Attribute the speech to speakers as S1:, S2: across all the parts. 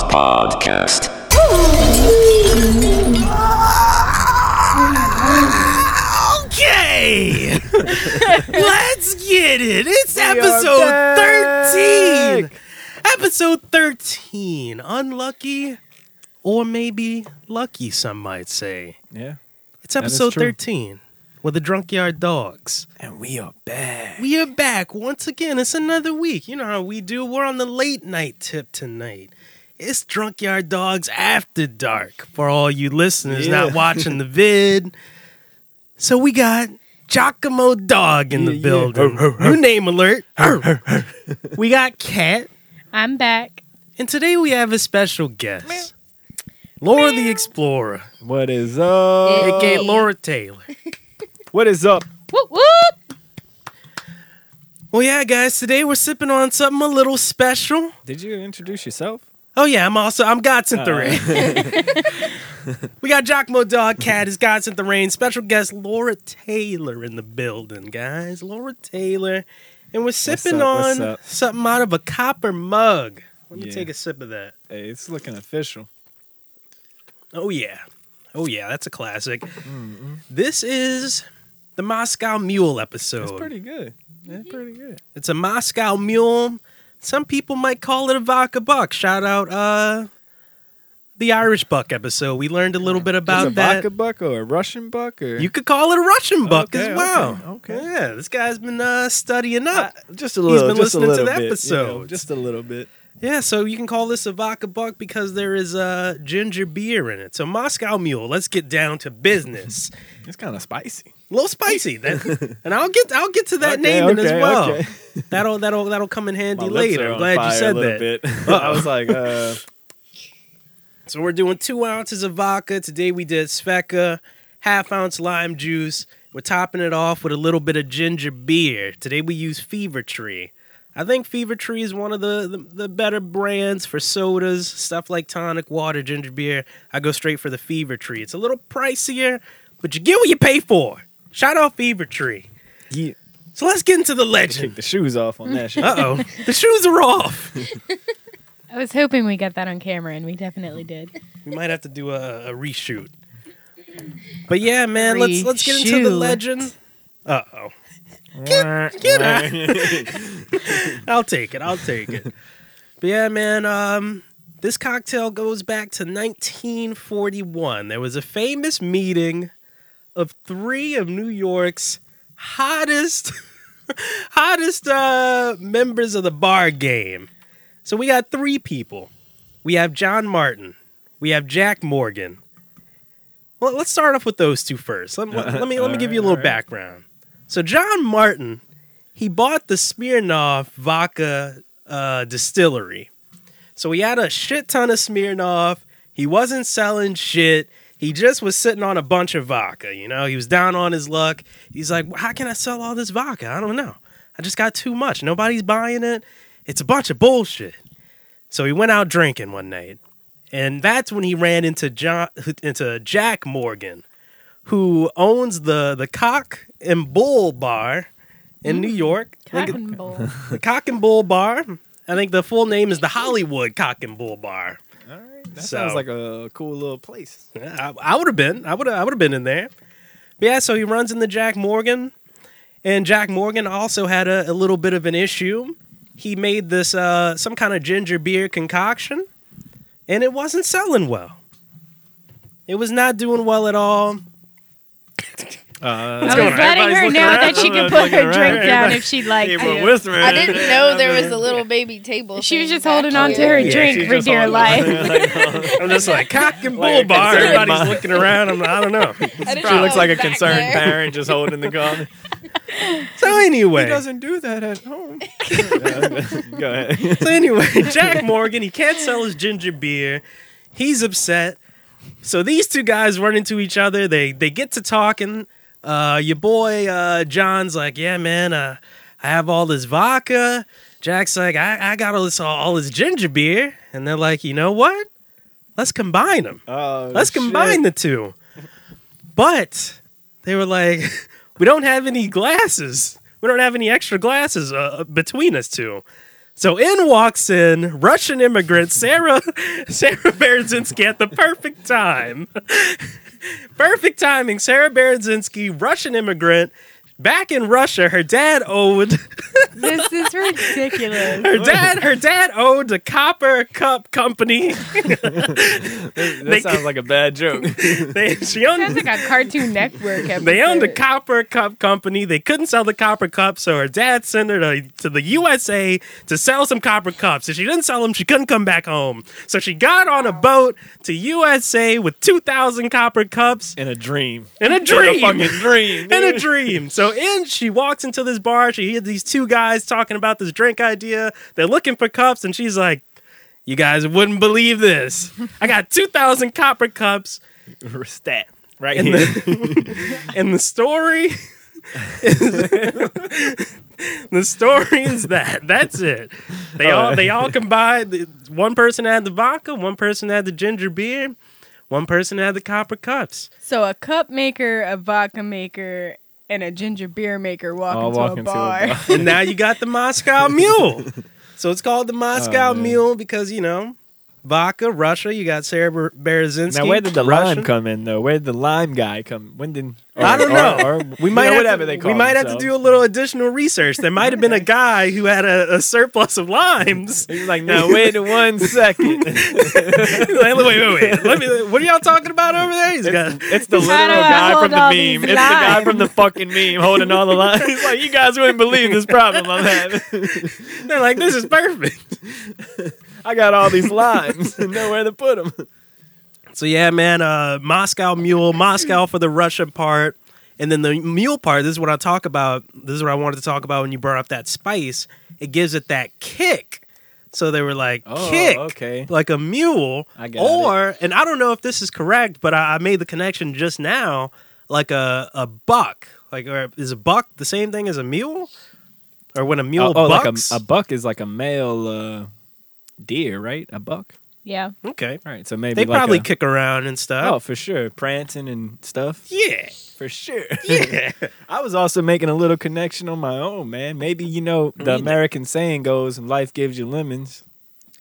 S1: Podcast.
S2: Okay, let's get it. It's episode
S3: back.
S2: thirteen. Episode thirteen. Unlucky, or maybe lucky. Some might say
S3: Yeah.
S2: it's
S3: is
S2: episode
S3: true.
S2: thirteen with the Drunk Yard Dogs.
S3: And we are back.
S2: We are back once again. It's another week. You know how we do. We're on the late night tip tonight. It's Drunk Yard Dogs After Dark for all you listeners not
S3: Yeah.
S2: watching the vid. So we got Giacomo Dog in the
S3: Yeah, yeah.
S2: building. New name alert. we got Cat,
S4: I'm back.
S2: and today we have a special guest, Laura the Explorer,
S3: What is up?
S2: aka Laura Taylor.
S3: What is up?
S4: Whoop whoop.
S2: Well, yeah, guys. Today we're sipping on something a little special.
S3: Did you introduce yourself?
S2: Oh yeah, I'm also I'm Godson the Rain. we got Giacomo Dog Cat is Godson the Rain. Special guest Laura Taylor in the building, guys. Laura Taylor, and we're sipping
S3: up, what's
S2: on
S3: up?
S2: something out of a copper mug. Let me
S3: Yeah.
S2: take a sip of that.
S3: Hey, it's looking official.
S2: Oh yeah, oh yeah, that's a classic.
S3: Mm-hmm.
S2: This is the Moscow Mule episode.
S3: It's pretty good. It's pretty good.
S2: It's a Moscow Mule. Some people might call it a vodka buck. Shout out uh the Irish buck episode. We learned a little bit
S3: Is
S2: about
S3: it a
S2: that.
S3: vodka buck or a Russian buck or
S2: You could call it a Russian buck
S3: Okay,
S2: as well.
S3: okay, okay.
S2: Yeah, this guy's been uh, studying up.
S3: just a little.
S2: been
S3: just a
S2: listening to
S3: little
S2: the
S3: bit, you know,
S2: episodes.
S3: just a little bit.
S2: yeah, so you can call this a vodka buck because there is uh, ginger beer in it. So Moscow Mule. Let's get down to business.
S3: It's kind of spicy.
S2: a little spicy, that, and I'll get I'll get to that
S3: Okay,
S2: naming
S3: okay,
S2: as well.
S3: okay.
S2: That'll that'll that'll come in
S3: My
S2: handy
S3: lips
S2: later.
S3: are
S2: I'm
S3: on
S2: glad you
S3: fire a
S2: said
S3: little
S2: that.
S3: bit. I was like, uh,
S2: So we're doing two ounces of vodka. Today we did Sveka, half ounce lime juice. We're topping it off with a little bit of ginger beer. Today we use Fever Tree. I think Fever Tree is one of the, the, the better brands for sodas, stuff like tonic water, ginger beer. I go straight for the Fever Tree. It's a little pricier, but you get what you pay for. Shout out Fever Tree.
S3: yeah,
S2: So let's get into the
S3: take
S2: legend.
S3: the shoes off on that shit.
S2: Uh oh, the shoes are off.
S4: I was hoping we got that on camera, and we definitely did.
S2: We might have to do a, a reshoot. But yeah, man, let's let's get into the
S4: Reshoot.
S2: legend. Uh oh. Get out. I'll take it. I'll take it. But yeah, man, um, this cocktail goes back to 1941. There was a famous meeting of three of New York's hottest hottest uh, members of the bar game. So we got three people. We have John Martin. We have Jack Morgan. Well, let's start off with those two first. Let, let, let me let me give you a little background. So John Martin, he bought the Smirnoff Vodka uh, distillery. So he had a shit ton of Smirnoff. He wasn't selling shit. He just was sitting on a bunch of vodka. You know, he was down on his luck. He's like, "Well, how can I sell all this vodka? I don't know. I just got too much. Nobody's buying it. It's a bunch of bullshit. So he went out drinking one night, and that's when he ran into John into Jack Morgan, who owns the the Cock and Bull Bar in New York. I think
S4: Cotton bowl.
S2: it- the Cock and Bull Bar. I think the full name is the Hollywood Cock and Bull Bar.
S3: All right, that
S2: So-
S3: sounds like a cool little place.
S2: I, I would have been. I would. I would have been in there. But yeah. So he runs into Jack Morgan, and Jack Morgan also had a, a little bit of an issue. He made this uh, some kind of ginger beer concoction, and it wasn't selling well. It was not doing well at all.
S3: Uh,
S4: I was
S2: going on?
S4: letting
S3: Everybody's
S4: her know
S3: looking
S4: that
S3: around.
S4: she could
S3: Everybody's
S4: put her
S3: looking
S4: drink
S3: around.
S4: down if she'd like to.
S3: whispering.
S5: I didn't know there was a little baby table.
S4: She was
S5: thing
S4: just holding
S5: back
S4: on to
S5: here.
S4: her
S2: Yeah,
S4: drink
S3: she's
S4: for
S3: just
S4: dear
S3: holding
S4: life.
S2: I'm just like cock and bull
S3: Like a
S2: bar.
S3: concerned
S2: Everybody's
S3: mind.
S2: looking around. I'm, I don't know.
S5: I didn't
S3: She
S5: know
S3: looks
S5: it
S3: like a
S5: was back
S3: concerned
S5: there.
S3: parent just holding the gun.
S2: So anyway,
S3: He doesn't do that at home. Go ahead.
S2: So anyway, Jack Morgan, he can't sell his ginger beer. He's upset. So these two guys run into each other. They they get to talking. Uh, your boy uh, John's like, yeah, man, uh, I have all this vodka. Jack's like, I, I got all this all, all this ginger beer, and they're like, you know what? Let's combine them.
S3: Oh,
S2: Let's
S3: shit.
S2: combine the two. But they were like, we don't have any glasses. We don't have any extra glasses uh, between us two. So in walks in Russian immigrant Sarah Sarah Berezinski at the perfect time. perfect timing. Sarah Berezinski, Russian immigrant, back in Russia. Her dad owed
S4: This is ridiculous.
S2: her dad her dad owed the Copper Cup Company.
S3: That
S2: They-
S3: sounds like a bad joke.
S2: They, she owned
S4: Sounds like a Cartoon Network episode.
S2: They owned a copper cup company. They couldn't sell the copper cup, so her dad sent her to, to the USA to sell some copper cups. If she didn't sell them, she couldn't come back home. So she got on a boat to USA with 2,000 copper cups
S3: In a dream.
S2: and a
S3: In a
S2: dream.
S3: fucking dream.
S2: In a
S3: dude.
S2: dream. So in she walks into this bar. She hears these two guys talking about this drink idea. They're looking for cups, and she's like, "You guys wouldn't believe this. I got two thousand copper cups. Stat
S3: Right
S2: and
S3: here.
S2: the, and the story the story is that that's it they all they all combined one person had the vodka one person had the ginger beer one person had the copper cups
S4: So a cup maker, a vodka maker, and a ginger beer maker walk
S3: All
S4: into
S3: walk
S4: a
S3: into a
S4: bar.
S3: bar.
S2: and now you got the moscow mule so it's called the moscow
S3: Oh, man.
S2: mule because you know vodka russia you got sarah Ber- Berezinski,
S3: Now, where did the
S2: Russian.
S3: lime come in, though? Where did the lime guy come? When did?
S2: I don't know.
S3: we
S2: might have
S3: whatever
S2: to,
S3: they
S2: we
S3: call.
S2: might have to do a little additional research. There might have been a guy who had a, a surplus of limes.
S3: He's like, now wait one second. it's,
S2: wait, wait, wait, wait. Let me. What are y'all talking about over there? He's got.
S3: it's the little
S4: How do I
S3: guy
S4: hold
S3: from the
S4: all
S3: meme.
S4: these
S3: It's the guy
S4: limes?
S3: from the fucking meme holding all the lines. He's like, you guys wouldn't believe this problem I'm having.
S2: They're like, this is perfect.
S3: I got all these limes and nowhere to put them.
S2: So yeah, man. Uh, Moscow mule, Moscow for the Russia part, and then the mule part. This is what I talk about. This is what I wanted to talk about when you brought up that spice. It gives it that kick. So they were like,
S3: Oh,
S2: kick.
S3: okay.
S2: like a mule
S3: I got
S2: or and i don't know if this is correct but i, I made the connection just now like a, a buck like or is a buck the same thing as a mule or when a mule
S3: oh, oh, like a,
S2: bucks
S3: a buck is like a male uh, deer, right? A buck.
S4: Yeah.
S2: okay
S3: All right, so maybe
S2: they
S3: like
S2: probably
S3: a-
S2: kick around and
S3: Oh,
S2: stuff
S3: for sure, prancing and stuff.
S2: yeah
S3: For sure.
S2: yeah
S3: I was also making a little connection on my own, man. Maybe you know the American saying goes, "Life gives you lemons,"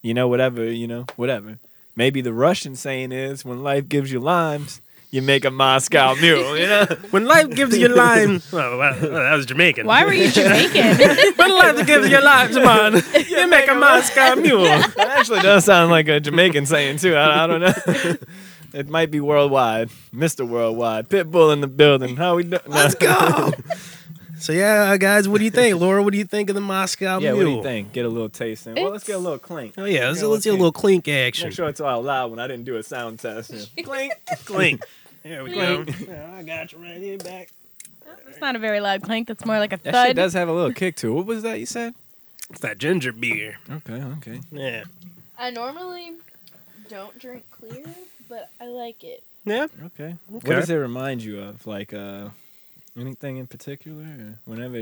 S3: you know, whatever, you know, whatever. Maybe the Russian saying is, "When life gives you limes, you make a Moscow mule." You know,
S2: when life gives you lime oh, wow, that was jamaican
S4: Why were you Jamaican?
S2: when life gives you limes man you make a um. moscow mule
S3: that actually does sound like a Jamaican saying too. I, I don't know. It might be worldwide, Mister Worldwide, Pitbull in the building. How we doing? Let's go.
S2: so yeah uh, guys what do you think laura what do you think of the moscow
S3: yeah,
S2: mule
S3: what do you think? Get a little taste in. Well, let's get a little clink.
S2: oh yeah let's,
S3: Yeah,
S2: let's do a
S3: okay.
S2: little clink action
S3: Make sure it's all loud when I didn't do a sound test.
S2: Clink. Clink. There we go. Yeah, I got you right here back.
S4: It's not a very loud clank. That's more like a
S3: That
S4: thud.
S3: shit does have a little kick to it. What was that you said?
S2: It's that ginger beer.
S3: Okay, okay.
S2: Yeah.
S5: I normally don't drink clear, but I like it.
S2: Yeah.
S3: Okay. What
S2: Okay.
S3: does it remind you of? Like uh anything in particular? Or whenever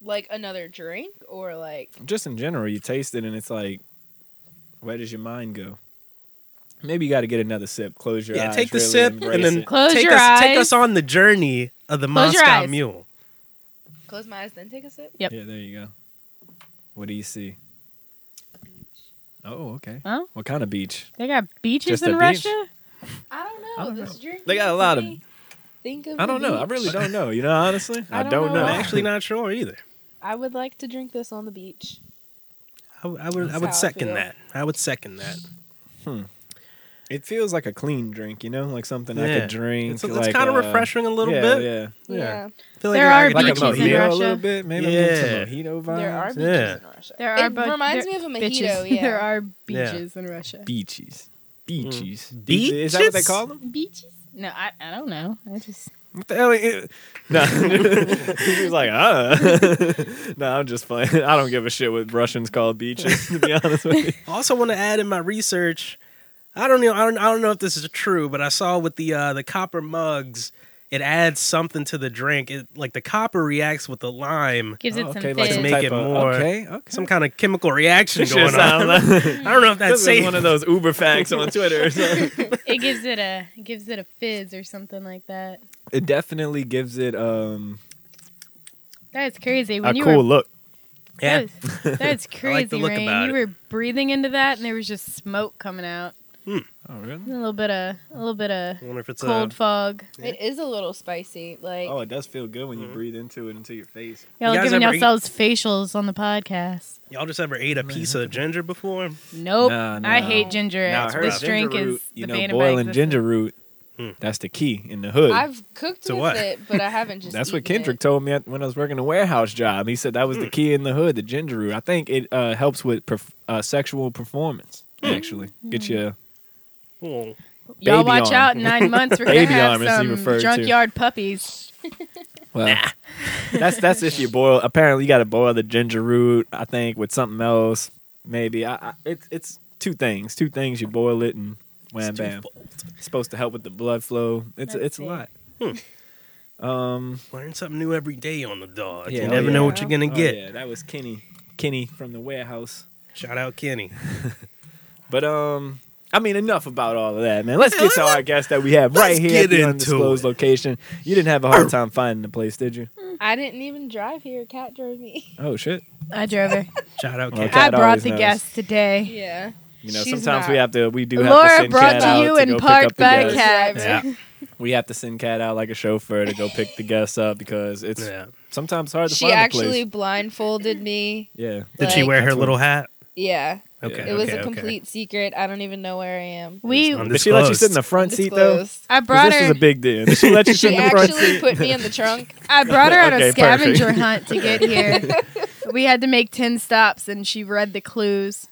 S5: Like another drink or like
S3: just in general you taste it and it's like where does your mind go? Maybe you gotta get another sip, close your
S2: Yeah,
S3: eyes.
S2: take the
S3: really
S2: sip
S3: embrace
S2: and then
S3: it.
S4: Close
S2: take
S4: your
S2: us
S4: eyes.
S2: take us on the journey of the
S4: Close your
S2: Moscow
S4: eyes.
S2: mule.
S5: close my eyes then take a sip.
S4: Yep.
S3: Yeah, there you go. What do you see? Oh, okay.
S4: Huh?
S3: What kind of beach?
S4: They got beaches
S3: Just a
S4: in
S3: beach?
S4: Russia?
S5: I don't know.
S3: I don't
S5: this drink
S3: They got a
S5: makes
S3: lot of-
S5: me Think of
S3: I
S5: the
S3: don't know. I
S5: beach.
S3: really don't know. You know, honestly,
S5: I don't know
S2: I'm
S5: why.
S2: actually not sure either.
S5: I would like to drink this on the beach.
S2: I, w- I would I
S5: That's
S2: would
S5: how I
S2: second
S5: feel.
S2: that. I would second that.
S3: It feels like a clean drink, you know, like something I
S2: Yeah.
S3: could drink.
S2: It's, it's
S3: like,
S2: kind of
S3: uh,
S2: refreshing a little
S3: yeah,
S2: bit.
S3: Yeah,
S2: Yeah. Feel
S4: There
S2: I
S4: are
S2: could
S3: like a
S2: drink
S3: mojito
S4: Beaches in
S3: a little
S4: Russia.
S3: bit. Maybe I'm getting
S2: Yeah.
S3: some mojito vibes.
S5: There are beaches
S2: Yeah.
S5: in Russia.
S4: There
S5: it
S4: are bu-
S5: reminds
S4: there-
S5: me of a
S4: Bitches.
S5: mojito. Yeah.
S4: there are beaches in Russia.
S3: beaches. Beaches.
S2: Beaches?
S3: Is that what they call them?
S4: Beaches? No, I, I don't know. I just
S3: What the hell? Is No. he was like, uh. no, I'm just playing. I don't give a shit what Russians call beaches, to be honest with you.
S2: Also, want to add in my research. I don't know. I don't. I don't know if this is true, but I saw with the uh, the copper mugs, it adds something to the drink. It like the copper reacts with the lime,
S4: gives it
S3: Oh,
S4: some
S3: okay,
S4: fizz.
S3: like some
S2: Make
S3: type
S2: it
S3: of-
S2: more-
S3: Okay, okay.
S2: some kind of chemical reaction
S3: This shit
S2: going
S3: sound
S2: on.
S3: like-
S2: I don't know if that's
S3: This is
S2: safe.
S3: one of those Uber facts on Twitter. or something.
S4: it gives it a it gives it a fizz or something like that.
S3: It definitely gives it um,
S4: That's crazy. When
S3: a
S4: you
S3: cool
S4: were
S3: look.
S2: Yeah.
S4: That- That's crazy,
S2: the look
S4: Rain.
S2: about
S4: you
S2: it.
S4: were breathing into that, and there was just smoke coming out.
S3: Oh, really?
S4: A little bit of a little bit of
S2: I wonder if it's uh,
S4: cold
S2: a
S4: fog.
S5: It is a little spicy. Like
S3: Oh, it does feel good when you
S2: Mhm.
S3: breathe into it into your face.
S4: Y'all
S2: guys
S4: giving
S2: ever eat-
S4: yourselves facials on the podcast.
S2: y'all just ever ate a piece of ginger before? Hmm.
S4: Nope.
S3: Nah,
S4: I
S3: nah.
S4: hate ginger
S2: Nah,
S4: ale.
S2: I heard
S4: This
S2: about
S4: drink
S3: ginger root,
S4: is
S3: you
S4: the
S3: know,
S4: bane of
S3: boiling
S4: my
S3: ginger root.
S2: Hmm.
S3: That's the key in the hood.
S5: I've cooked
S2: To
S5: with
S2: what?
S5: it, but I haven't just.
S3: That's what
S5: eaten
S3: Kendrick
S5: it.
S3: told me at, when I was working a warehouse job. He said that was
S2: Hmm.
S3: the key in the hood, the ginger root. I think it uh, helps with perf- uh, sexual performance.
S2: Hmm.
S3: Actually,
S5: Hmm.
S3: get your
S2: Oh,
S4: Y'all
S3: baby
S4: watch
S3: arm.
S4: out. In nine months, we're gonna
S3: Baby
S4: have
S3: arm, as you
S4: some
S3: refer to.
S4: junkyard puppies.
S3: well. that's that's if you boil. Apparently, you got to boil the ginger root. I think with something else. Maybe I, I, it's it's two things. Two things. You boil it and wham
S2: it's
S3: bam.
S2: twofold.
S3: It's supposed to help with the blood flow. It's
S4: That's
S3: it's a
S4: it.
S3: lot. Um,
S2: Learn something new every day on the dog.
S3: Yeah,
S2: you
S3: oh,
S2: never know
S5: yeah.
S2: what you're gonna
S3: oh,
S2: get.
S3: yeah, that was Kenny. Kenny from the warehouse.
S2: Shout out Kenny.
S3: But um, I mean, enough about all of that, man. Let's get to our guest that we have right
S2: Let's
S3: here at
S2: get
S3: the
S2: into
S3: undisclosed
S2: it.
S3: location. You didn't have a hard time finding the place, did you?
S5: I didn't even drive here. Cat drove me.
S3: Oh shit!
S4: I drove her.
S2: Shout out
S3: Okay.
S2: Kenny.
S4: I
S3: Cat
S4: brought
S3: always
S4: the
S3: knows.
S4: guests today.
S5: Yeah.
S3: You know,
S5: She's
S3: sometimes we
S5: not.
S3: have to. We do. have to
S4: Laura
S3: send
S4: brought
S3: Kat
S4: to
S3: out
S4: you
S3: to
S4: in
S3: go pick
S4: part
S3: up the
S4: by
S3: guests.
S4: cat.
S2: Yeah.
S3: We have to send Cat out like a chauffeur to go pick the guests up because it's
S2: yeah.
S3: sometimes hard to
S5: She
S3: find
S5: actually
S3: the place.
S5: blindfolded me.
S3: Yeah.
S2: Did she
S5: Like-
S2: wear her
S3: That's
S2: little hat?
S5: Yeah.
S2: Okay.
S3: Yeah.
S5: It was
S2: okay,
S5: a
S2: okay.
S5: complete secret. I don't even know where I am.
S4: We,
S2: It was
S3: Did she let you sit in the
S2: Undisclosed.
S3: front seat though?
S5: Undisclosed.
S4: I
S3: 'Cause
S4: brought
S3: This is
S4: her.
S3: a big deal. Did she let you sit
S5: She
S3: in the front
S5: actually
S3: seat?
S5: put me in the trunk.
S4: I brought her on
S3: Okay,
S4: a
S3: perfect.
S4: scavenger hunt to get here. we had to make ten stops, and she read the clues.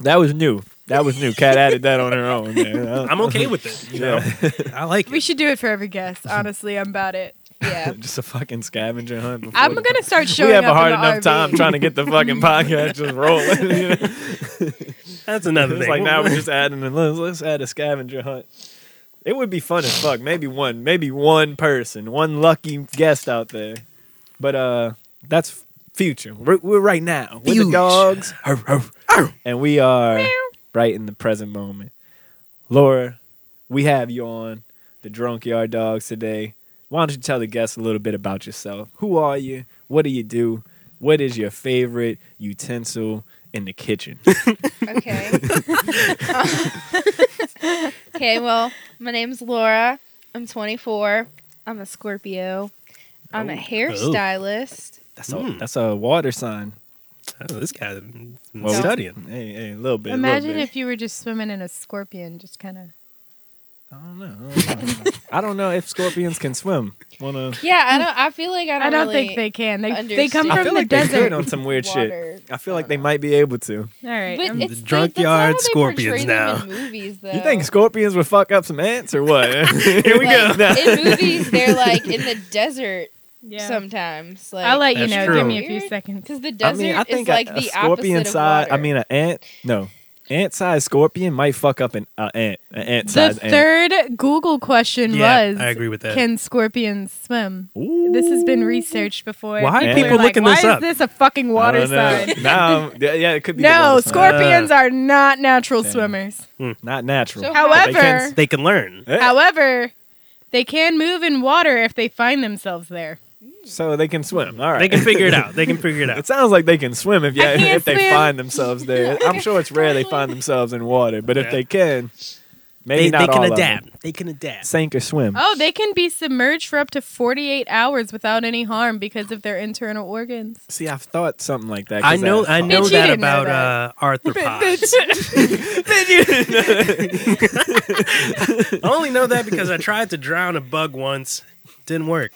S3: That was new. That was new. Cat added that on her own. Man. I-
S2: I'm okay with it. You know, I like
S4: We
S2: it.
S4: should do it for every guest. Honestly, I'm about it.
S5: Yeah.
S3: Just a fucking scavenger hunt. before
S4: I'm
S3: the-
S4: gonna start
S3: We
S4: showing
S3: have
S4: up
S3: a hard
S4: in the
S3: enough
S4: RV.
S3: time trying to get the fucking podcast just rolling.
S2: That's another
S3: it's
S2: thing.
S3: like now we're
S2: We'll-
S3: just adding. A, let's, let's add a scavenger hunt. It would be fun as fuck. Maybe one, maybe one person, one lucky guest out there. But uh, that's future. We're, we're right now with the
S2: Future.
S3: dogs, and we are
S4: Meow.
S3: right in the present moment. Laura, we have you on the Drunk Yard Dogs today. Why don't you tell the guests a little bit about yourself? Who are you? What do you do? What is your favorite utensil in the kitchen?
S5: Okay. okay, well, my name's Laura. I'm 24. I'm a Scorpio. I'm
S3: Oh,
S5: a hairstylist.
S3: That's a
S2: Mm.
S3: that's a water sign.
S2: Oh, this guy been
S3: Well, we-
S2: studying.
S3: Hey, hey, a little bit. a little
S4: Imagine
S3: bit.
S4: if you were just swimming in a scorpion, just kind of.
S3: I don't know. I don't know. I don't know if scorpions can swim. Wanna?
S5: Yeah, I don't. I feel like I don't.
S4: I don't
S5: really
S4: think they can. They they
S5: understand.
S4: come
S5: I
S4: from
S5: feel
S4: the
S3: like they
S4: desert.
S3: could on some weird shit.
S5: water.
S3: I feel like
S5: don't
S3: they
S5: know.
S3: might be able to.
S4: All right,
S5: But
S4: I'm-
S5: it's
S2: The drunk
S5: like, that's not
S2: yard
S5: how they
S2: scorpions
S5: portray them
S2: now.
S5: In movies, though.
S3: You think scorpions would fuck up some ants or what? Here we
S5: Like,
S3: go.
S5: in movies, they're like in the desert
S4: yeah.
S5: sometimes. Like,
S4: I'll let you
S2: That's
S4: know.
S2: true.
S4: Give me a few seconds.
S5: because the
S3: I
S5: desert
S3: mean, I think
S5: is like
S3: a, a
S5: the
S3: scorpion
S5: opposite
S3: size.
S5: of water.
S3: I mean, an ant. No, ant-sized scorpion might fuck up an uh, ant. An
S4: The
S3: ant-sized ant.
S4: third Google question
S2: Yeah,
S4: was:
S2: I agree with that.
S4: Can scorpions swim?
S3: Ooh.
S4: This has been researched before.
S2: Why are
S4: are
S3: people
S2: looking
S4: why
S2: this up?"
S4: is this a fucking
S3: I
S4: water
S3: don't know.
S4: sign?
S3: No, yeah, yeah, it could be. the
S4: No,
S3: water sign.
S4: scorpions are not natural
S3: Damn.
S4: swimmers.
S3: Not natural.
S5: So-
S3: But they can
S4: However,
S2: they can learn.
S3: Eh,
S4: however, they can move in water if they find themselves there.
S3: so they can swim. All right.
S2: They can figure it out. They can figure it
S3: It
S2: out.
S3: sounds like they can swim if yeah,
S4: I can't
S3: if they
S4: swim.
S3: find themselves there. I'm sure it's rare they find themselves in water, but if
S2: Yeah.
S3: they can, maybe
S2: They,
S3: not
S2: they
S3: all
S2: can
S3: of them.
S2: adapt. They can adapt.
S3: Sink or swim.
S4: Oh, they can be submerged for up to 48 hours without any harm because of their internal organs.
S3: See, I've thought something like that. 'cause uh,
S2: I know. I know
S4: Bitch, you
S2: that
S4: didn't know
S2: about uh,
S4: that.
S2: arthropods. I only know that because I tried to drown a bug once. Didn't work.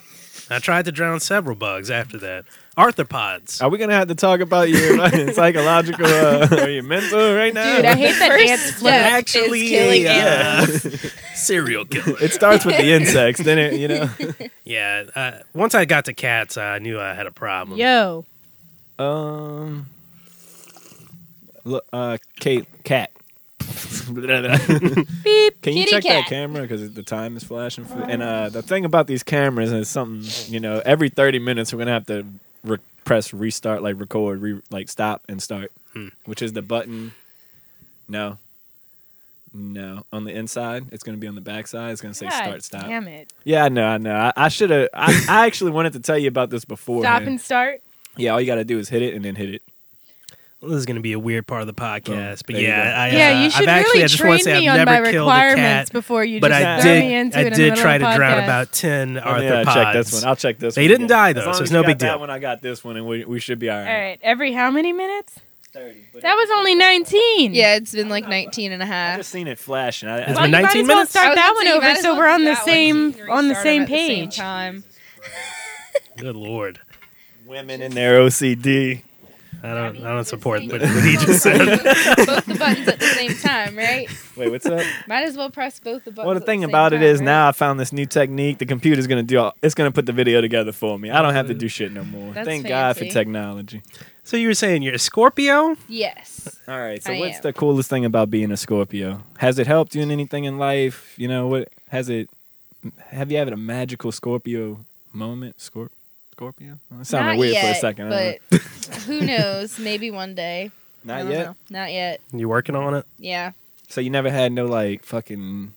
S2: I tried to drown several bugs after that. Arthropods.
S3: Are we gonna have to talk about your psychological uh, or your mental right now?
S4: Dude, I hate that
S5: First
S4: ants
S5: step
S4: flip.
S5: is
S2: Actually,
S5: killing
S2: yeah. serial killer.
S3: it starts with the insects, then it you know.
S2: Yeah. Uh, once I got to cats, I knew I had a problem.
S4: Yo,
S3: Um, look, uh, Kate, cat.
S4: beep.
S3: Can you
S5: Kitty
S3: check that
S5: cat.
S3: camera because the time is flashing? For, and uh, the thing about these cameras is something you know. Every thirty minutes, we're gonna have to re- press restart, like record, re- like stop and start,
S2: Hmm.
S3: which is the button. No, no, on the inside, it's gonna be on the backside. It's gonna say
S4: God
S3: start, stop.
S4: Damn it.
S3: Yeah, I know, I know. I, I should have. I, I actually wanted to tell you about this before.
S4: Stop and start.
S3: Yeah, all you gotta do is hit it and then hit it.
S2: This is going to be a weird part of the podcast, but
S3: there you
S2: yeah,
S3: go.
S2: I,
S4: yeah,
S2: uh,
S4: you should
S2: I've actually,
S4: really
S2: I just want
S4: train
S2: to say
S4: me
S2: I've
S4: on my
S2: never killed a
S4: requirements
S2: cat,
S4: before you
S2: but
S4: just
S2: I
S4: throw me
S2: did,
S4: into
S2: I
S4: it in the
S2: did
S4: middle
S2: try
S4: of the
S2: to drown
S4: podcast.
S2: about ten
S3: I mean, I
S2: arthropods.
S3: Oh, check this one. I'll check this.
S2: They
S3: one
S2: didn't
S3: again.
S2: die,
S3: As
S2: though,
S3: long
S2: so
S3: as
S2: it's
S3: you
S2: no
S3: got
S2: big
S3: that
S2: deal.
S3: one, I got this one, and we, we should be all
S4: All
S3: right.
S4: right, every how many minutes?
S3: Thirty. but
S4: That was only 19.
S5: Yeah, it's been like 19 and a
S3: I
S5: half.
S3: just seen it flash, and I,
S2: It's
S4: Well,
S2: been
S4: you might as
S2: 19
S4: well
S2: minutes?
S5: I
S4: start
S5: was
S4: that
S5: gonna
S4: one
S5: say, you
S4: over
S5: might as
S4: so
S5: well
S4: we're
S5: do
S4: on the
S5: that one so you
S4: same
S5: can
S4: on the
S5: restart 'em
S4: same
S5: at the same
S4: page.
S5: time.
S2: Good lord,
S3: women in their OCD.
S2: I
S5: I
S2: don't,
S5: mean,
S2: I don't
S5: just
S2: support
S5: saying
S2: what
S5: you
S2: what he
S5: can
S2: just said.
S5: press both the buttons at the same time, right?
S3: Wait, what's up?
S5: Might as well press both the buttons.
S3: well, the
S5: at
S3: thing
S5: same
S3: about it
S5: time,
S3: is
S5: right?
S3: now I found this new technique. The computer's gonna do. All, it's gonna put the video together for me. I don't have to do shit no more.
S5: That's
S3: Thank God for
S5: fancy.
S3: technology.
S2: So you were saying you're a Scorpio?
S5: Yes.
S3: All right. So
S5: I
S3: what's
S5: am.
S3: the coolest thing about being a Scorpio? Has it helped you in anything in life? You know what? Has it? Have you had a magical Scorpio moment? Scorp- Scorpio? It sounded
S5: Not
S3: weird
S5: yet,
S3: for a second. I don't know.
S5: But who knows? Maybe one day. I
S3: Not
S5: don't
S3: yet.
S5: know. Not yet.
S2: You working on it?
S5: Yeah.
S3: So you never had no like fucking,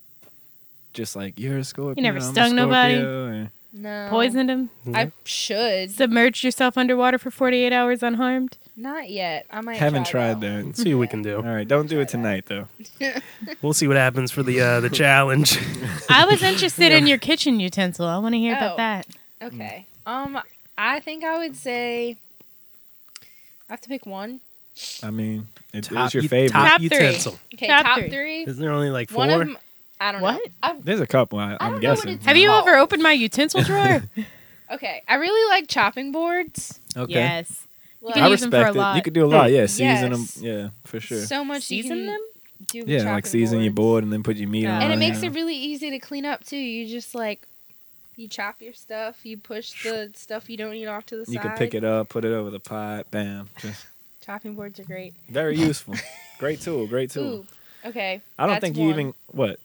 S3: just like you're a Scorpio.
S4: never
S3: I'm a
S4: stung nobody?
S3: Scorpio," or-
S5: No.
S4: Poisoned him?
S5: I should.
S4: Submerged yourself underwater for 48 hours unharmed?
S5: Not yet. I might.
S3: Haven't
S5: try
S3: tried
S5: that.
S3: that.
S2: Let's see what we can do.
S3: All right, don't do it tonight though.
S2: We'll see what happens for the uh, the challenge.
S4: I was interested in your kitchen utensil. I want to hear
S5: Oh.
S4: about that.
S5: Okay.
S3: Mm.
S5: Um, I think I would say. I have to pick one.
S3: I mean, it
S2: Top
S3: is your
S2: u-
S3: favorite.
S2: Top,
S4: Top three.
S2: utensil.
S5: Okay,
S4: Top
S5: top,
S4: three.
S5: three.
S2: Isn't there only like four?
S5: One of them. I don't know.
S4: What?
S5: I'm,
S3: There's a couple. I, I'm
S5: I don't know what
S3: guessing.
S5: it's-
S4: Have you
S5: Oh.
S4: ever opened my utensil drawer?
S5: okay. I really like chopping boards.
S3: okay.
S4: Yes.
S5: Like,
S4: can
S3: I
S4: use them
S3: respect
S4: for a
S3: it. You
S4: lot.
S3: could do a lot. Yeah, season
S5: Yes.
S3: them. Yeah, for sure.
S5: So much you
S4: Season
S5: can
S4: them?
S5: Do with
S3: yeah, like
S5: chopping
S3: season your
S5: boards.
S3: board and then put your meat
S4: Yeah.
S3: on.
S5: and
S4: Oh,
S5: it makes
S3: yeah.
S5: it really easy to clean up too. You just like you chop your stuff, you push the stuff you don't need off to the
S3: You
S5: side.
S3: can pick it up, put it over the pot. Bam. Just
S5: Chopping boards are great.
S3: very useful. great tool. Great tool.
S5: Ooh, okay.
S3: I don't
S5: that's
S3: think you
S5: one.
S3: even what.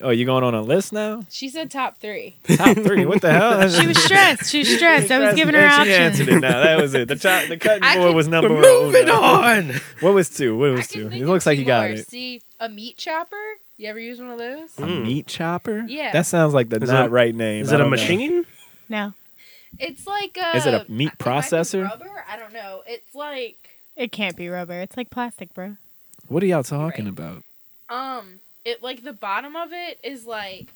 S3: Oh, you going on a list now?
S5: She said top three.
S3: Top three. What the hell?
S4: She was stressed. She was stressed. I was giving her
S3: And She
S4: options.
S3: answered it. Now that was it. The, chop, the cutting
S5: I
S3: board
S5: could-
S3: was number
S2: We're
S3: one.
S2: moving on.
S3: What was two? What
S5: I
S3: was
S5: can
S3: two?
S5: think
S3: It
S5: of
S3: looks like
S5: two
S3: you got
S5: more.
S3: it.
S5: See a meat chopper. You ever use one of those?
S3: A
S2: Mm.
S3: meat chopper?
S5: Yeah.
S3: That sounds like the
S2: Is it
S3: not
S2: a-
S3: right name.
S2: Is
S3: I
S2: it a
S3: don't know.
S2: machine?
S4: No.
S5: It's like a,
S3: Is it a meat
S5: it might be
S3: processor?
S5: rubber? I don't know. It's like
S4: It can't be rubber. It's like plastic, bro.
S3: What are y'all talking
S5: Right.
S3: about?
S5: um, it like the bottom of it is like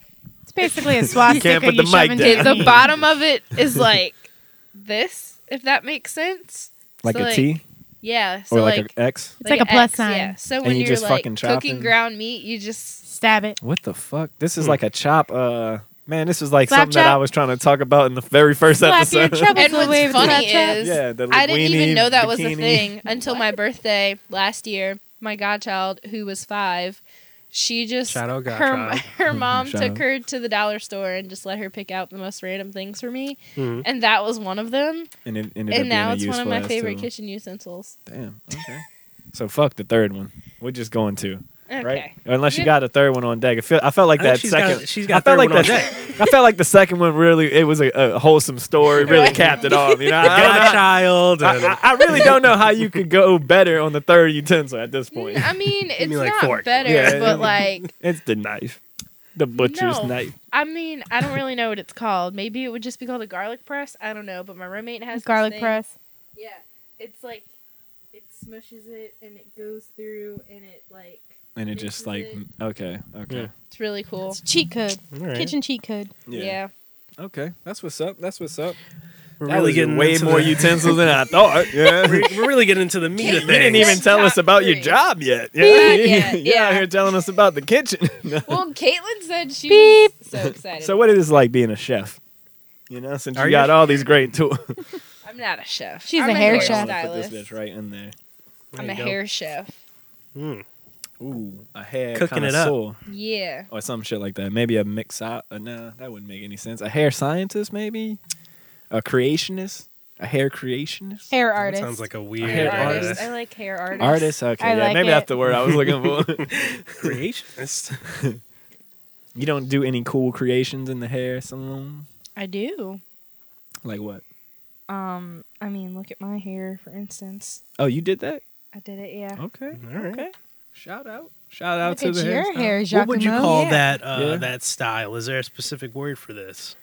S4: It's basically a swastika.
S3: put the
S4: you
S3: mic
S4: shove into
S3: down.
S4: your
S5: the
S4: meat.
S5: bottom of it is like this. If that makes sense.
S3: Like
S5: So,
S3: a
S5: like,
S3: T
S5: Yeah. So
S3: or like,
S5: like
S3: an X?
S4: It's like a plus
S5: X,
S4: sign.
S5: Yeah. So
S3: And
S5: when
S3: you
S5: are
S3: just
S5: like
S3: fucking chop
S5: cooking
S3: it.
S5: ground meat, you just
S4: Stab it.
S3: What the fuck? This is like a chop. Uh, man, this is like
S4: Slap
S3: something that
S4: chop?
S3: I was trying to talk about in the very first
S4: Slap your
S3: episode.
S4: troubles
S5: And what's
S4: away with
S5: funny
S4: slap chop.
S5: is-
S3: yeah, the
S5: I didn't
S3: linguine
S5: even know that was a
S3: bikini.
S5: thing until my birthday last year. My godchild, who was five, she just
S2: Shout out
S5: her
S2: godchild.
S5: her mom
S3: Shout
S5: took
S3: out.
S5: her to the dollar store and just let her pick out the most random things for me,
S2: Mhm.
S5: and that was one of them.
S3: And, it ended up
S5: And now
S3: being a
S5: it's one of
S3: useful
S5: my
S3: ass
S5: favorite
S3: tool.
S5: kitchen utensils.
S3: Damn. Okay. so fuck the third one. We're just going to
S5: Okay,
S3: right, unless you
S5: Yeah.
S3: got a third one on deck. I, feel, I felt like
S2: I think
S3: that
S2: she's
S3: second.
S2: got- she's got
S3: I felt
S2: third
S3: like
S2: one on
S3: that. I felt like the second one really. It was a, a wholesome story. Really
S5: Right.
S3: capped it off. You know, I, don't know how-
S2: Godchild.
S3: I,
S2: and-
S3: I- I really don't know how you could go better on the third utensil at this point.
S5: Mm, I mean it's
S2: mean, like,
S5: not
S2: fork.
S5: better,
S3: Yeah.
S5: but like
S3: It's the knife, the butcher's
S5: No.
S3: knife.
S5: I mean I don't really know what it's called. Maybe it would just be called a garlic press. I don't know, but my roommate has this
S4: garlic
S5: thing.
S4: press.
S5: Yeah, it's like it smushes it and it goes through and it like
S3: And it just like
S5: Mixes
S3: okay, okay,
S5: it's really cool.
S4: It's a cheat code.
S2: All right.
S4: Kitchen cheat code.
S5: Yeah.
S3: Okay, that's what's up. That's what's up.
S2: We're
S3: That
S2: really
S3: was
S2: getting
S3: way
S2: into
S3: more
S2: the-
S3: utensils than I thought. Yeah,
S2: We're
S3: you
S2: we're really getting into the meat of
S5: You
S2: things.
S3: didn't even tell us
S5: Top
S3: about your
S5: three.
S3: job yet.
S5: yet,
S3: You're out
S5: yeah.
S3: here telling us about the kitchen.
S5: Well, Caitlin said she was so excited.
S3: so what it is like being a chef? You know, since
S2: Are
S3: you
S2: you- Oh,
S3: got all these great tools.
S5: I'm not a chef.
S4: She's
S5: I'm
S4: a hair
S5: hair
S4: chef.
S3: I'm gonna
S5: Stylist.
S3: Put this bitch right in there.
S2: There
S5: I'm
S2: you
S5: a
S2: go.
S5: hair chef.
S2: Mm.
S3: Ooh, a hair
S2: Cooking it up.
S3: connoisseur.
S5: Yeah.
S3: or some shit like that. Maybe a mix up. Uh, nah, that wouldn't make any sense. A hair scientist, maybe. A creationist. A hair creationist.
S4: Hair
S2: That
S4: artist.
S2: sounds like a weird
S5: Hair
S3: Hair
S5: artist.
S3: artist.
S5: I like hair artist.
S3: Artist. Okay,
S4: I
S3: yeah,
S4: like
S3: maybe
S4: it.
S3: that's the word I was looking for.
S2: creationist.
S3: you don't do any cool creations in the hair salon.
S5: I do.
S3: Like what?
S5: Um, I mean, look at my hair, for instance.
S3: Oh, you did that.
S5: I did it. Yeah.
S3: Okay.
S2: All right.
S3: Okay. Shout out. Shout out
S4: Look
S3: to
S4: at
S3: the
S4: your
S3: hair.
S4: hair,
S2: What would you call
S5: Yeah.
S2: that uh,
S3: Yeah.
S2: that style? Is there a specific word for this?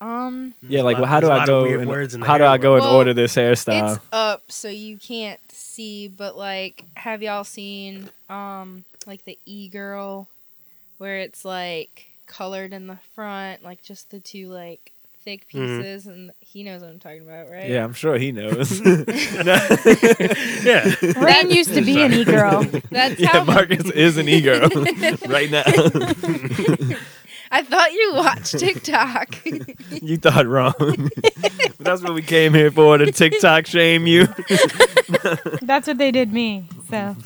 S5: Um,
S3: Yeah, like
S2: There's a
S3: well, how
S2: lot-
S3: do
S2: there's a
S3: I
S2: lot
S3: go?
S2: of weird
S3: and-
S2: words in the
S3: how do
S2: hair
S3: I go and
S5: world.
S3: order this hairstyle?
S5: it's up, so you can't see. But like, have y'all seen um like the e girl, where it's like colored in the front, like just the two like thick pieces, and he knows what I'm talking about, right?
S3: Mm-hmm. Yeah, I'm sure he knows.
S2: Yeah.
S4: Rain used to be an e girl.
S5: That's
S3: yeah,
S5: how
S3: Marcus is an ego right now.
S5: I thought you watched TikTok.
S3: you thought wrong. But that's what we came here for to TikTok shame you.
S4: That's what they did me. So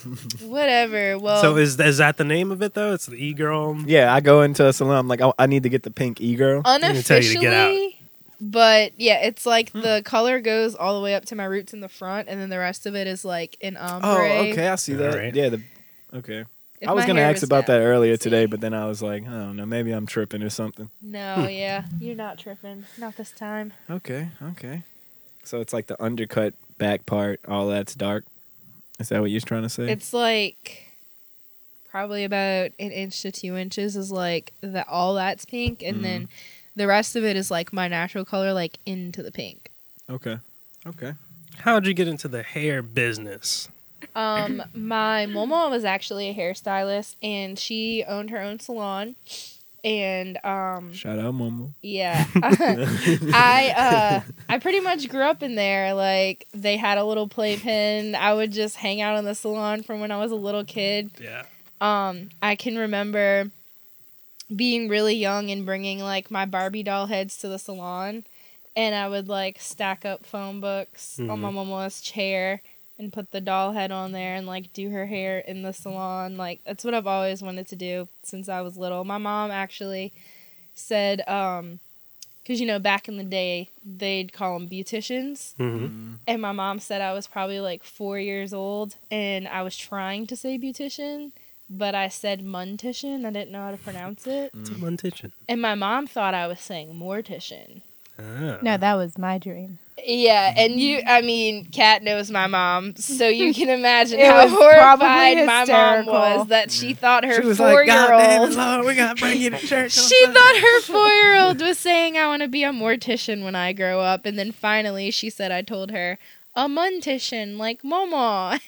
S5: Whatever. Well,
S2: So is is that the name of it though? It's the e girl.
S3: yeah, I go into a salon. I'm like, I, I need to get the pink e girl.
S2: gonna tell you to
S5: unofficially.
S2: get out.
S5: But yeah, it's like
S3: Hmm.
S5: the color goes all the way up to my roots in the front, and then the rest of it is like an ombre.
S3: Oh, okay, I see that.
S2: Alright.
S3: Yeah, the, okay.
S5: If
S3: I was
S5: my
S3: gonna
S5: hair
S3: ask about that earlier today,
S5: See?
S3: but then I was like, I don't know, maybe I'm tripping or something.
S5: No, yeah, you're not tripping. Not this time.
S3: Okay, okay. So it's like the undercut back part, all that's dark. Is that what you're trying to say?
S5: It's like probably about an inch to two inches is like the all that's pink, and
S3: Mhm.
S5: then the rest of it is like my natural color, like into the pink.
S3: okay, okay.
S2: How'd you get into the hair business?
S5: Um, my mama was actually a hairstylist, and she owned her own salon. And um,
S3: Shout out, Momo.
S5: yeah, Mm-hmm. I uh, I pretty much grew up in there. Like they had a little playpen. I would just hang out in the salon from when I was a little kid.
S2: Yeah.
S5: Um, I can remember being really young and bringing like my Barbie doll heads to the salon, and I would like stack up phone books on my mama's chair and put the doll head on there and like do her hair in the salon. Like that's what I've always wanted to do since I was little. My mom actually said, um, because you know back in the day they'd call them beauticians.
S2: hmm
S5: And my mom said I was probably like four years old and I was trying to say beautician, but I said muntician. I didn't know how to pronounce it.
S2: It's a montician.
S5: And my mom thought I was saying mortician.
S2: Ah.
S4: no, that was my dream.
S5: Yeah, and you, I mean, Kat knows my mom, so you can imagine
S4: It
S5: how
S4: was probably
S5: horrified my mom
S4: hysterical.
S5: was that she thought her
S2: She was
S5: four
S2: like, God
S5: year
S2: damn it,
S5: old.
S2: Lord, we gotta bring you to church.
S5: She thought her four year old was saying, I want to be a mortician when I grow up. And then finally she said, I told her, a muntician, like Mama.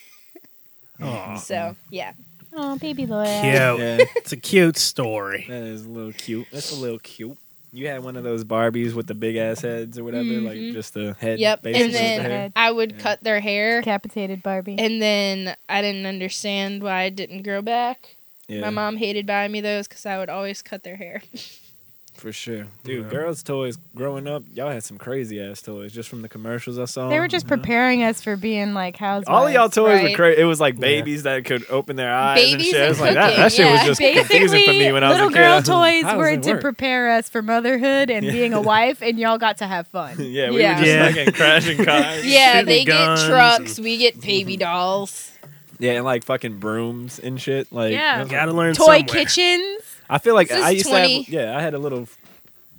S2: Aw.
S5: So, yeah.
S4: Oh, baby Laura.
S2: Cute.
S3: Yeah,
S2: It's a cute story.
S3: that is a little cute. That's a little cute. You had one of those Barbies with the big ass heads or whatever,
S5: Mhm.
S3: like just the head.
S5: Yep.
S3: basically
S5: And
S3: with the
S5: then
S3: hair.
S5: I would
S3: Yeah.
S5: cut their hair.
S4: Decapitated Barbie.
S5: And then I didn't understand why it didn't grow back.
S3: yeah,
S5: My mom hated buying me those because I would always cut their hair.
S3: for sure, dude.
S2: Yeah.
S3: Girls' toys growing up, y'all had some crazy ass toys just from the commercials I saw. Mm-hmm.
S4: they were just
S3: you know?
S4: preparing us for being like housewives.
S3: Oh, All of y'all toys
S5: Right.
S3: were crazy. It was like
S2: Yeah.
S3: babies that could open their eyes and
S5: Babies
S3: shit. It was
S5: and
S3: like that,
S5: cooking,
S3: that shit was
S5: yeah.
S3: just confusing
S4: Basically,
S3: for me when I was
S4: little
S3: a kid.
S4: girl toys
S3: How does
S4: were
S3: it
S4: to
S3: work?
S4: prepare us for motherhood and being a wife, and y'all got to have fun.
S3: Yeah, we
S5: Yeah.
S3: were just
S2: Yeah.
S3: fucking crashing cars.
S5: yeah,
S2: shooting
S5: they get
S2: guns
S5: trucks. We get baby dolls.
S3: Yeah, and like fucking brooms and shit. Like,
S4: Yeah.
S3: I,
S2: Gotta learn
S4: Toy
S2: somewhere.
S4: kitchens.
S3: I feel like
S5: This is
S3: I used to
S5: 20.
S3: have, yeah, I had a little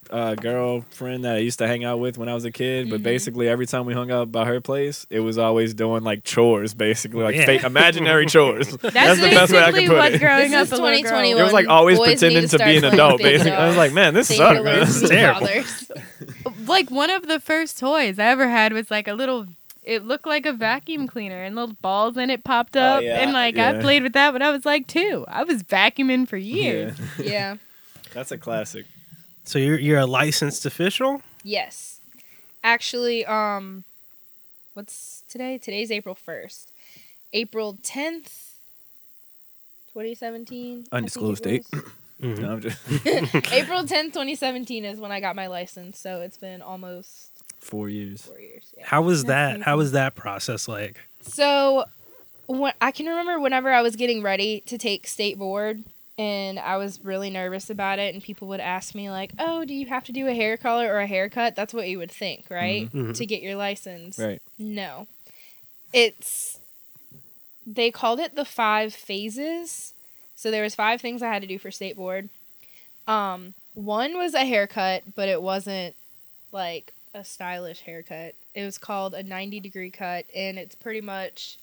S3: uh, girlfriend that I used to hang out with when I was a kid, but
S5: Mhm.
S3: basically every time we hung out by her place, it was always doing like chores, basically, like
S2: Yeah.
S3: fake imaginary chores. That's,
S4: That's,
S3: the best way I
S4: basically
S3: could put
S4: what
S3: it.
S4: growing
S5: This
S4: up
S5: is
S4: a little girl.
S5: 2021.
S3: it was like always
S5: Boys need
S3: pretending
S5: to
S3: to,
S5: start
S3: be an
S5: playing
S3: adult,
S5: big
S3: basically. I was
S5: dolls.
S3: like, man, this
S5: They
S3: sucks.
S5: were
S3: man.
S5: like
S3: This
S5: meat
S3: is terrible.
S5: dollars.
S4: like one of the first toys I ever had was like a little. It looked like a vacuum cleaner, and little balls in it popped
S3: Oh,
S4: up,
S3: yeah.
S4: and like
S3: Yeah.
S4: I played with that when I was like two. I was vacuuming for years.
S3: Yeah,
S5: Yeah.
S3: that's a classic.
S2: So you're you're a licensed official?
S5: Yes. Actually, um, what's today? Today's April 1st. April 10th, 2017. I think it
S3: Undisclosed date.
S5: was.
S2: Mm-hmm.
S3: No, I'm just
S5: April 10th, 2017 is when I got my license, so it's been almost
S3: four years.
S5: four years. Yeah.
S2: How was that? How was that process like?
S5: So, when, I can remember whenever I was getting ready to take state board, and I was really nervous about it, and people would ask me, like, oh, do you have to do a hair color or a haircut? That's what you would think, right?
S2: Mhm. Mhm.
S5: To get your license.
S3: Right.
S5: No. It's they called it the five phases. So there was five things I had to do for state board. Um one was a haircut, but it wasn't like a stylish haircut. It was called a 90 degree cut and it's pretty much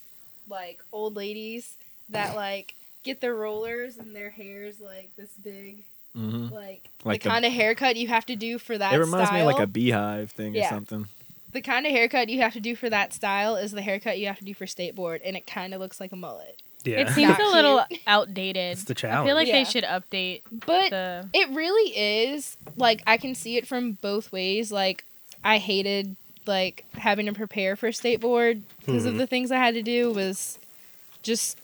S5: like old ladies that like get their rollers and their hair's like this big
S2: Mm-hmm.
S3: hmm
S5: Like,
S3: Like
S5: the
S3: a-
S5: kind of haircut you have to do for that
S3: It reminds
S5: style.
S3: me of like a beehive thing or
S5: Yeah.
S3: something.
S5: the kind of haircut you have to do for that style is the haircut you have to do for state board, and it kind of looks like a mullet.
S2: Yeah.
S4: It seems
S5: Not
S4: a
S5: cute.
S4: little outdated.
S2: It's the
S4: I feel like they
S5: challenge.
S4: should update
S5: But
S4: the.
S5: It really is. Like I can see it from both ways. Like I hated like having to prepare for state board because
S2: Mhm.
S5: of the things I had to do was just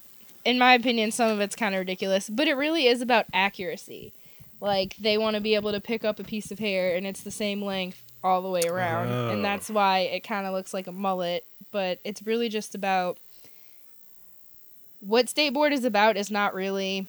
S5: in my opinion some of it's kind of ridiculous, but it really is about accuracy. Like they want to be able to pick up a piece of hair and it's the same length all the way around
S2: Oh.
S5: and that's why it kind of looks like a mullet, but it's really just about what state board is about is not really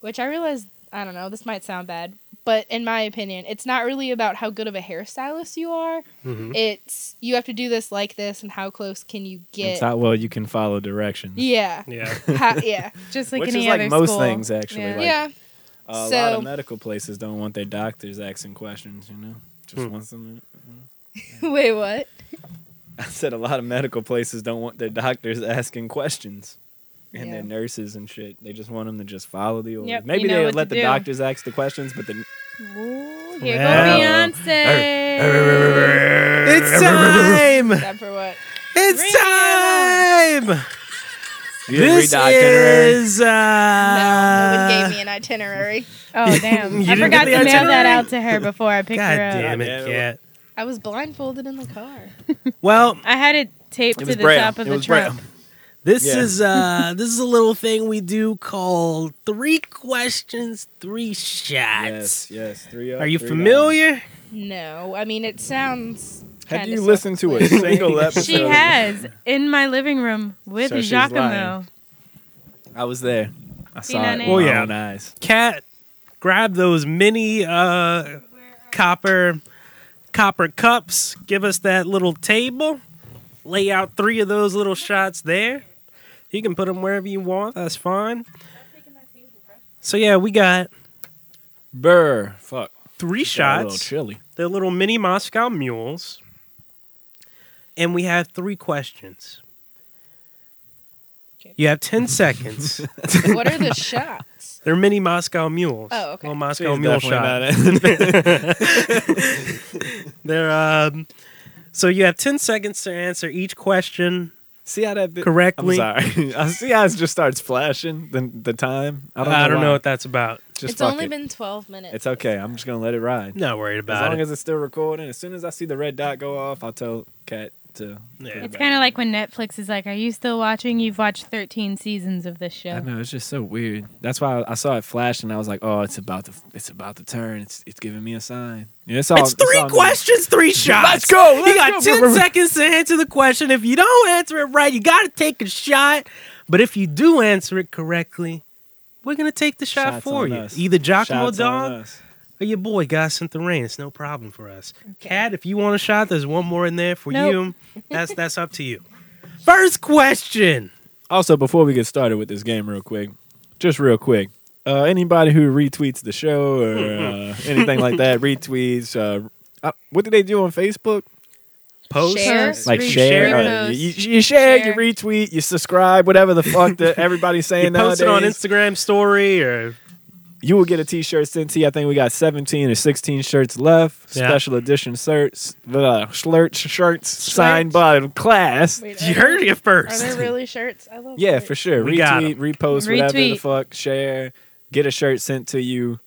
S5: which I realize I don't know, this might sound bad, but in my opinion, it's not really about how good of a hairstylist you are.
S2: Mhm.
S5: It's you have to do this like this and how close can you
S3: It's
S5: get?
S3: how well you can follow directions.
S5: Yeah.
S2: Yeah.
S5: How- yeah.
S4: Just like
S3: Which
S4: any
S3: is like
S4: other
S3: most
S4: school.
S3: things, actually.
S4: Yeah.
S3: Like,
S5: yeah.
S3: a lot
S5: So-
S3: of medical places don't want their doctors asking questions. You know, just
S2: Hmm.
S3: want some.
S5: Wait, what?
S3: I said a lot of medical places don't want their doctors asking questions. And their
S5: Yeah.
S3: nurses and shit. They just want them to just follow the order.
S4: Yep, you
S3: Maybe
S4: know
S3: they
S4: what
S3: let the
S4: to do.
S3: doctors ask the questions, but the
S4: Ooh, here
S2: Well.
S4: go Beyonce.
S2: it's time.
S5: That for what?
S2: It's time.
S3: you didn't read
S2: This
S3: the itinerary.
S2: is. Uh,
S5: No, no one
S2: no,
S5: gave me an itinerary.
S4: Oh damn!
S2: You
S4: I
S2: didn't
S4: forgot
S2: get
S4: to
S2: the
S4: mail that
S2: itinerary?
S4: out to her before I picked
S2: God
S4: her up.
S2: damn
S3: Yeah,
S2: it,
S3: it
S2: cat.
S5: I was blindfolded in the car.
S2: Well,
S4: I had it taped
S3: It
S4: to
S3: was
S4: the
S3: Braille.
S4: top of
S3: It
S4: the
S3: was Braille.
S4: trunk.
S2: This
S3: Yeah.
S2: is uh this is a little thing we do called three questions, three shots.
S3: Yes, yes. Three up,
S2: Are you
S3: three oh.
S2: familiar?
S5: No, I mean it sounds.
S3: down. Have
S5: kinda
S3: you listened to a
S2: self-clear.
S3: single episode?
S4: She has in my living room with
S3: So she's
S4: Giacomo.
S3: lying. I was there. I saw it.
S4: Seen
S3: with
S4: on
S2: it.
S3: my
S2: Oh,
S3: own eyes.
S2: Cat, grab those mini uh copper copper cups, give us that little table, lay out three of those little shots there. You can put them wherever you want, that's fine. So yeah, we got
S3: Burr. Fuck.
S2: three
S3: Got A little
S2: shots.
S3: chilly.
S2: the little mini Moscow mules, and we have three questions.
S5: Okay.
S2: You have ten seconds.
S5: What are the shots?
S2: They're mini Moscow mules.
S5: Oh, okay.
S2: Little
S3: She's
S2: Moscow mule
S3: definitely
S2: shot.
S3: not it.
S2: They're um. So you have ten seconds to answer each question
S3: See how that bit-
S2: correctly.
S3: I'm sorry. I see how it just starts flashing the the time. I don't. know why.
S2: what that's about.
S3: Just
S5: it's
S3: fuck
S5: only
S3: it.
S5: been 12 minutes.
S3: It's okay. I'm just gonna let it ride.
S2: Not worried
S3: As
S2: about
S3: long
S2: it.
S3: as it's still recording. As soon as I see the red dot go off, I'll tell Kat to.
S2: Yeah.
S4: It's kind of like when Netflix is like, "Are you still watching? You've watched 13 seasons of this
S3: I
S4: show."
S3: know it's just so weird. That's why I, I saw it flash and I was like, "Oh, it's about to, it's about to turn. It's, it's giving me a sign." Yeah, it's all.
S2: it's three
S3: all me.
S2: questions, three shots.
S3: Let's go.
S2: you
S3: let's
S2: got
S3: go.
S2: 10 seconds to answer the question. If you don't answer it right, you got to take a shot. But if you do answer it correctly, we're going to take the shot
S3: Shots
S2: for
S3: on
S2: you.
S3: us.
S2: Either Giacomo
S3: Shots on
S2: Dog
S3: us.
S2: or your boy, Guy Sent the Rain. It's no problem for us. Cat, if you want a shot, there's one more in there for
S4: Nope.
S2: you. That's, that's up to you. First question.
S3: Also, before we get started with this game, real quick, just real quick, uh, anybody who retweets the show or
S2: Hmm,
S3: uh, anything like that, retweets. Uh, uh, what do they do on Facebook?
S2: Post.
S5: Share.
S3: Like
S4: Retweet,
S3: share,
S4: repost.
S3: uh, you, you- you share,
S5: Share.
S3: you retweet, you subscribe, whatever the fuck that everybody's saying
S2: You post it on
S3: nowadays.
S2: Instagram story or
S3: You will get a T-shirt sent to you. I think we got seventeen or sixteen shirts left.
S2: Yeah.
S3: Special edition shirts, uh, shirts, shirts signed by the class.
S5: Wait,
S2: you
S5: are,
S2: heard it
S5: are
S2: first.
S5: there really shirts? I love
S3: Yeah,
S5: shirts.
S3: for sure.
S2: We got
S3: Retweet, repost, whatever the
S4: Retweet.
S3: fuck, share, get a shirt sent to you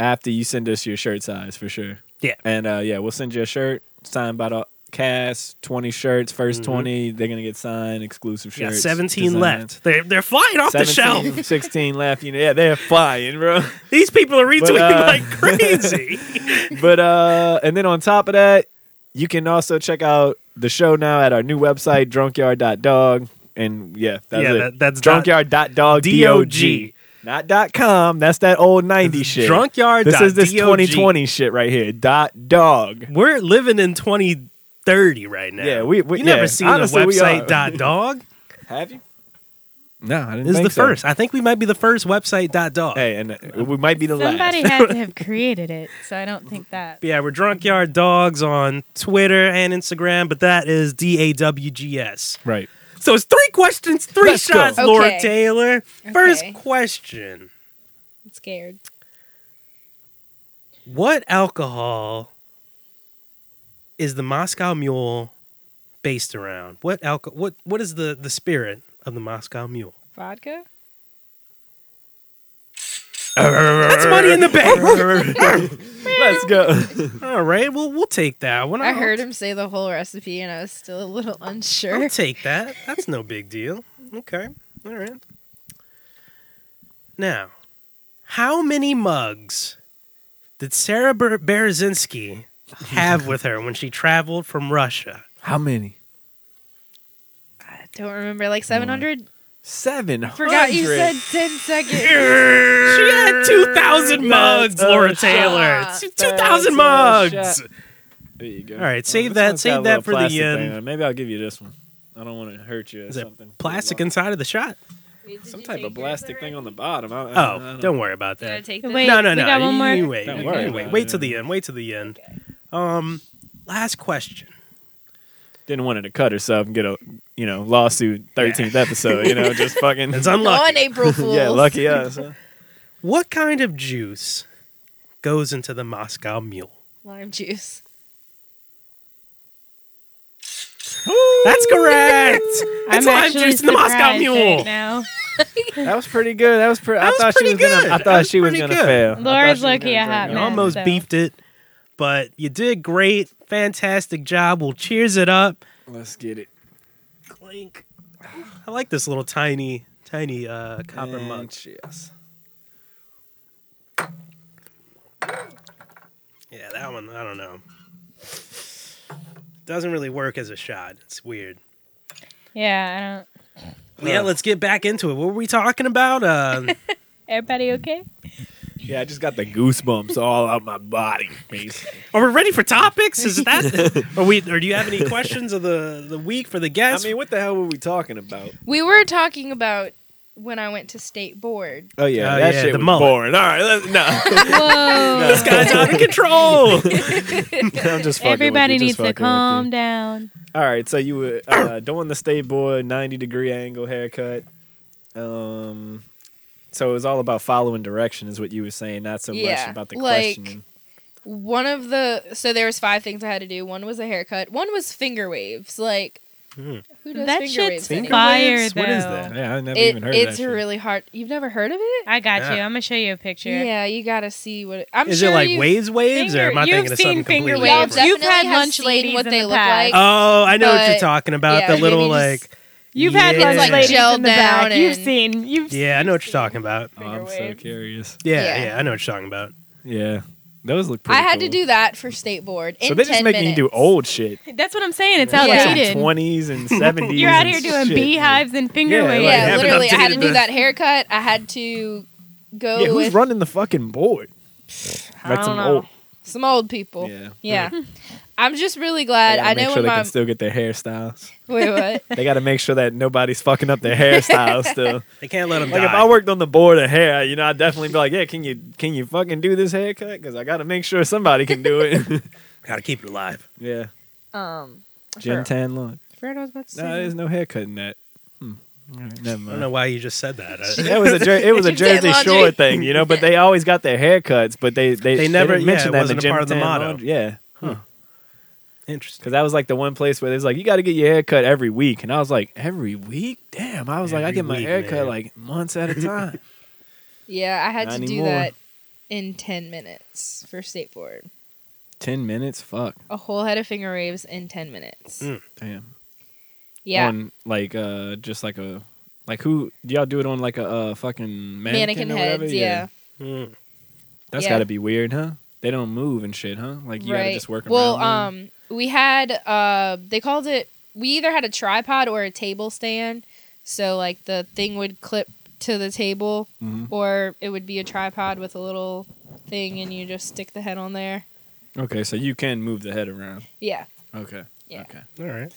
S3: after you send us your shirt size for sure.
S2: Yeah.
S3: And uh yeah, we'll send you a shirt signed by the cast, 20 shirts, 1st
S2: Mhm.
S3: 20, they're going to get signed exclusive
S2: You got
S3: shirts.
S2: 17
S3: designed.
S2: left. They're, they're flying off the shelf.
S3: 17, 16 left, you know. Yeah, they're flying, bro.
S2: These people are retweeting
S3: uh,
S2: like crazy.
S3: but uh and then on top of that you can also check out the show now at our new website drunkyard.dog and yeah that's
S2: Yeah,
S3: it
S2: that- that's dot-
S3: drunkyard.dog
S2: D-O-G.
S3: dog not dot com that's that old 90 shit
S2: Drunkyard.
S3: this is this 2020 shit right here dot dog
S2: We're living in 2030 right now.
S3: Yeah, we- we-
S2: you
S3: yeah,
S2: never seen
S3: honestly,
S2: a
S3: we
S2: website
S3: are.
S2: dot dog.
S3: have you no i didn't
S2: This is
S3: think
S2: the
S3: so.
S2: first. I think we might be the first website dot dog.
S3: hey and uh, we might be the
S4: Somebody
S3: last
S4: had to have created it, so I don't think that.
S2: But yeah, we're Drunkyard Dogs on Twitter and Instagram, but that is D A W G S.
S3: right
S2: So it's three questions, 3
S3: Let's go.
S2: shots, Laura
S5: Okay.
S2: Taylor. First
S5: Okay.
S2: question.
S5: I'm scared.
S2: What alcohol is the Moscow Mule based around? What alco- What What is the the spirit of the Moscow Mule?
S5: Vodka?
S2: That's money in the bank.
S3: Let's go.
S2: All right, well we'll take that one.
S5: I
S2: I'll-
S5: heard him say the whole recipe and I was still a little unsure.
S2: I'll take that. That's no big deal. Okay. All right. Now, how many mugs did Sarah Ber- Berezinski have with her when she traveled from Russia?
S3: How many?
S5: I don't remember. Like 700?
S3: Seven hundred.
S5: Forgot you said 10 seconds.
S2: She had 2,000 mugs,
S3: That's a
S2: Laura
S3: shot.
S2: Taylor.
S5: That's
S2: 2,000
S3: a
S2: mugs.
S3: shot. There you go.
S2: All right,
S3: Oh,
S2: save
S3: this
S2: that-
S3: one's got
S2: save
S3: a
S2: that
S3: little
S2: for the
S3: plastic
S2: end.
S3: thing on it. Maybe I'll give you this one. I don't want to hurt you. Or
S2: Is it
S3: something.
S2: plastic inside of the shot?
S3: Some type of plastic thing on the bottom. I, I, Uh, I
S2: Oh, don't worry about
S5: Did I
S2: that.
S5: take this?
S4: Wait,
S2: no, no, no.
S4: We got one
S2: You-
S4: more.
S2: You wait.
S3: Don't
S2: you
S3: worry
S2: wait.
S3: about it,
S2: Wait till
S3: yeah.
S2: the end. Wait till the end. Um, last question.
S3: Didn't want her to cut herself and get a you know lawsuit. Thirteenth episode. You know, just fucking.
S2: It's
S5: Go
S2: unlucky.
S5: on April Fools.
S3: yeah, lucky us. huh?
S2: What kind of juice goes into the Moscow Mule?
S5: Lime juice.
S2: That's correct.
S4: I'm
S2: it's lime
S4: actually
S2: juice in the Moscow
S4: surprised
S2: Mule.
S4: Right now.
S3: That was pretty good. That was pretty.
S2: That
S3: I
S2: was
S3: thought
S2: pretty
S3: she was
S2: good.
S3: gonna. I
S2: That
S3: thought
S2: was
S3: she was
S2: pretty
S3: gonna
S2: good.
S3: fail. I thought
S4: Laura's
S3: she was gonna
S4: lucky I
S3: drink
S4: had
S3: it.
S2: You
S4: man,
S2: almost
S4: so-
S2: beefed it, but you did great. Fantastic job. We'll cheers it up.
S3: Let's get it.
S2: Clink. I like this little tiny, tiny uh, copper
S3: And
S2: mug.
S3: Cheers.
S2: Yeah, that one. I don't know. Doesn't really work as a shot. It's weird.
S4: Yeah, I don't.
S2: Well, yeah, let's get back into it. What were we talking about? Uh,
S4: Everybody okay?
S3: Yeah, I just got the goosebumps all out my body. basically.
S2: Are we ready for topics? Is it that? are we? Or do you have any questions of the the week for the
S3: I
S2: guests?
S3: mean, what the hell were we talking about?
S5: We were talking about when I went to state board.
S3: Oh yeah,
S2: Oh,
S3: that
S2: yeah,
S3: shit
S2: the
S3: was
S2: mullet.
S3: boring. All right, let's, no,
S4: Whoa.
S2: this guy's out of control.
S3: I'm just fucking
S4: Everybody
S3: with you, just
S4: needs
S3: fucking
S4: to
S3: with
S4: calm
S3: you.
S4: down.
S3: All right, so you were uh, doing the state boy 90 degree angle haircut. Um, so it was all about following direction, is what you were saying, not so
S5: Yeah,
S3: much about the
S5: like-
S3: questioning.
S5: One of the so there was five things I had to do. One was a haircut. One was finger waves. Like
S2: Hmm.
S5: who does
S4: That
S5: finger
S4: shit's
S5: waves? anymore?
S4: fire, though.
S3: What is that? Yeah, I never
S5: It-
S3: even heard of that.
S5: it's
S3: shit.
S5: really hard. You've never heard of it?
S4: I got
S2: Yeah.
S4: you. I'm gonna show you a picture.
S5: Yeah, you gotta see what. It, I'm
S2: Is
S5: sure
S2: it like
S5: you,
S2: waves, waves, or am I
S4: Finger-
S2: thinking
S4: you've
S2: of something
S4: seen finger
S2: completely
S5: Y'all
S4: waves.
S2: different?
S5: definitely
S4: You've had
S5: have
S4: lunch
S5: seen
S4: ladies
S5: what
S4: in
S5: they
S4: the
S5: look
S4: past.
S5: like.
S2: Oh, I know what you're
S5: But-
S2: talking about.
S5: yeah,
S2: the
S5: maybe
S2: little
S5: just-
S2: like.
S4: You've had
S2: Yeah.
S4: lunch
S2: It's like
S4: ladies
S5: gelled
S4: in the back.
S5: down
S4: You've
S5: and-
S4: seen. You've
S2: Yeah, I know what you're talking about.
S3: Oh, I'm so
S4: Fingerwaves.
S3: curious.
S2: Yeah, yeah,
S5: Yeah.
S2: I know what you're talking about.
S3: Yeah, those look pretty
S5: I had to
S3: cool.
S5: do that for state board. In
S3: So they're just
S5: 10
S3: making
S5: minutes.
S3: you do old shit.
S4: That's what I'm saying. It's
S5: Yeah.
S3: Like some
S4: outdated.
S3: 20s and 70s.
S4: You're out
S3: and
S4: here doing
S3: shit.
S4: beehives and finger
S3: Yeah,
S4: waves.
S3: like,
S5: Yeah,
S2: haven't
S5: literally, I had
S2: updated
S5: to do
S2: the-
S5: that haircut. I had to go
S3: Yeah, who's
S5: with
S3: running the fucking board?
S4: I don't know.
S5: some old people.
S3: Yeah.
S5: Yeah. I'm just really glad. I
S3: make
S5: know
S3: sure
S5: when
S3: they
S5: my
S3: can still get their hairstyles.
S5: wait what.
S3: They got to make sure that nobody's fucking up their hairstyles still.
S2: They can't let them
S3: Like
S2: die.
S3: if I worked on the board of hair, you know, I'd definitely be like, yeah, can you can you fucking do this haircut? Because I got to make sure somebody can do it.
S2: Gotta keep it alive.
S3: yeah,
S5: Um,
S3: Jim Tan long.
S4: Fred was about to
S3: No,
S4: say
S3: there's no haircut in that. Hmm. All right, never
S2: I don't know
S3: mind.
S2: why you just said that. I-
S3: That was a jer- it was a
S5: Jim Tan
S3: Jersey
S5: laundry.
S3: Shore thing, you know. But they always got their haircuts, but they they,
S2: They never-
S3: didn't mention
S2: yeah, it
S3: that in
S2: wasn't
S3: the
S2: a
S3: Jim
S2: part of the
S3: Tan
S2: motto.
S3: laundry. Yeah,
S2: Interesting.
S3: Cause that was like the one place where they was like, you got to get your hair cut every week, and I was like, every week? Damn! I was like, I
S2: Every
S3: get my
S2: week,
S3: hair cut
S2: man.
S3: like months at a time.
S5: yeah, I had
S3: Not
S5: to do
S3: anymore.
S5: that in ten minutes for state board.
S3: Ten minutes? Fuck!
S5: A whole head of finger waves in ten minutes.
S2: Mm.
S3: Damn.
S5: Yeah,
S3: On like uh, just like a like who? Do y'all do it on like a uh, fucking mannequin,
S5: mannequin,
S3: or whatever?
S5: heads. Yeah,
S2: Mm.
S3: That's
S5: Yeah.
S3: got to be weird, huh? They don't move and shit, huh? Like you got to
S5: right.
S3: just work.
S5: well,
S3: around
S5: um, we had uh, they called it. We either had a tripod or a table stand, so like the thing would clip to the table,
S3: them. Mhm.
S5: or it would be a tripod with a little thing, and you just stick the head on there.
S3: Okay, so you can move the head around.
S5: Yeah,
S3: Okay.
S5: Yeah.
S3: Okay.
S2: All right.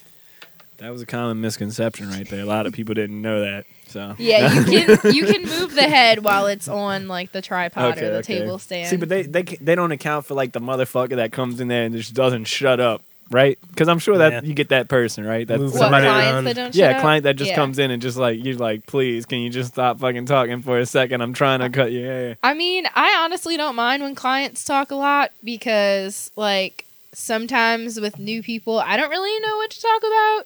S3: That was a common misconception right there. A lot of people didn't know that. So
S5: yeah, you can you can move the head while it's on like the tripod or the table stand.
S3: See, but they they ca- they don't account for like the motherfucker that comes in there and just doesn't shut up. right? Because I'm sure that
S2: Yeah.
S3: you get that person, right? That
S2: Move
S5: What
S2: Somebody
S5: clients
S2: around.
S5: that don't shut
S3: yeah,
S5: up?
S3: client that just
S5: Yeah.
S3: comes in and just like you're like, please, can you just stop fucking talking for a second? I'm trying
S5: Uh,
S3: to cut your hair.
S5: I mean, I honestly don't mind when clients talk a lot because, like, sometimes with new people, I don't really know what to talk about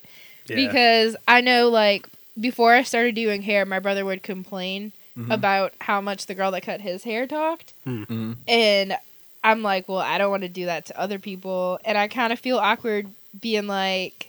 S2: Yeah.
S5: because I know, like, before I started doing hair, my brother would complain
S3: Mhm.
S5: about how much the girl that cut his hair talked.
S3: Mhm.
S5: And I'm like, well, I don't want to do that to other people. And I kind of feel awkward being like,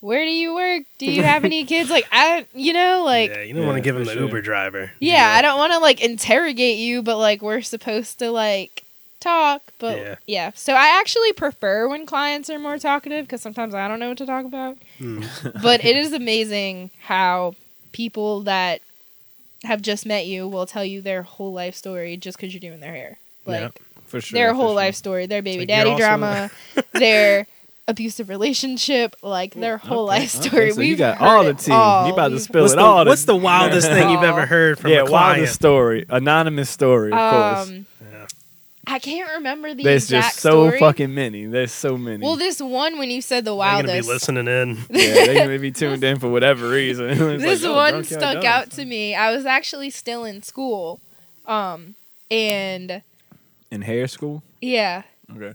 S5: where do you work? Do you have any kids? Like, I, you know, like,
S2: yeah, you don't
S3: Yeah,
S2: want to give him
S3: for
S2: the
S3: sure.
S2: Uber driver.
S5: yeah, I don't want to like interrogate you, but like we're supposed to like talk. But
S2: Yeah.
S5: yeah, so I actually prefer when clients are more talkative because sometimes I don't know what to talk about.
S2: Mm.
S5: But it is amazing how people that have just met you will tell you their whole life story just because you're doing their hair, like
S2: Yeah,
S3: for sure.
S5: their
S3: for
S5: whole
S3: sure.
S5: life story, their baby
S2: like, you're
S5: daddy
S2: also-
S5: drama, their abusive relationship, like their whole
S3: Okay,
S5: life
S3: okay,
S5: story.
S3: so you got
S5: heard
S3: all the
S5: it
S3: tea.
S5: all.
S3: You about to
S5: We've-
S3: spill
S2: What's
S3: it
S2: the,
S3: all.
S2: what's
S3: to-
S2: the wildest thing you've ever heard from
S3: yeah,
S2: a client?
S3: wildest story, anonymous story. Of course,
S5: Um,
S2: Yeah.
S5: I can't remember the
S3: there's
S5: exact
S3: just so
S5: story.
S3: fucking many. There's so many.
S5: Well, this one when you said the
S2: They're gonna be
S5: wildest,
S2: listening in.
S3: yeah, they're gonna be tuned in for whatever reason. It's like,
S5: this
S3: oh,
S5: one
S3: drunk y'all
S5: stuck
S3: dogs.
S5: out to me. I was actually still in school, um, and
S3: in hair school.
S5: yeah,
S3: Okay.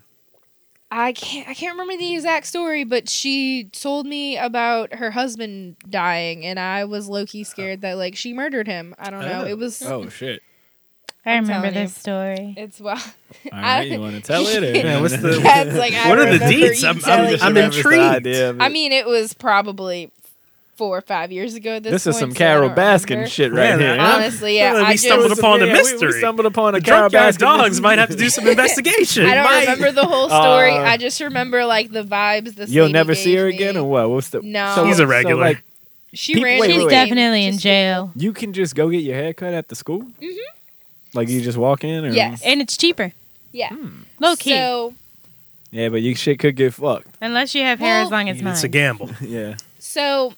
S5: I can't I can't remember the exact story, but she told me about her husband dying, and I was low key scared that like she murdered him. I don't know.
S3: Uh-huh. Oh.
S5: It was
S3: Oh shit!
S4: I
S5: I'm
S4: remember
S5: telling you.
S4: this story.
S5: it's well.
S3: All
S5: I-
S3: right, you want to tell it? Or
S2: Yeah, what's the-
S5: That's like I
S2: What are the
S5: remember
S2: deets?
S5: you
S2: I'm- I'm-
S5: telling me.
S3: just remembers the
S2: intrigued.
S3: idea of
S5: I
S3: it.
S5: mean, it was probably four or five years ago. At this,
S3: this, is
S5: point,
S3: some
S5: so I
S3: Carol
S5: don't
S3: Baskin
S5: remember.
S3: shit
S2: Yeah,
S3: right here.
S2: that-
S3: huh?
S5: Honestly, yeah,
S2: Well,
S5: I
S2: we stumbled
S5: just-
S2: upon a
S3: Yeah, we-
S2: mystery.
S3: We stumbled upon a
S2: The
S3: Carol
S2: junkyard
S3: Baskin.
S2: dogs might have to do some investigation.
S5: I don't
S2: Might.
S5: remember the whole story.
S3: Uh,
S5: I just remember like the vibes. This
S3: You'll
S5: lady
S3: never see
S5: gave
S3: her
S5: me.
S3: again, or what? What's the?
S5: No.
S2: He's a
S3: so,
S2: regular.
S3: like,
S5: she
S3: People-
S5: ran.
S3: wait,
S5: into
S4: She's
S3: wait, wait.
S5: me.
S4: definitely in
S5: Just-
S4: jail,
S3: you can just go get your hair cut at the school. Mm-hmm. Like you just walk in, or
S5: Yes.
S4: and it's cheaper,
S5: Yeah.
S4: low key.
S5: So
S3: yeah, but you shit could get fucked.
S4: Unless you have hair
S5: Well-
S4: as long as mine.
S2: It's a gamble.
S3: Yeah,
S5: so,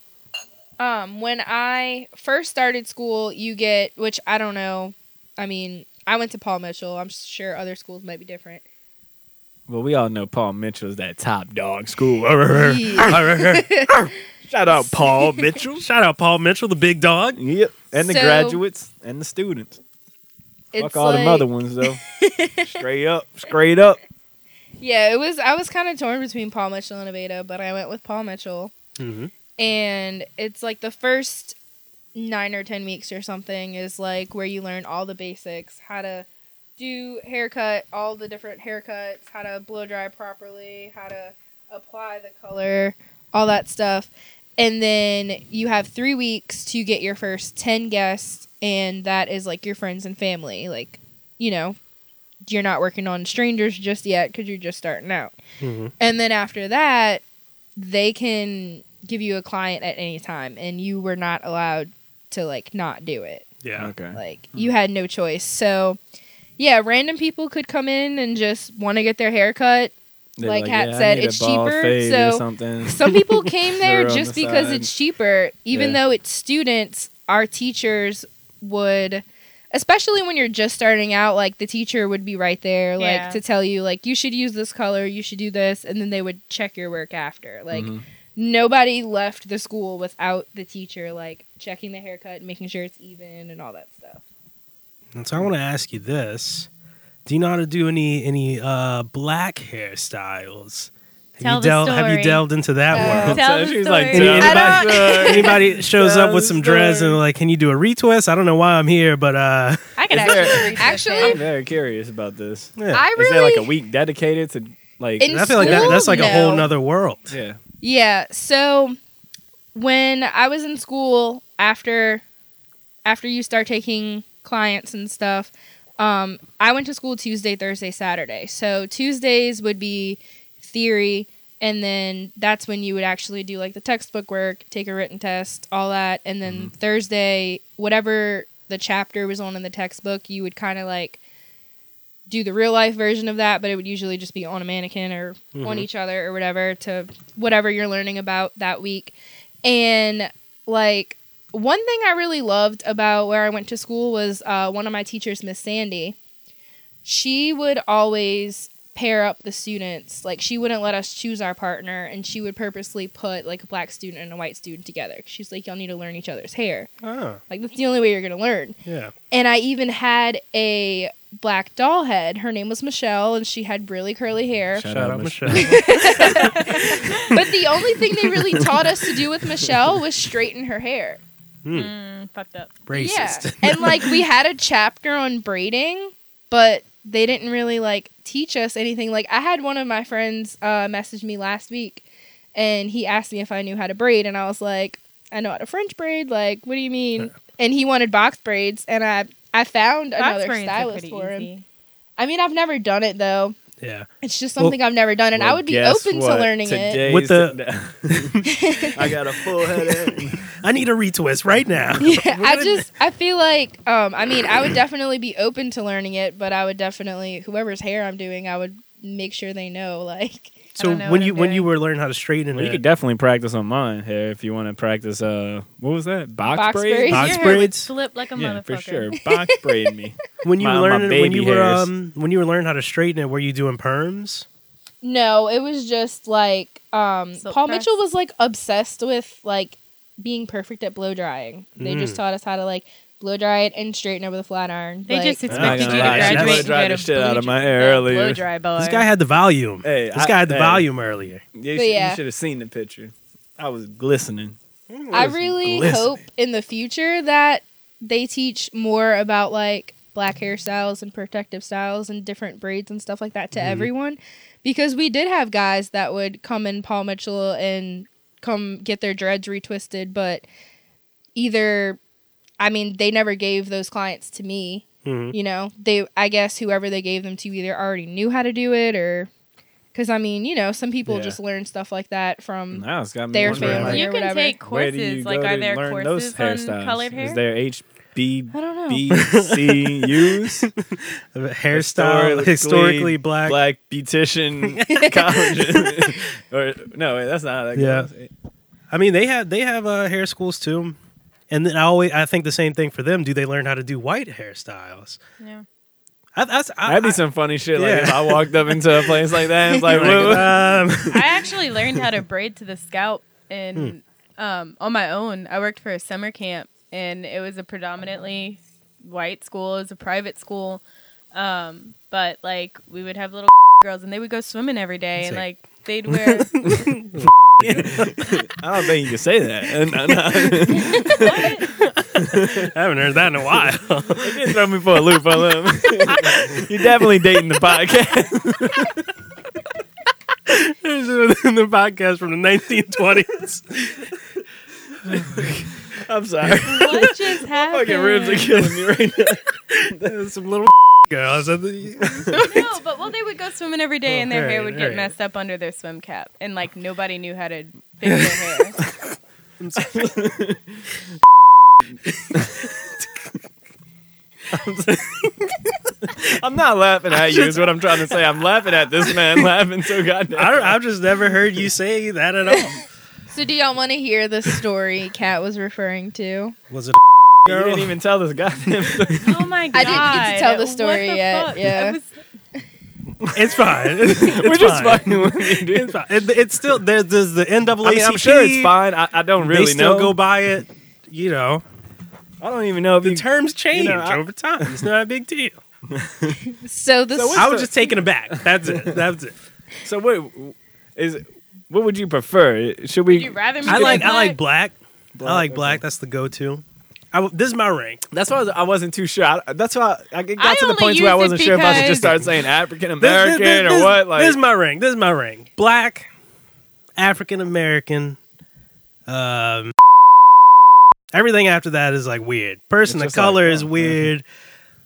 S5: um, when I first started school, you get which I don't know. I mean, I went to Paul Mitchell. I'm sure other schools might be different.
S3: well, we all know Paul Mitchell's that top dog school.
S5: Yeah.
S3: Shout out Paul Mitchell.
S2: Shout out Paul Mitchell, the big dog.
S3: Yep, and the
S5: So-
S3: graduates and the students.
S5: It's
S3: Fuck all
S5: like,
S3: them other ones though. straight up, straight up.
S5: yeah, it was. I was kind of torn between Paul Mitchell and Aveda, but I went with Paul Mitchell.
S2: Mhm.
S5: and it's like the first nine or ten weeks or something is like where you learn all the basics how to do haircut all the different haircuts how to blow dry properly how to apply the color all that stuff and then you have three weeks to get your first 10 guests and that is like your friends and family like you know you're not working on strangers just yet because you're just starting out
S2: Mhm.
S5: and then after that, they can give you a client at any time, and you were not allowed to like not do it.
S2: Yeah.
S3: Okay. Hmm.
S5: Like you had no choice. So, yeah, random people could come in and just want to get their hair cut.
S3: They're
S5: Like Kat
S3: I
S5: said,
S3: need a
S5: it's
S3: bald
S5: cheaper,
S3: fade or
S5: so-
S3: something.
S5: Some people came there
S3: They're on
S5: just
S3: the
S5: because
S3: side.
S5: it's cheaper, even
S3: Yeah.
S5: though it's students. Our teachers would. Especially when you're just starting out, like the teacher would be right there, like
S4: Yeah.
S5: to tell you, like you should use this color, you should do this, and then they would check your work after. Like
S3: Mhm.
S5: nobody left the school without the teacher like checking the haircut and making sure it's even and all that stuff.
S2: And so I want to ask you this: Do you know how to do any any uh, black hairstyles? Have
S4: Tell
S2: you
S4: the
S2: delved Have you
S4: story.
S2: delved into that
S5: Uh,
S2: world?
S4: Tell the
S3: She's
S4: story.
S3: like,
S4: Any-
S3: "Tell the
S5: I don't-
S3: story."
S2: Anybody shows
S3: Tell
S2: up with
S3: the
S2: some dreads
S3: story.
S2: and they're like, "Can you do a retwist?" I don't know why I'm here, but uh,
S4: I could
S3: Is there-
S4: actually research
S5: Actually,
S3: I'm
S4: it.
S3: very curious about this.
S2: yeah.
S5: I
S3: Is there like
S5: really-
S3: a week dedicated to like?
S5: In-
S2: I feel like that,
S5: school?
S2: that's like a whole
S5: No.
S2: nother world.
S3: yeah.
S5: Yeah, so when I was in school after after you start taking clients and stuff, um, I went to school Tuesday, Thursday, Saturday. So Tuesdays would be theory, and then that's when you would actually do like the textbook work, take a written test, all that, and then Thursday, whatever the chapter was on in the textbook, you would kind of like do the real life version of that, but it would usually just be on a mannequin or on
S2: Mhm.
S5: each other or whatever to whatever you're learning about that week. And like one thing I really loved about where I went to school was uh, one of my teachers, Miss Sandy. She would always pair up the students. Like she wouldn't let us choose our partner, and she would purposely put like a black student and a white student together. She's like, y'all need to learn each other's hair.
S2: Oh,
S5: Like that's the only way you're gonna learn.
S2: yeah.
S5: And I even had a black doll head. Her name was Michelle, and she had really curly hair.
S3: Shout
S2: Shout,
S3: out
S2: out
S3: Michelle.
S2: Michelle.
S5: but the only thing they really taught us to do with Michelle was straighten her hair.
S2: Hmm,
S4: Mm, fucked up.
S2: racist.
S5: Yeah. and like we had a chapter on braiding, but they didn't really like teach us anything. Like I had one of my friends uh message me last week and he asked me if I knew how to braid and I was like, I know how to French braid, like what do you mean? And he wanted box braids and I I found
S4: Box
S5: another
S4: braids are
S5: stylist
S4: pretty
S5: for him.
S4: easy.
S5: I mean, I've never done it though.
S2: yeah.
S5: It's just
S3: Well-
S5: something I've never done, and I
S3: Well,
S5: would be
S3: guess
S5: open
S3: what?
S5: to learning
S3: Today's
S2: With
S3: I got a full headache.
S2: I need a retwist right now.
S5: it. Yeah,
S2: We're
S5: I
S2: gonna-
S5: just I feel like um I mean I would definitely be open to learning it, but I would definitely whoever's hair I'm doing, I would make sure they know like
S2: So
S4: don't know
S2: when
S4: what
S2: you
S4: I'm
S2: when you
S4: doing.
S2: were learning how to straighten
S3: well, you
S2: it,
S3: could definitely practice on mine here if you want to practice. Uh, what was that? Box,
S5: Box
S3: braid.
S5: braid.
S2: Box
S4: Your hair would
S2: braids?
S4: slip like a
S3: yeah,
S4: motherfucker.
S3: for sure. Box braid me.
S2: when you
S3: my- my
S2: learned when
S3: baby
S2: you were
S3: hairs.
S2: um when you were learning how to straighten it, were you doing perms?
S5: no, it was just like um
S4: Silk
S5: Paul
S4: press.
S5: Mitchell was like obsessed with like being perfect at blow drying. They just
S2: Mm.
S5: taught us how to like blow dry it and straighten it with a flat iron.
S4: They
S5: like,
S4: just
S3: I'm not
S4: expected you
S3: gonna
S4: to
S3: lie, she
S4: graduate.
S3: blow
S4: and
S3: dried
S4: get
S3: the
S4: a
S3: shit out of
S4: blue-
S3: my hair
S4: a
S3: earlier.
S4: Blow dry bar.
S2: This guy had the volume.
S3: Hey,
S2: this
S3: I-
S2: guy had the
S3: hey.
S2: volume earlier.
S3: You,
S5: But
S3: should,
S5: yeah.
S3: you should have seen the picture. I was glistening.
S5: I
S3: was
S5: really
S3: glistening.
S5: hope in the future that they teach more about like black hairstyles and protective styles and different braids and stuff like that to
S3: Mm-hmm.
S2: Mhm.
S5: everyone because we did have guys that would come in Paul Mitchell and come get their dreads retwisted but either I mean they never gave those clients to me
S2: Mhm.
S5: you know they I guess whoever they gave them to either already knew how to do it or cuz I mean you know some people
S3: Yeah.
S5: just learn stuff like that from
S3: Now it's got me
S5: Their
S3: wondering,
S2: family.
S3: like,
S4: You
S5: or
S4: can
S5: whatever.
S4: take
S3: where do you
S4: courses. Like,
S3: go
S4: are
S3: to
S4: there
S3: learn those
S4: courses
S3: hairstyles?
S4: on colored hair?
S3: Is there HB?
S5: I don't
S2: Oh.
S5: know
S3: BCUs,
S2: Hairstyle
S3: Historically
S2: historically black.
S3: black beautician colleges, or no, wait, that's not how that
S2: Yeah.
S3: goes.
S2: I mean, they have they have uh, hair schools too, and then I always I think the same thing for them. Do they learn how to do white hairstyles?
S4: Yeah.
S2: I, that's I,
S3: That'd
S2: I-
S3: be some funny shit. Like
S2: Yeah.
S3: if I walked up into a place like that, and it's like,
S2: like,
S3: "Whoa."
S2: um,
S4: I actually learned how to braid to the scalp and
S2: Hmm.
S4: um, on my own. I worked for a summer camp and it was a predominantly white school. It was a private school, um, but like we would have little girls and they would go swimming every day and
S2: Sick.
S4: like they'd wear.
S3: I don't think you can say that. And, and I-
S2: I haven't heard that in a while.
S3: you throw me for a loop on them. You're definitely dating the podcast.
S2: This is in the podcast from the 1920s.
S3: I'm sorry.
S4: what just happened?
S3: Fucking ribs are killing me right now.
S2: There's some little girls. I think-
S4: no, but well, they would go swimming every day,
S2: Oh,
S4: and their hair
S2: alright,
S4: would get
S2: alright.
S4: messed up under their swim cap, and like nobody knew how to fix their hair.
S2: I'm sorry.
S3: I'm not laughing at you. Is what I'm trying to say. I'm laughing at this man laughing so goddamn.
S2: I don't, I've just never heard you say that at all.
S5: So do y'all want to hear the story Kat was referring to?
S2: Was it a
S3: you
S2: girl?
S3: didn't even tell this goddamn. Story.
S4: Oh my god!
S5: I didn't get to tell the
S4: What
S5: story yet,
S4: fuck?
S5: yeah.
S4: I was-
S2: It's fine. It's
S3: We're just
S2: fine.
S3: fucking with you, dude.
S2: It's, fine. It- it's still there's, there's the NAACP.
S3: I mean, I'm sure it's fine. I, I don't really
S2: they still
S3: know.
S2: go by it. You know,
S3: I don't even know if
S2: the
S3: you.
S2: terms change
S3: I-
S2: over time. It's not a big deal.
S5: So this
S3: So what-
S2: I was just taken aback. That's it. That's it.
S3: so what is? What would you prefer? Should
S4: Would
S3: we?
S4: you rather me
S2: I
S4: be
S2: like I like black.
S3: Black,
S2: I like
S3: okay.
S2: black. That's the go-to. I w this is my rank.
S3: That's why I, was, I wasn't too sure. I, that's why I, I got
S4: I
S3: to the
S4: only
S3: point where I
S4: use it
S3: wasn't sure if I should
S4: because-
S3: just start saying African
S2: This- this-
S3: American
S2: this-
S3: or
S2: this-
S3: what. Like,
S2: this is my rank. This is my rank. Black, African American. Um, everything after that is like weird. Person
S3: It's
S2: of
S3: just like,
S2: color is
S3: oh, yeah.
S2: weird.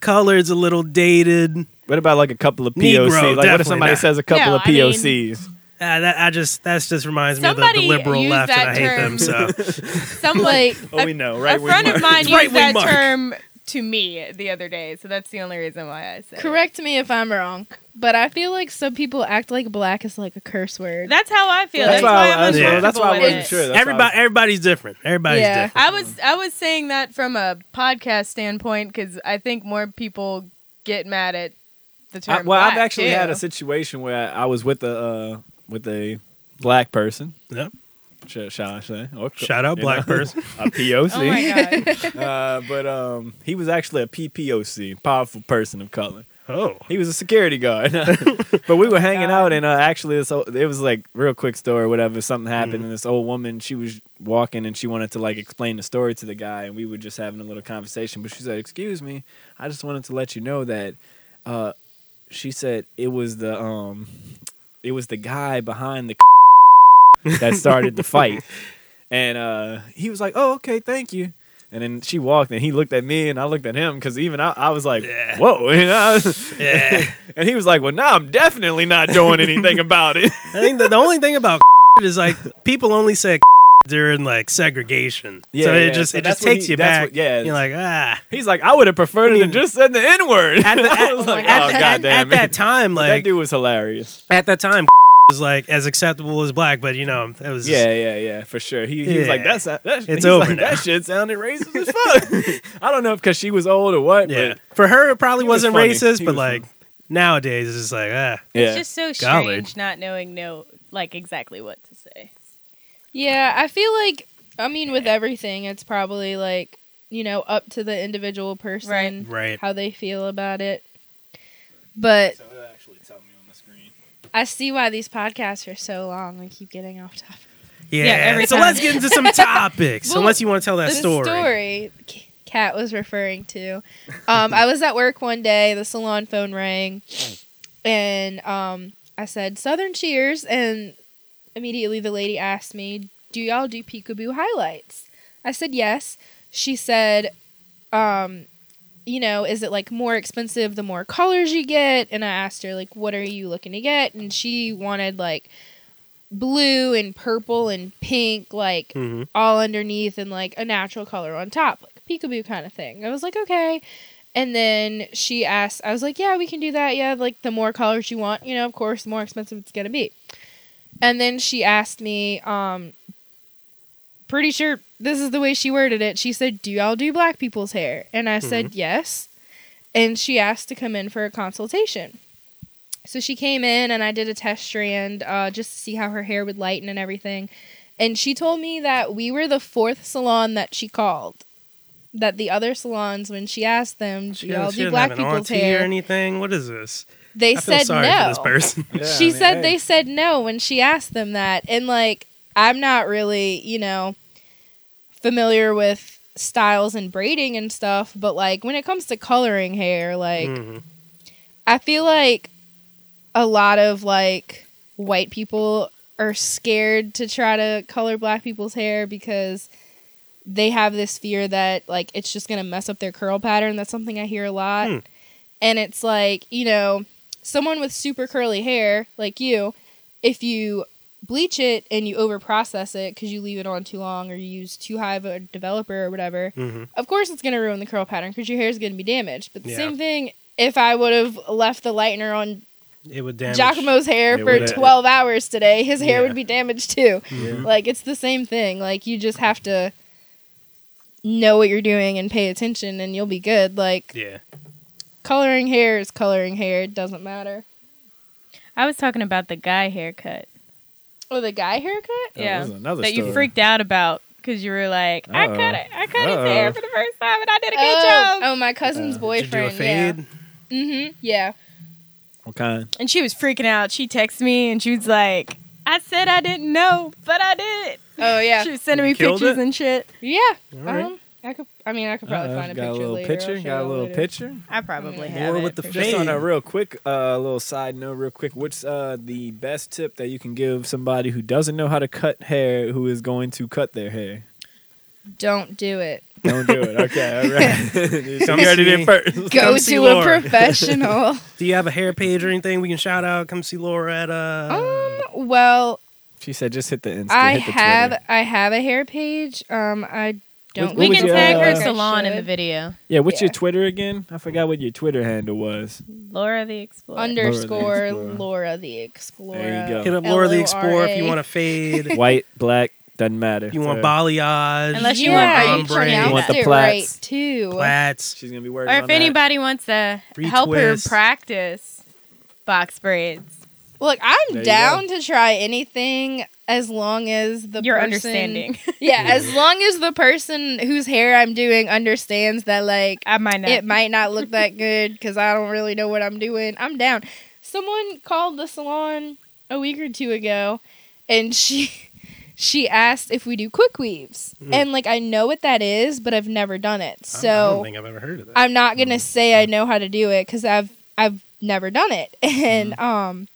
S2: Color's a little dated. Uh,
S3: what about like a couple of
S2: Negro,
S3: POCs? like, what
S2: definitely
S3: if somebody
S2: not.
S3: says a couple
S4: No,
S3: of
S4: I mean-
S3: POCs?
S2: Uh, that, I just that just reminds me
S4: Somebody
S2: of the, the liberal
S4: used
S2: left, and I
S4: that
S2: hate
S4: term.
S2: them. So
S4: some
S5: like
S3: oh, we know,
S4: a
S3: right?
S4: friend of mine used
S2: Right wing
S4: that
S2: mark.
S4: term to me the other day, so that's the only reason why I said it.
S5: correct me if I'm wrong, but I feel like some people act like black is like a curse word.
S4: That's how I feel.
S3: That's
S4: That's,
S3: why
S4: why,
S3: I-
S4: I'm
S2: that's why-
S4: uncomfortable
S3: that's why I
S4: with
S5: wasn't
S4: it.
S3: sure. That's why I was-
S2: everybody, everybody's different. Everybody's
S5: Yeah.
S2: different.
S4: I was I was saying that from a podcast standpoint because I think more people get mad at the term.
S3: I, well, I've
S4: black,
S3: actually
S4: too.
S3: had a situation where I, I was with a uh, with a black person.
S2: Yep.
S3: Shall, shall I say? Or-
S2: Shout out
S3: you
S2: black
S3: know,
S2: person.
S3: a POC.
S4: Oh my god!
S3: uh, but um, he was actually a PPOC, powerful person of color.
S2: Oh.
S3: He was a security guard. but we were hanging out, and uh, actually, this old, it was like real quick story, or whatever. Something happened, and this old woman she was walking, and she wanted to like explain the story to the guy, and we were just having a little conversation. But she said, "Excuse me, I just wanted to let you know that." Uh, she said it was the um, it was the guy behind the that started the fight. And uh, he was like, "Oh, okay, thank you." And then she walked, and he looked at me, and I looked at him because even I, I was like,
S2: Yeah.
S3: "Whoa!" You know?
S2: Yeah.
S3: and he was like, "Well, now I'm definitely not doing anything about it."
S2: I think that the only thing about is like people only say during like segregation.
S3: Yeah,
S2: so it
S3: yeah,
S2: just
S3: so
S2: it just
S3: that's what
S2: takes
S3: he-
S2: you
S3: that's
S2: back.
S3: what- yeah.
S2: You're like, ah.
S3: He's like, "I would have preferred it to just said the N word."
S2: At, the, at,
S3: oh,
S2: at, the- at- at that time,
S3: that
S2: like
S3: dude was hilarious.
S2: at that time was like as acceptable as black, but you know, it was
S3: Yeah, yeah, yeah, for sure. He, he was like,
S2: Yeah.
S3: "That's that." It's
S2: It's over now.
S3: that shit sounded racist as fuck. I don't know if because she was old or what.
S2: yeah.
S3: But
S2: For her it probably
S3: He was
S2: wasn't
S3: funny.
S2: racist,
S3: He
S2: but
S3: was
S2: like nowadays it's just like ah.
S3: yeah.
S4: It's just so
S2: Golly.
S4: strange not knowing no like exactly what to say.
S5: Yeah, I feel like I mean with everything it's probably like, you know, up to the individual person
S4: Right.
S2: Right.
S5: how they feel about it. But
S3: it'll actually tell me on the screen.
S5: I see why these podcasts are so long. We keep getting off topic.
S2: Yeah.
S4: every
S2: so
S4: time.
S2: let's get into some topics.
S5: Well,
S2: unless you want to tell that
S5: the
S2: story.
S5: story K- Kat was referring to. Um, I was at work one day. The salon phone rang, and um, I said Southern Cheers, and immediately the lady asked me, "Do y'all do peekaboo highlights?" I said yes. She said, um, "You know, is it like more expensive the more colors you get?" And I asked her like, "What are you looking to get?" And she wanted like blue and purple and pink like
S2: Mhm.
S5: all underneath and like a natural color on top, like peekaboo kind of thing. I was like, okay. And then she asked, I was like, yeah, we can do that. Yeah, like the more colors you want, you know, of course, the more expensive it's going to be. And then she asked me, um, pretty sure this is the way she worded it. She said, do y'all do black people's hair? And I
S2: Mm-hmm.
S5: said, yes. And she asked to come in for a consultation. So she came in and I did a test strand uh, just to see how her hair would lighten and everything. And she told me that we were the fourth salon that she called. That the other salons, when she asked them, do
S2: She,
S5: y'all
S2: she
S5: do
S2: didn't
S5: black
S2: have an
S5: people's
S2: auntie or
S5: hair?
S2: anything. What is this?
S5: They
S2: I feel
S5: said
S2: sorry
S5: no.
S2: for this person.
S5: she said they said no when she asked them that. And like, I'm not really, you know, familiar with styles and braiding and stuff, but like, when it comes to coloring hair, like,
S2: Mhm.
S5: I feel like a lot of like white people are scared to try to color black people's hair because they have this fear that like it's just going to mess up their curl pattern. That's something I hear a lot.
S2: Hmm.
S5: And it's like, you know, someone with super curly hair like you, if you bleach it and you over process it because you leave it on too long or you use too high of a developer or whatever,
S2: Mhm.
S5: of course it's going to ruin the curl pattern because your hair is going to be damaged. But the
S2: Yeah.
S5: same thing if I would have left the lightener on
S2: It would damage.
S5: Giacomo's hair
S3: It
S5: for
S3: would've- Mm.
S5: 12 hours today, his
S2: Yeah.
S5: hair would be damaged too.
S2: Mhm.
S5: Like it's the same thing. Like you just have to know what you're doing and pay attention and you'll be good. Like
S2: Yeah.
S5: coloring hair is coloring hair, it doesn't matter.
S4: I was talking about the guy haircut.
S5: Oh, the guy haircut?
S4: yeah,
S3: Oh, was another
S4: that you
S3: story.
S4: freaked out about because you were like, I
S3: Uh-oh.
S4: cut it, I cut his
S3: Uh-oh.
S4: hair for the first time, and I did a good
S5: Oh,
S4: job.
S5: oh, my cousin's
S2: Did you do a
S5: boyfriend.
S2: fade?
S5: Yeah. Mhm. Yeah.
S3: What kind?
S4: And she was freaking out. She texted me and she was like, I said I didn't know, but I did.
S5: Oh yeah.
S4: She was sending
S2: You
S4: me
S2: killed
S4: pictures
S2: it?
S4: and shit.
S5: Yeah.
S2: Alright.
S5: Um, I could I mean I could probably
S3: Uh,
S5: find a
S3: got
S5: picture
S3: a little
S5: later. I'll
S3: picture.
S5: show
S3: Got a
S5: y'all
S3: little
S5: later.
S3: picture.
S4: I probably
S5: Mm.
S4: have
S2: More
S4: it
S2: with the
S4: for
S2: fade.
S3: Just
S4: sure.
S3: on a real quick, uh, little side note, real quick. What's uh, the best tip that you can give somebody who doesn't know how to cut hair, who is going to cut their hair?
S5: Don't do it.
S3: Don't do it. Okay, all right.
S2: Come
S3: you already
S2: see-
S3: did first.
S5: Go
S2: Come see
S5: to a
S2: Laura.
S5: professional.
S2: Do you have a hair page or anything we can shout out? Come see Laura at uh
S5: um, well,
S3: She said, just hit the Insta.
S5: I
S3: hit the
S5: have
S3: Twitter.
S5: I have a hair page. Um, I don't.
S3: What
S4: We
S3: would
S4: can
S3: you,
S4: tag her
S3: uh,
S4: salon in the
S5: Should.
S4: video.
S3: Yeah, what's
S5: yeah.
S3: your Twitter again? I forgot what your Twitter handle was.
S4: Laura the Explorer.
S3: Laura the
S5: Underscore
S3: Explorer.
S5: Laura the Explorer.
S3: There you go.
S2: hit up Laura the Explorer if you
S5: L O R A.
S2: want a fade.
S3: White, black, doesn't matter.
S2: you want
S3: So,
S2: balayage.
S4: Unless you
S5: yeah,
S4: want
S5: you
S4: ombre.
S5: pronounced
S3: You want the
S5: it
S3: plaits.
S5: right too.
S2: plats.
S3: She's gonna be working.
S4: Or
S3: on
S4: if
S3: that.
S4: anybody wants to help her
S2: Retwist.
S4: practice, fox braids.
S5: Look,
S3: There
S5: I'm
S3: you
S5: down to try anything as long as the
S4: Your
S5: person-
S4: understanding.
S5: Yeah, as long as the person whose hair I'm doing understands that like
S4: I might not.
S5: it might not look that good because I don't really know what I'm doing. I'm down. Someone called the salon a week or two ago, and she she asked if we do quick weaves,
S2: Mm.
S5: and like I know what that is, but I've never done it,
S2: I don't- I don't
S5: so
S2: think I've ever heard of that.
S5: I'm not gonna say I know how to do it because I've I've never done it. And um,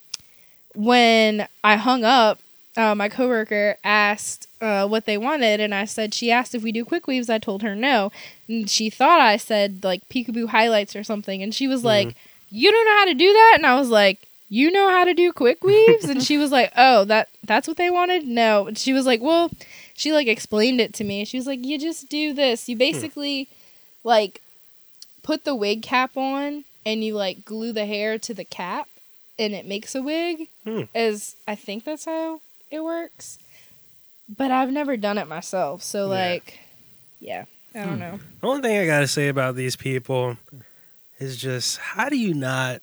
S5: when I hung up, uh, my coworker asked uh, what they wanted, and I said she asked if we do quick weaves. I told her no, and she thought I said like peekaboo highlights or something, and she was like, "You don't know how to do that," and I was like. You know how to do quick weaves, and she was like, "Oh, that that's what they wanted." No, and she was like, "Well," she like explained it to me. She was like, "You just do this.
S2: Hmm.
S5: You basically like put the wig cap on and you like glue the hair to the cap and it makes a wig
S2: Hmm.
S5: is I think that's how it works. But I've never done it myself. So
S2: Yeah. Hmm.
S5: like yeah, I don't know.
S2: The only thing I gotta say about these people is just how do you not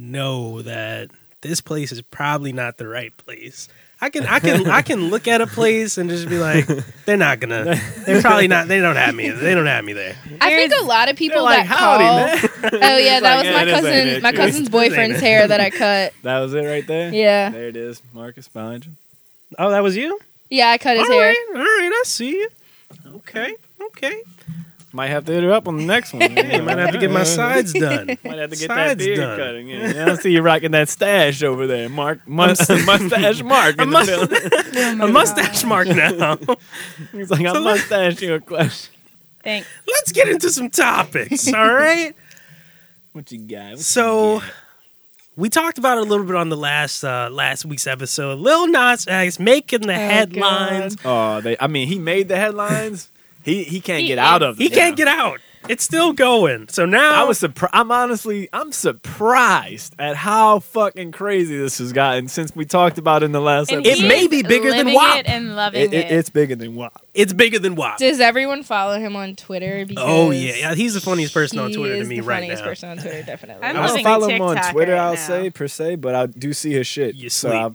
S2: know that this place is probably not the right place? I can I can I can look at a place and just be like, they're not gonna they're probably not they don't have me they don't have me there.
S5: I think a lot of people
S2: They're like,
S5: that call
S2: howdy man.
S5: Oh yeah,
S3: It's
S5: that
S3: like,
S5: was
S3: yeah,
S5: my
S3: this ain't
S5: cousin
S3: it.
S5: my cousin's boyfriend's hair that I cut.
S3: That was it right there.
S5: Yeah.
S3: There it is, Marcus behind you.
S2: Oh, that was you?
S5: Yeah, I cut his
S2: all
S5: hair.
S2: right, all right, I see you. Okay, okay.
S3: Might have to hit her up on the next one.
S2: Hey, might have to get my sides done.
S3: Might have to get that
S2: Sides
S3: beard
S2: done.
S3: cutting. Yeah. I see you rocking that stash over there, Mark. Must, mustache Mark.
S2: A,
S3: In the
S2: must-
S3: middle.
S2: a mustache mark now.
S3: He's like, I
S2: So let-
S3: mustache you a question.
S4: Thanks.
S2: Let's get into some topics, all right?
S3: What you got? What
S2: So
S3: you got?
S2: we talked about it a little bit on the last uh, last week's episode. Lil Nas X making the headlines.
S3: Oh, they. I mean, he made the headlines. he he can't
S4: He
S3: get out
S4: is-
S3: of. Them
S2: He can't
S3: now.
S2: get out. It's still going. So now
S3: I was surprised. I'm honestly, I'm surprised at how fucking crazy this has gotten since we talked about it in the last
S4: And
S3: episode.
S4: he
S2: It may
S4: is
S2: be bigger than
S4: living
S2: WAP.
S4: it and loving
S3: It-
S4: it.
S3: it- it's bigger than WAP.
S2: it's bigger than WAP.
S5: Does everyone follow him on Twitter? Because
S2: Oh yeah, yeah. He's the funniest person on
S5: he
S2: Twitter to
S5: is
S2: me
S5: the
S2: right
S5: funniest
S2: now.
S5: person on Twitter, definitely.
S4: I'm
S3: I don't
S4: loving
S3: follow him
S4: TikTok
S3: on Twitter,
S4: right
S3: I'll
S4: now.
S3: say per se, but I do see his shit.
S2: You
S3: so
S2: sleep.
S3: I-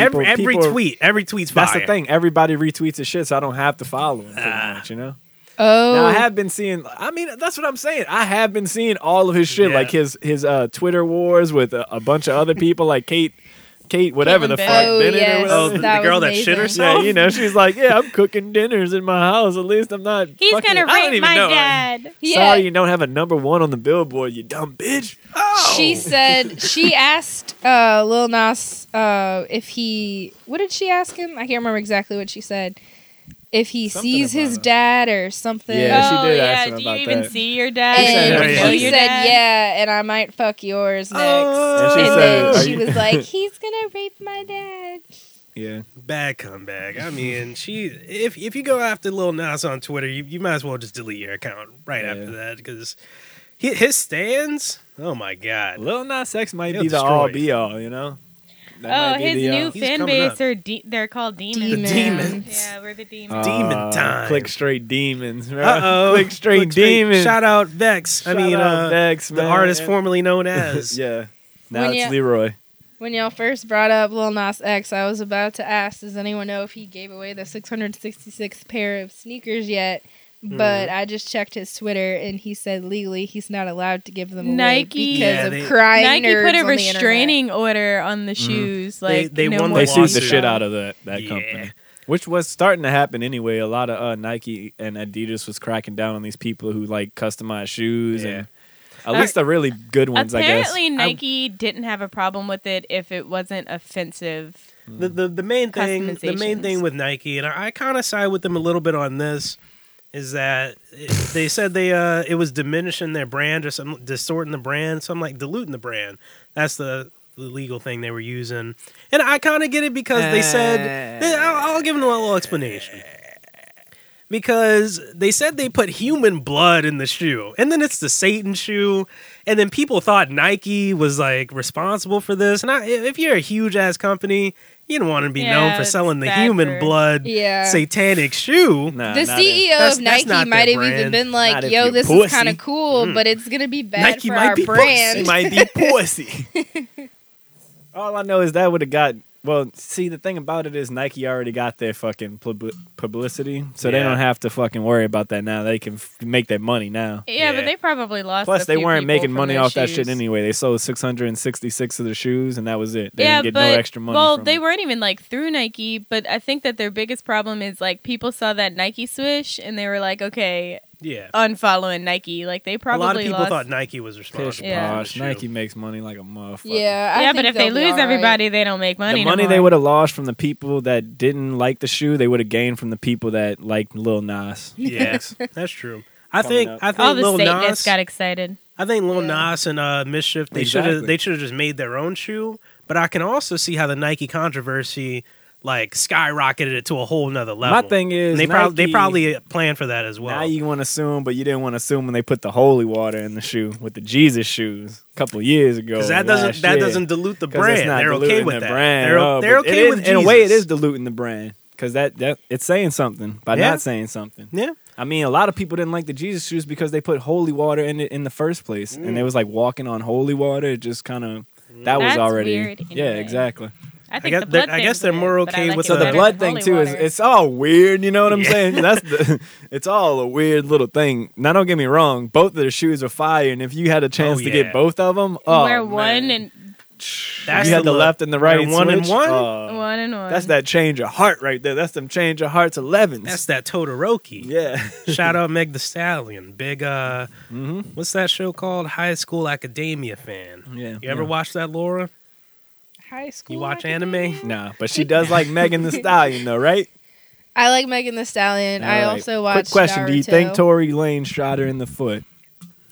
S2: every
S3: people-
S2: every
S3: people-
S2: tweet, every tweet's fire.
S3: That's the thing. Everybody retweets his shit, so I don't have to follow him. Pretty
S2: Ah.
S3: much, you know.
S5: oh,
S3: Now I have been seeing. I mean, that's what I'm saying. I have been seeing all of his shit,
S2: Yeah.
S3: like his his uh, Twitter wars with a, a bunch of other people, like Kate, Kate, whatever
S4: Caitlin
S3: the
S4: Bennett.
S3: fuck,
S5: Oh,
S3: Bennett or
S5: yes.
S3: whatever.
S2: Oh, the,
S5: That
S2: the girl
S5: was
S2: that shit
S5: amazing.
S2: herself.
S3: Yeah, you know, she's like, yeah, I'm cooking dinners in my house. At least I'm not.
S4: He's
S3: fucking-
S4: gonna
S3: I don't
S4: rape
S3: even
S4: my
S3: know.
S4: dad.
S5: Yeah.
S3: Sorry, you don't have a number one on the billboard. You dumb bitch.
S5: She said she asked uh, Lil Nas uh, if he. What did she ask him? I can't remember exactly what she said. If he
S3: Something
S5: sees
S3: about
S5: his
S3: it.
S5: dad or something.
S3: Yeah, she
S4: oh,
S3: did
S4: yeah.
S3: ask him
S4: Do
S3: about
S4: you even
S3: that.
S4: see your dad?
S5: And
S2: Oh,
S4: Do you
S2: yeah.
S4: know
S5: he
S4: your
S5: said,
S4: dad?
S5: "Yeah, and I might fuck yours next."
S2: Oh.
S3: And
S5: and
S3: she
S5: then
S3: said,
S5: she
S3: "Are you-"
S5: was like, "He's gonna rape my dad."
S3: Yeah,
S2: Bad comeback. I mean, she if if you go after Lil Nas on Twitter, you, you might as well just delete your account right
S3: Yeah.
S2: after that because his stands. Oh my god,
S3: Lil Nas X might
S2: He'll
S3: be the
S2: destroy
S3: all
S2: you.
S3: be all. You know. That
S4: Oh,
S3: might be
S4: his
S3: the, uh,
S4: new
S2: He's
S4: fan
S2: coming
S4: base
S2: up.
S4: are de- they're called demons.
S5: Demons.
S2: demons.
S4: Yeah, we're the demons.
S3: uh,
S2: Demon time.
S3: Click straight demons. bro.
S2: Uh oh,
S3: Click straight demons.
S2: Shout out Vex. I
S3: Shout
S2: mean,
S3: out
S2: uh,
S3: Vex,
S2: the
S3: man.
S2: artist formerly known as.
S3: yeah. Now
S5: When
S3: it's
S5: you-
S3: Leroy.
S5: When y'all first brought up Lil Nas X, I was about to ask, does anyone know if he gave away the 666th pair of sneakers yet?
S2: Hmm.
S5: But I just checked his Twitter, and he said legally he's not allowed to give them away
S4: Nike-
S5: because
S2: Yeah,
S5: of
S2: they-
S5: crying
S4: Nike
S5: nerds
S4: put a
S5: on the internet.
S4: restraining order on the shoes. Like
S2: They- they
S4: no
S2: won
S3: Mm-hmm.
S4: more
S3: They
S2: They
S3: sued
S2: sued
S3: the
S2: lawsuit.
S3: shit out of that that
S2: Yeah.
S3: company, which was starting to happen anyway. A lot of uh, Nike and Adidas was cracking down on these people who like customize shoes
S2: Yeah.
S3: and at least the really good ones.
S4: Apparently,
S3: I guess.
S4: Nike didn't have a problem with it if it wasn't offensive.
S2: The, the the main thing the main thing
S4: Customizations.
S2: with Nike and I, I kind of side with them a little bit on this is that it, they said they uh it was diminishing their brand or some distorting the brand so I'm like diluting the brand that's the, the legal thing they were using and I kind of get it because they said they- I'll, I'll give them a little explanation because they said they put human blood in the shoe and then it's the satan shoe and then people thought nike was like responsible for this and I, if you're a huge ass company you don't want to be
S4: Yeah,
S2: known for
S4: it's
S2: selling the
S4: bad
S2: human
S4: for-
S2: blood
S5: Yeah.
S2: satanic shoe
S3: Nah,
S5: the
S3: not
S5: CEO
S2: That's-
S5: of
S2: that's
S5: Nike
S2: not
S5: might
S2: their
S5: have even
S2: brand.
S5: been
S3: Not
S5: like,
S3: if
S5: "Yo,
S3: you
S5: this
S3: pussy."
S5: is kind of cool, but it's gonna be bad
S2: Hmm. Nike
S5: for
S2: might
S5: our
S2: be pussy.
S3: it.
S5: brand."
S3: He might be pussy. All I know is that would have got. Well, see, the thing about it is Nike already got their fucking pub- publicity, so they
S2: Yeah.
S3: don't have to fucking worry about that now. They can f- make that money now.
S4: Yeah,
S2: Yeah.
S4: but they probably lost.
S3: Plus,
S4: a
S3: they
S4: few
S3: weren't
S4: people
S3: making
S4: from
S3: money
S4: their
S3: off that shit
S4: shoes.
S3: anyway. They sold 666 of the shoes, and that was it. They
S4: yeah,
S3: didn't get
S4: but
S3: no extra money.
S4: well,
S3: from
S4: they
S3: it.
S4: weren't even like through Nike. But I think that their biggest problem is like people saw that Nike swish and they were like, okay,
S2: Yeah.
S4: unfollowing Nike. Like they Uh, probably
S2: a lot of people
S4: lost.
S2: thought Nike was responsible.
S3: Pish
S2: for
S4: Yeah.
S2: the
S3: posh.
S2: shoe.
S3: Nike makes money like a motherfucker.
S5: Yeah, I
S4: yeah,
S5: think
S4: but if they
S5: they'll be
S4: lose
S5: all right.
S4: everybody, they don't make money.
S3: the money they would have lost from the people that didn't like the shoe, they would have gained from the people that liked Lil Nas.
S2: Yes, that's true. I
S3: Coming
S2: think
S3: up.
S2: I think
S4: All the
S2: Lil
S4: Satanists
S2: Nas.
S4: got excited.
S2: I think Lil
S5: Yeah.
S2: Nas and uh, Mischief they should have
S3: Exactly.
S2: they should have just made their own shoe. But I can also see how the Nike controversy like skyrocketed it to a whole nother level.
S3: My thing is,
S2: And they probably they
S3: Nike-
S2: probably planned for that as well.
S3: Now you want to assume, but you didn't want to assume when they put the holy water in the shoe with the Jesus shoes a couple years ago.
S2: because that doesn't
S3: last
S2: that
S3: year.
S2: doesn't dilute the
S3: Oh, 'Cause it's
S2: brand.
S3: not
S2: They're okay
S3: diluting
S2: with
S3: the
S2: that.
S3: Brand,
S2: they're
S3: no,
S2: they're
S3: but it
S2: okay
S3: is-
S2: with
S3: in a way. It
S2: Jesus.
S3: is diluting the brand because that, that it's saying something by
S2: Yeah.
S3: not saying something.
S2: Yeah,
S3: I mean, a lot of people didn't like the Jesus shoes because they put holy water in it in the first place, and it was like walking on holy water. It just kind of that was
S4: That's
S3: already
S4: weird in a
S3: yeah,
S4: way.
S3: exactly.
S4: I
S2: I
S4: think
S2: guess
S4: the
S2: they're,
S4: blood
S2: I guess
S4: thing's
S2: they're more
S4: weird, but I
S2: okay
S4: like
S2: with
S4: it
S3: So the
S4: better
S3: blood
S4: than
S3: thing
S4: holy
S3: too is
S4: water.
S3: it's all weird. You know what I'm
S2: Yeah.
S3: saying? That's the, it's all a weird little thing. Now don't get me wrong, both of their shoes are fire, and if you had a chance
S2: Oh,
S3: to
S2: yeah.
S3: get both of them, oh,
S4: wear
S3: man.
S4: one and
S2: That's
S3: you had
S2: the
S3: the,
S2: look.
S3: left and the right,
S2: Wear one and
S3: switch,
S2: one?
S3: oh,
S4: one and one.
S3: That's that change of heart right there. That's them change of hearts 11s.
S2: that's that Todoroki.
S3: yeah.
S2: Shout out Meg the Stallion. Big uh
S3: mm-hmm.
S2: what's that show called? High School Academia fan.
S3: Yeah.
S2: You ever
S3: yeah.
S2: watch that, Laura?
S5: High school.
S2: You watch
S5: academia?
S2: anime?
S3: Nah, but she does like Megan the Stallion though, right?
S5: I like Megan the Stallion. I
S3: All right.
S5: also
S3: Quick
S5: watched.
S3: question: Do you
S5: Naruto.
S3: think Tory Lane shot her in the foot?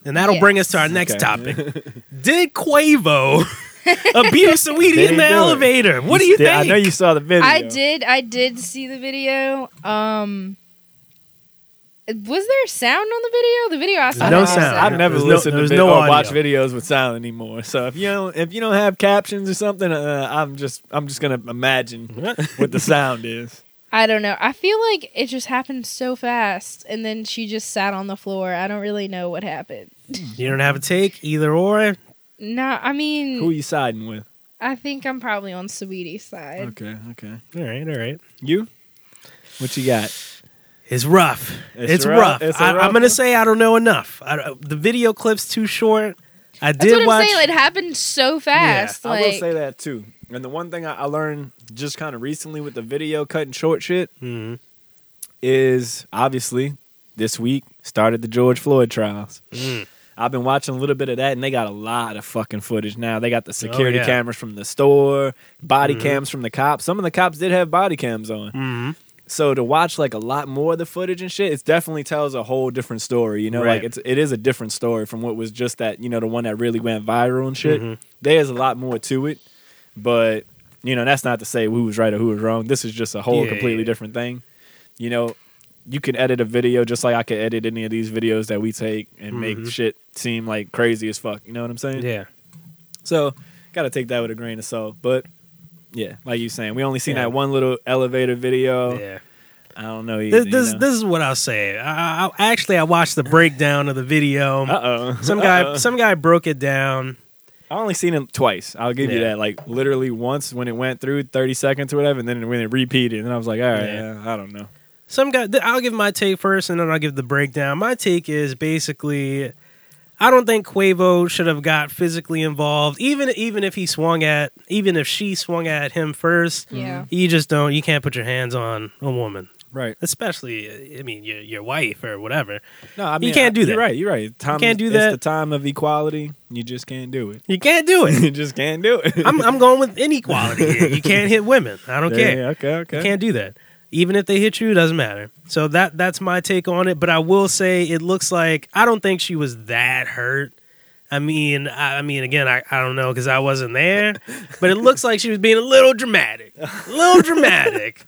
S2: And that'll bring us to our next topic. Did Quavo abuse Saweetie
S3: Did
S2: in
S3: he
S2: the
S3: do it?
S2: elevator? What do you
S3: did-
S2: think?
S3: I know you saw the video.
S5: I did. I did see the video. Um, was there sound on the video? The video I saw.
S2: No
S5: had
S2: sound.
S3: I've never
S2: There's no-
S3: listened
S2: there's
S3: to
S2: no
S3: no or
S2: audio.
S3: watch videos with sound anymore. So if you don't, if you don't have captions or something, uh, I'm just I'm just gonna imagine what the sound is.
S5: I don't know. I feel like it just happened so fast, and then she just sat on the floor. I don't really know what happened.
S2: You don't have a take either or.
S5: No, I mean,
S3: Who you siding with?
S5: I think I'm probably on Sweetie's side.
S3: Okay, okay.
S2: All right, all right.
S3: You? What you got?
S2: It's rough. It's,
S3: It's
S2: rough.
S3: rough. It's a
S2: I, I'm
S3: rough
S2: gonna
S3: one.
S2: say I don't know enough. I, don't- the video clip's too short. I
S5: That's
S2: did
S5: what
S2: watch.
S5: I'm saying. It happened so fast.
S3: I
S5: like,
S3: will say that too. And the one thing I, I learned just kind of recently with the video cutting short shit
S2: Mhm.
S3: is obviously this week started the George Floyd trials.
S2: Mm.
S3: I've been watching a little bit of that, and they got a lot of fucking footage now. They got the security
S2: Oh, yeah. Mm-hmm.
S3: cameras from the store, body cams from the cops. Some of the cops did have body cams on.
S2: Mhm.
S3: So to watch like a lot more of the footage and shit, it definitely tells a whole different story. You know,
S2: Right.
S3: like it's it is a different story from what was just that you know the one that really went viral and shit.
S2: Mhm.
S3: There's a lot more to it, but you know that's not to say who was right or who was wrong. This is just a whole
S2: Yeah,
S3: completely
S2: yeah.
S3: different thing. You know, you can edit a video just like I could edit any of these videos that we take and
S2: Mhm.
S3: make shit seem like crazy as fuck. You know what I'm saying?
S2: Yeah.
S3: So gotta take that with a grain of salt, but. Yeah, like you saying, we only seen
S2: Yeah.
S3: that one little elevator video.
S2: Yeah.
S3: I don't Oh. know. Either,
S2: This this, this is what I'll say. I, I, actually, I watched the breakdown of the video.
S3: uh oh.
S2: Some guy some guy broke it down.
S3: I only seen it twice. I'll give you
S2: Yeah.
S3: that. Like literally once when it went through thirty seconds or whatever, and then when it repeated, and I was like, all right,
S2: Yeah.
S3: yeah, I don't know.
S2: some guy th- i'll give my take first and then i'll give the breakdown my take is basically i don't think quavo should have got physically involved even even if he swung at even if she swung at him first
S5: yeah.
S2: you just don't you can't put your hands on a woman
S3: Right.
S2: especially i mean your, your wife or whatever
S3: No, I mean
S2: can't do
S3: You're
S2: that.
S3: right. You're right. Time
S2: can't do
S3: it's
S2: that.
S3: The time of equality. You just can't do it.
S2: you can't do it
S3: you just can't do it.
S2: I'm, I'm going with inequality here you can't hit women i don't care
S3: Yeah, okay. Okay.
S2: You can't do that. Even if they hit you, it doesn't matter. So that that's my take on it. But I will say it looks like I don't think she was that hurt. I mean, I, I mean, again, I, I don't know because I wasn't there, but it looks like she was being a little dramatic, a little dramatic.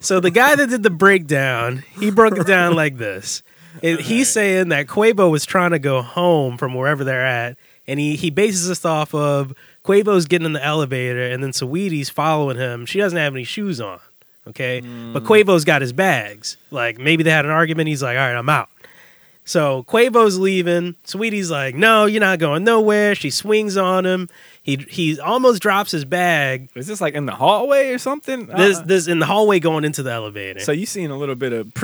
S2: So the guy that did the breakdown, he broke it down like this. It, he's saying that Quavo was trying to go home from wherever they're at, and he he bases this off of Quavo's getting in the elevator, and then Saweetie's following him. She doesn't have any shoes on, okay, but Quavo's got his bags. Like maybe they had an argument. He's like, "All right, I'm out." So Quavo's leaving. Sweetie's like, "No, you're not going nowhere." She swings on him. He he almost drops his bag.
S3: Is this like in the hallway or something?
S2: This
S3: Uh,
S2: this in the hallway going into the elevator.
S3: so you seen a little bit of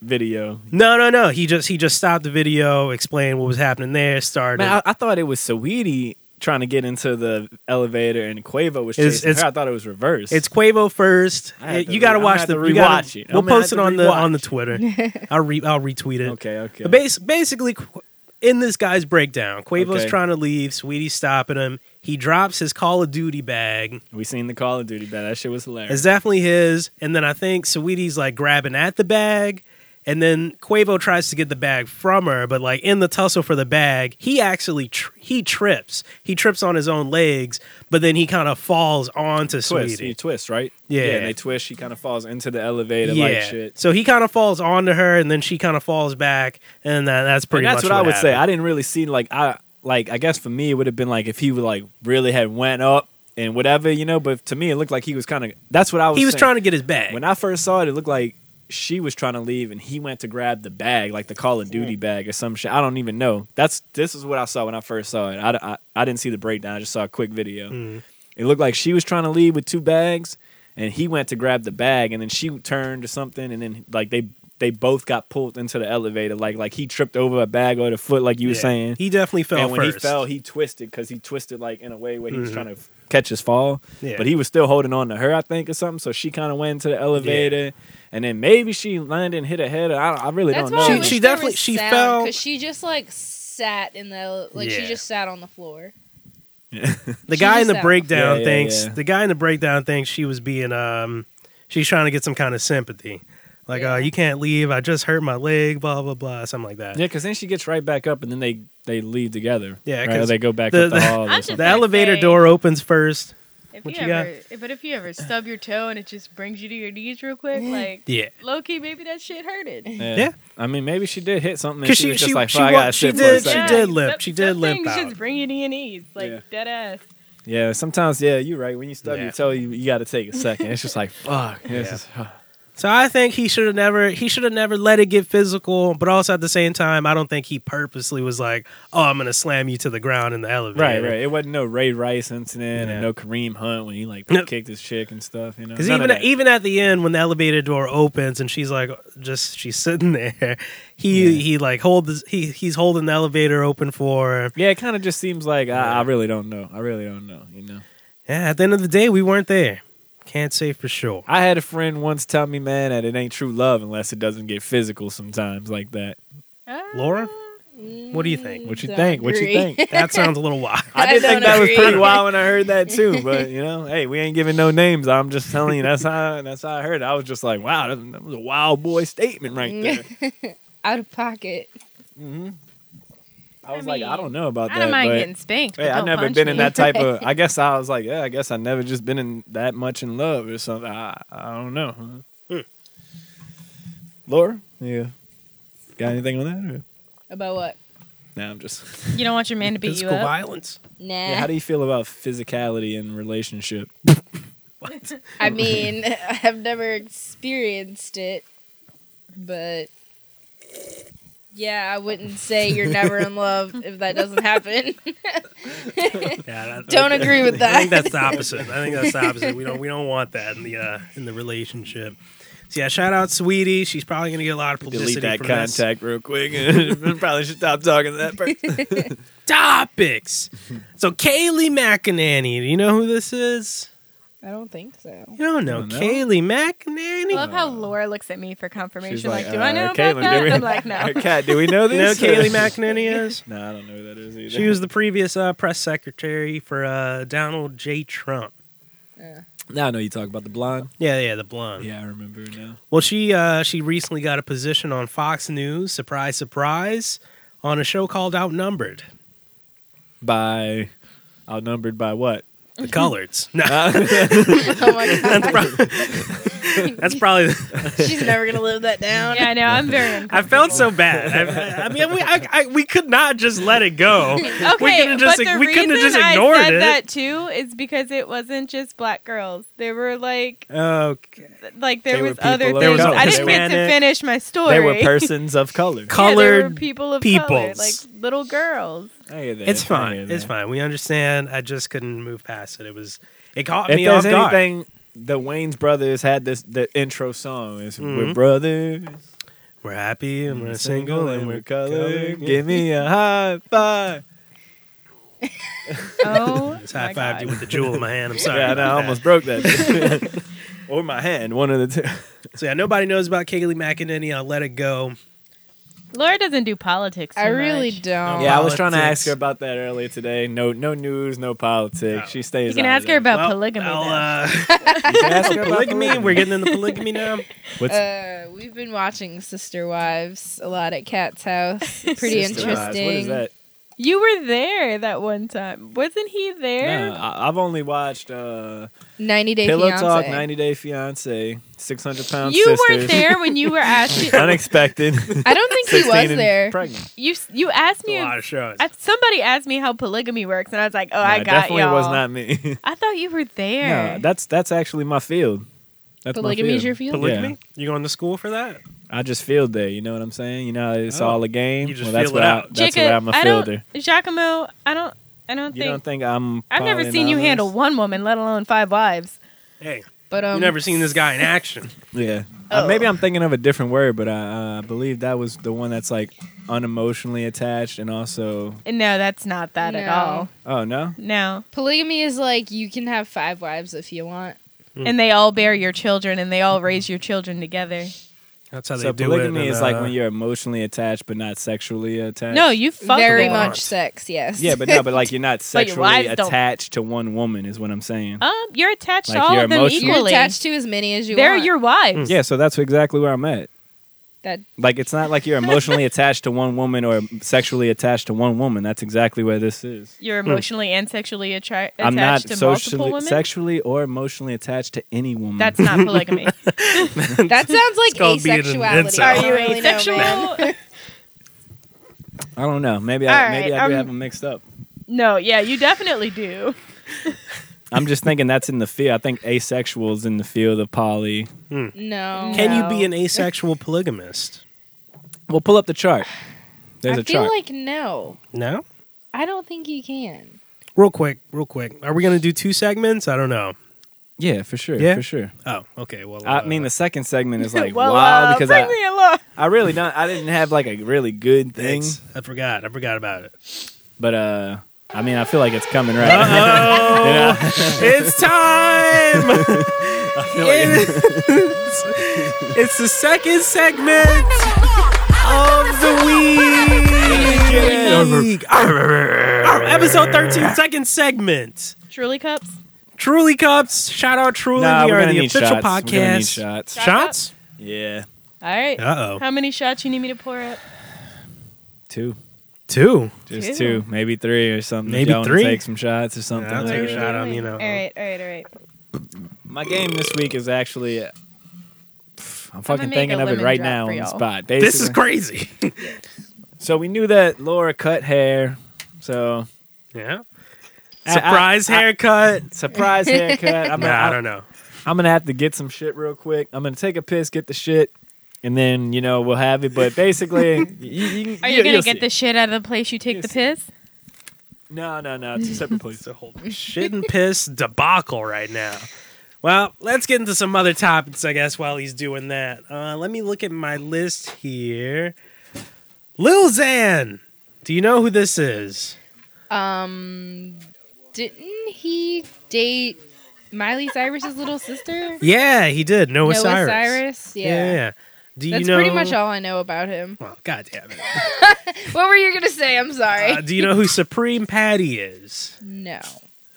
S3: pre-video.
S2: no, no, no. He just he just stopped the video, explained what was happening there, started.
S3: Man, I, I thought it was Saweetie trying to get into the elevator and Quavo was
S2: It's-
S3: chasing
S2: it's-
S3: her. I thought it was reversed.
S2: It's Quavo first.
S3: I had to
S2: you got to
S3: re- I'm
S2: watch
S3: gonna
S2: the
S3: have to
S2: you gotta-
S3: rewatch it. I'm
S2: We'll
S3: gonna have
S2: post it
S3: to
S2: on the on
S3: rewatch.
S2: the Twitter. I'll re I'll retweet it.
S3: okay, okay.
S2: But bas- basically, Qu- in this guy's breakdown, Quavo's
S3: Okay.
S2: trying to leave. Sweetie's stopping him. He drops his Call of Duty bag.
S3: we seen the Call of Duty bag. That shit was hilarious.
S2: It's definitely his. And then I think Sweetie's like grabbing at the bag. And then Quavo tries to get the bag from her, but like in the tussle for the bag, he actually tr- he trips. He trips on his own legs, but then he kind of falls onto
S3: twist,
S2: Sweetie.
S3: you twist, right?
S2: Yeah.
S3: and they twist. She kind of falls into the elevator like shit.
S2: So he kind of falls onto her, and then she kind of falls back, and that, that's pretty.
S3: and that's
S2: much
S3: what, I would say.
S2: happened.
S3: I didn't really see like I like I guess for me it would have been like if he would like really had went up and whatever you know. But to me it looked like he was kind of. That's what I was.
S2: he was
S3: saying.
S2: trying to get his bag.
S3: When I first saw it, it looked like she was trying to leave and he went to grab the bag, like the Call of
S2: Mm.
S3: Duty bag or some shit. I don't even know. That's this is what I saw when I first saw it. I, I, I didn't see the breakdown. I just saw a quick video.
S2: Mm.
S3: It looked like she was trying to leave with two bags, and he went to grab the bag, and then she turned or something, and then like they they both got pulled into the elevator. Like like he tripped over a bag or the foot, like you were
S2: Yeah.
S3: saying.
S2: he definitely fell
S3: and when
S2: first. Mm-hmm.
S3: he fell, he twisted because he twisted like in a way where he was trying to f- catch his fall.
S2: Yeah.
S3: But he was still holding on to her, I think, or something. So she kind of went into the elevator, and then maybe she landed and hit her head. I, I really
S5: That's
S3: don't
S5: why
S2: She-
S5: I
S3: know.
S5: wish
S2: she
S5: there
S2: definitely-
S5: was
S2: she
S5: sound,
S2: fell-
S5: 'cause she just like sat in the like she
S2: Yeah.
S5: just sat on the floor.
S2: the
S5: she
S2: guy in
S5: just
S2: the
S5: fell.
S2: breakdown
S3: Yeah, yeah,
S2: thinks
S3: yeah.
S2: the guy in the breakdown thinks she was being um she's trying to get some kind of sympathy, like
S5: Yeah.
S2: oh you can't leave, I just hurt my leg, blah blah blah, something like that.
S3: yeah, because then she gets right back up, and then they they leave together.
S2: Yeah,
S3: right? Or
S2: 'cause
S3: they go back
S2: the-
S3: up the,
S2: the-
S3: hall. or
S4: I'm
S3: something.
S2: The
S4: Like
S2: elevator
S4: they-
S2: door opens first.
S4: If
S2: What
S4: you,
S2: you got?
S4: ever, but if you ever stub your toe and it just brings you to your knees real quick, like
S2: Yeah.
S4: low key, maybe that shit hurted.
S3: Yeah.
S2: Yeah.
S3: I mean, maybe she did hit something. And
S2: 'Cause
S3: she,
S2: she-
S3: was just
S2: she-
S3: like,
S2: she
S3: "Fuck, I
S2: wa-
S3: gotta
S2: she
S3: shit for a
S2: did- she
S3: second."
S2: did limp. She
S4: some-
S2: did
S4: some
S2: limp
S4: things
S2: out.
S4: Just bring you to your knees, like
S3: Yeah.
S4: dead ass.
S3: Yeah, sometimes. Yeah, you're right. When you stub
S2: Yeah.
S3: your toe, you, you got to take a second. It's just like, fuck. It's
S2: Yeah.
S3: just-
S2: So I think he should have never he should have never let it get physical, but also at the same time, I don't think he purposely was like, "Oh, I'm gonna slam you to the ground in the elevator."
S3: Right, right. It wasn't no Ray Rice incident
S2: Yeah.
S3: and no Kareem Hunt when he like
S2: No.
S3: kicked his chick and stuff. You know,
S2: Because
S3: None
S2: even
S3: of that.
S2: even at the e- end, when the elevator door opens and she's like, just she's sitting there, he
S3: Yeah.
S2: he like hold this, he he's holding the elevator open for her.
S3: yeah, it kind of just seems like I, I really don't know. I really don't know. You know,
S2: Yeah, at the end of the day, we weren't there. Can't say for sure.
S3: I had a friend once tell me, man, that it ain't true love unless it doesn't get physical sometimes like that.
S2: Laura?
S4: Ah.
S2: What do you think?
S3: What you
S5: Don't
S3: think? What you
S5: agree.
S3: think?
S2: That sounds a little wild.
S3: I
S5: I
S3: did think
S5: don't
S3: that was
S5: agree.
S3: pretty wild when I heard that too, but you know, hey, we ain't giving no names. I'm just telling you that's how that's how I heard. It. I was just like, wow, that, that was a wild boy statement right there.
S5: Out of pocket.
S3: hmm I
S4: I
S3: was like, I
S4: mean,
S3: don't know about
S4: I
S3: that.
S4: don't mind
S3: but-
S4: getting spanked. But
S3: Hey, I've
S4: don't
S3: never
S4: punch
S3: been
S4: me.
S3: in that type of. I guess I was like, yeah, I guess I never just been in that much in love or something. I, I don't know. huh? Hmm. Laura, yeah, got anything on that? Or?
S5: About what?
S3: Nah, I'm just.
S4: You don't want your man to beat you
S2: Physical
S4: up.
S2: violence.
S5: Nah.
S4: Eh.
S3: Yeah, how do you feel about physicality in relationship?
S5: I mean, I've never experienced it, but yeah, I wouldn't say you're never in love if that doesn't happen.
S2: Yeah, that-
S5: Don't agree with
S2: I think
S5: that.
S2: that's the opposite. I think that's the opposite. We don't we don't want that in the uh, in the relationship. So yeah, shout out Sweetie. She's probably gonna get a lot of publicity
S3: Delete that
S2: from this.
S3: contact real quick. Probably should stop talking to that person.
S2: Topics. So Kaylee McEnany, do you know who this is?
S5: I don't think so.
S2: You don't know,
S3: don't know?
S2: Kaylee
S4: I
S2: McEnany.
S4: love how Laura looks at me for
S3: Uh, She's
S4: confirmation.
S3: like,
S4: Like, do I
S3: uh,
S4: know about
S3: Caitlin, do
S4: that?
S3: we-
S4: I'm like, no.
S3: Our Cat, do we know
S2: you know who
S3: this?
S2: Kaylee McEnany is?
S3: No, I don't know who that is either.
S2: She was the previous uh, press secretary for uh, Donald J. Trump.
S5: Uh,
S3: Now I know you talk about the blonde.
S2: Yeah, yeah, the blonde.
S3: Yeah, I remember her now.
S2: Well, she uh, she recently got a position on Fox News. Surprise, surprise, on a show called Outnumbered.
S3: By outnumbered by what?
S2: The Coloreds. No,
S3: Uh,
S5: oh my god.
S2: That's probably.
S5: She's never gonna live that down.
S4: Yeah, I know. I'm very
S2: I
S4: uncomfortable.
S2: felt so bad. I, I mean, we I, I, we could not just let it go.
S4: Okay,
S2: we couldn't just
S4: but the
S2: we couldn't have
S4: reason
S2: just
S4: I
S2: ignored
S4: said
S2: it.
S4: that too is because it wasn't just black girls. There were like
S2: Okay.
S4: th- like there
S3: They were
S4: was other
S3: people
S4: things.
S3: of
S2: color.
S4: I didn't get to
S2: Hispanic.
S4: finish my story.
S3: They were persons of color.
S4: Yeah, there were
S2: Colored
S4: people of color,
S2: peoples.
S4: like little girls.
S3: I hear that.
S2: It's
S3: I
S2: fine.
S3: hear
S2: It's
S3: that.
S2: fine. We understand. I just couldn't move past it. It was it caught
S3: If
S2: me
S3: there's
S2: off guard.
S3: anything, the Wayne's brothers had this the intro song. It's
S2: Mhm.
S3: We're brothers,
S2: We're happy and
S3: Mm,
S2: we're single and we're colored.
S3: Give me a high five.
S4: Oh,
S2: Just
S4: my
S2: high fived you
S4: God.
S2: with the jewel in my hand. I'm sorry.
S3: yeah, I
S2: about
S3: know, I
S2: that.
S3: almost broke that. or my hand, one of the two.
S2: So yeah, nobody knows about Kaylee McEnany. I'll let it go.
S4: Laura doesn't do politics. too
S5: I really
S4: much.
S5: don't.
S3: Yeah, I was trying to
S2: Politics.
S3: ask her about that earlier today. No, no news, no politics.
S2: No.
S3: She stays.
S4: You can
S3: out of
S4: ask her
S3: that.
S4: about
S2: Well,
S4: polygamy.
S2: I'll, uh,
S4: though.
S3: You can ask her about
S2: polygamy. We're getting into polygamy now.
S3: What's
S5: Uh, we've been watching Sister Wives a lot at Cat's house. Pretty
S3: Sister
S5: interesting.
S3: Wives? What is that?
S4: you were there that one time, wasn't he there?
S3: No, I, I've only watched uh,
S5: Ninety Day
S3: Pillow
S5: Fiance.
S3: Talk, 90 Day Fiance, 600 Pound
S4: you
S3: Sisters.
S4: were there when you were asking.
S3: Unexpected.
S5: I don't think
S3: 16
S5: he was
S3: and
S5: there.
S3: Pregnant.
S4: you you asked
S2: A
S4: me.
S2: lot of shows.
S4: I- somebody asked me how polygamy works, and I was like, "Oh,
S3: Nah,
S4: I got
S3: definitely
S4: y'all."
S3: was not me.
S4: I thought you were there.
S3: no, that's that's actually my field. That's my
S5: Polygamy's
S3: field.
S5: your field.
S2: Polygamy? You going to school for that?
S3: I just field day. You know what I'm saying? You know, it's
S2: Oh.
S3: all a game.
S2: You just
S3: well, that's
S2: feel
S3: what
S2: it
S3: I,
S2: out.
S3: That's
S4: Jacob,
S3: what I'm a
S4: I don't-
S3: fielder.
S4: Giacomo, I don't, I don't
S3: You
S4: think
S3: don't think I'm?
S4: I've never seen you
S3: polyamorous?
S4: handle one woman, let alone five wives.
S2: Hey,
S5: But um,
S2: you never seen this guy in action.
S3: Yeah. Uh,
S5: Oh.
S3: maybe I'm thinking of a different word, but I uh, believe that was the one that's like unemotionally attached and also.
S4: No, that's not that at
S5: No.
S4: all.
S3: Oh no.
S4: No,
S5: polygamy is like you can have five wives if you want.
S3: Hmm.
S4: and they all bear your children, and they all raise your children together.
S2: That's how
S3: So
S2: they do
S3: polygamy
S2: it. uh,
S3: is like when you're emotionally attached but not sexually attached.
S4: No, you fuck
S5: Very
S4: them.
S2: lot.
S5: much sex, yes.
S3: Yeah, but no, but like you're not
S4: But your
S3: sexually
S4: wives don't-
S3: attached to one woman is what I'm saying.
S4: Um, you're attached
S3: Like,
S4: to all
S3: you're
S4: of them
S3: emotional-
S5: you're
S4: equally.
S5: attached to as many as you
S4: They're
S5: want.
S4: your wives.
S3: Yeah, so that's exactly where I'm at.
S5: that
S3: Like it's not like you're emotionally attached to one woman or sexually attached to one woman. That's exactly where this is.
S4: You're emotionally and sexually attra- attached
S3: Hmm. I'm not
S4: to
S3: socially,
S4: multiple women.
S3: sexually or emotionally attached to any woman.
S4: That's not polygamy.
S5: that sounds like
S2: called being an
S5: asexuality.
S2: incel.
S5: I
S4: Are
S5: don't
S4: you
S5: really know,
S4: asexual?
S5: man.
S3: I don't know. Maybe
S4: All
S3: I maybe
S4: right,
S3: I do
S4: um,
S3: have them mixed up.
S4: no, yeah, you definitely do.
S3: I'm just thinking that's in the field. I think asexuals in the field of poly.
S5: No.
S2: Can you
S4: No.
S2: be an asexual polygamist?
S3: Well, pull up the chart. There's
S5: I
S3: a
S5: feel
S3: chart.
S5: like no.
S2: No?
S5: I don't think you can.
S2: Real quick, real quick. Are we going to do two segments? I don't know.
S3: yeah, for sure.
S2: Yeah?
S3: for sure.
S2: Oh, okay. Well,
S3: I
S2: uh,
S3: mean, the second segment is like
S4: well,
S3: wow
S4: uh,
S3: because
S4: bring
S3: I,
S4: me along.
S3: I really don't. I didn't have like a really good thing,
S2: thanks. I forgot. I forgot about it.
S3: but uh, I mean, I feel like it's coming right. now.
S2: Oh,
S3: You know?
S2: it's time. it's, it's the second segment of the week. Arr, episode 13, second segment.
S4: Truly cups.
S2: Truly Cups. Shout out Truly.
S3: Nah,
S2: we
S3: we're
S2: are
S3: gonna
S2: the
S3: need
S2: official
S3: shots. We're gonna need
S2: podcast.
S3: shots.
S2: Shots?
S3: Yeah,
S4: All right.
S2: Uh oh.
S4: How many shots you need me to pour up?
S3: two,
S2: Two.
S3: just
S4: Two.
S3: two. maybe three or something.
S2: Maybe
S3: If y'all wanna
S2: three?
S3: Take some shots or something.
S2: I'll take a
S3: Uh,
S2: shot on, you know.
S4: All right, all right, all right.
S3: My game this week is actually. uh, Pff, I'm fucking
S4: make
S3: thinking
S4: a
S3: of it
S4: lemon
S3: right
S4: drop
S3: now
S4: for
S3: on the
S4: y'all.
S3: spot.
S2: This is
S3: Basically-
S2: crazy.
S3: So we knew that Laura cut hair. So
S2: yeah.
S3: I-
S2: Surprise
S3: I- I-
S2: haircut.
S3: surprise haircut. I'm,
S2: nah, I
S3: gonna,
S2: don't know.
S3: I'm gonna have to get some shit real quick. I'm gonna take a piss, get the shit, and then you know we'll have it. But basically, you, you,
S4: Are you, gonna get the shit out of the place you take
S3: You'll
S4: the
S3: see.
S4: piss?
S3: No, no, no. It's a separate place.
S2: It's a whole shit and piss debacle right now. Well, let's get into some other topics, I guess, while he's doing that. Uh, let me look at my list here. Lil Xan. Do you know who this is?
S5: Um didn't he date Miley Cyrus's little sister?
S2: Yeah, he did. Noah,
S5: Noah
S2: Cyrus.
S5: Yeah.
S2: Yeah. Do
S5: That's
S2: you know?
S5: pretty much all I know about him.
S2: Well, goddamn it.
S5: What were you gonna say? I'm sorry.
S2: Uh, do you know who Supreme Patty is?
S5: no.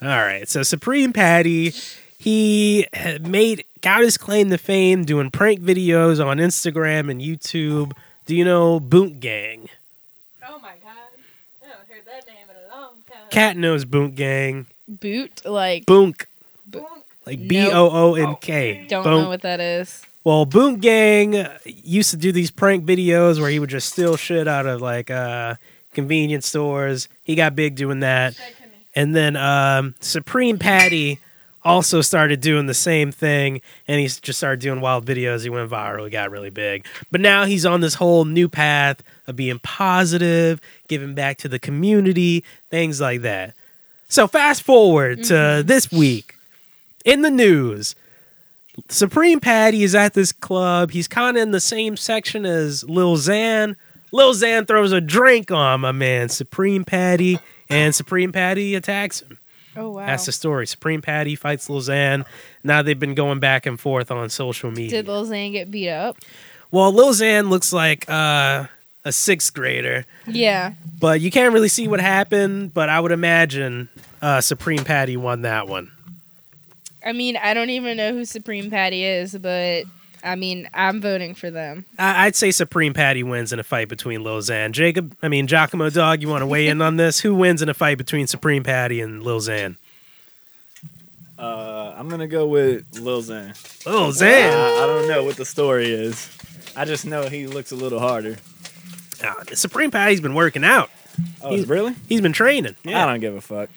S2: All right. So Supreme Patty, he had made got his claim to fame doing prank videos on Instagram and YouTube. Do you know Boot Gang?
S4: Oh my god. I haven't heard that name in a long time.
S2: Cat knows Boot Gang.
S5: Boot like
S2: Boonk. Like
S5: Nope.
S2: B O O N K.
S5: Oh, Don't know what that is.
S2: Well, Boom Gang used to do these prank videos where he would just steal shit out of like uh, convenience stores. He got big doing that. And then um, Supreme Patty also started doing the same thing and he just started doing wild videos. He went viral, he got really big. But now he's on this whole new path of being positive, giving back to the community, things like that. So fast forward to this week in the news. Supreme Patty is at this club. He's kind of in the same section as Lil Xan. Lil Xan throws a drink on my man, Supreme Patty, and Supreme Patty attacks him.
S5: Oh wow.
S2: That's the story. Supreme Patty fights Lil Xan. Now they've been going back and forth on social media.
S5: Did Lil Zane get beat up?
S2: well, Lil Xan looks like uh, a sixth grader,
S5: Yeah.
S2: but you can't really see what happened. But I would imagine uh, Supreme Patty won that one.
S5: I mean, I don't even know who Supreme Patty is, but I mean, I'm voting for them.
S2: I- I'd say Supreme Patty wins in a fight between Lil Xan. Jacob, I mean, Giacomo Dog, you want to weigh in on this? Who wins in a fight between Supreme Patty and Lil Xan?
S3: Uh, I'm gonna go with Lil Xan.
S2: Lil
S3: I,
S2: Xan!
S3: I don't know what the story is. I just know he looks a little harder.
S2: Ah, Supreme Patty's been working out.
S3: Oh,
S2: He's-
S3: really?
S2: He's been training.
S3: I
S2: Yeah,
S3: don't give a fuck.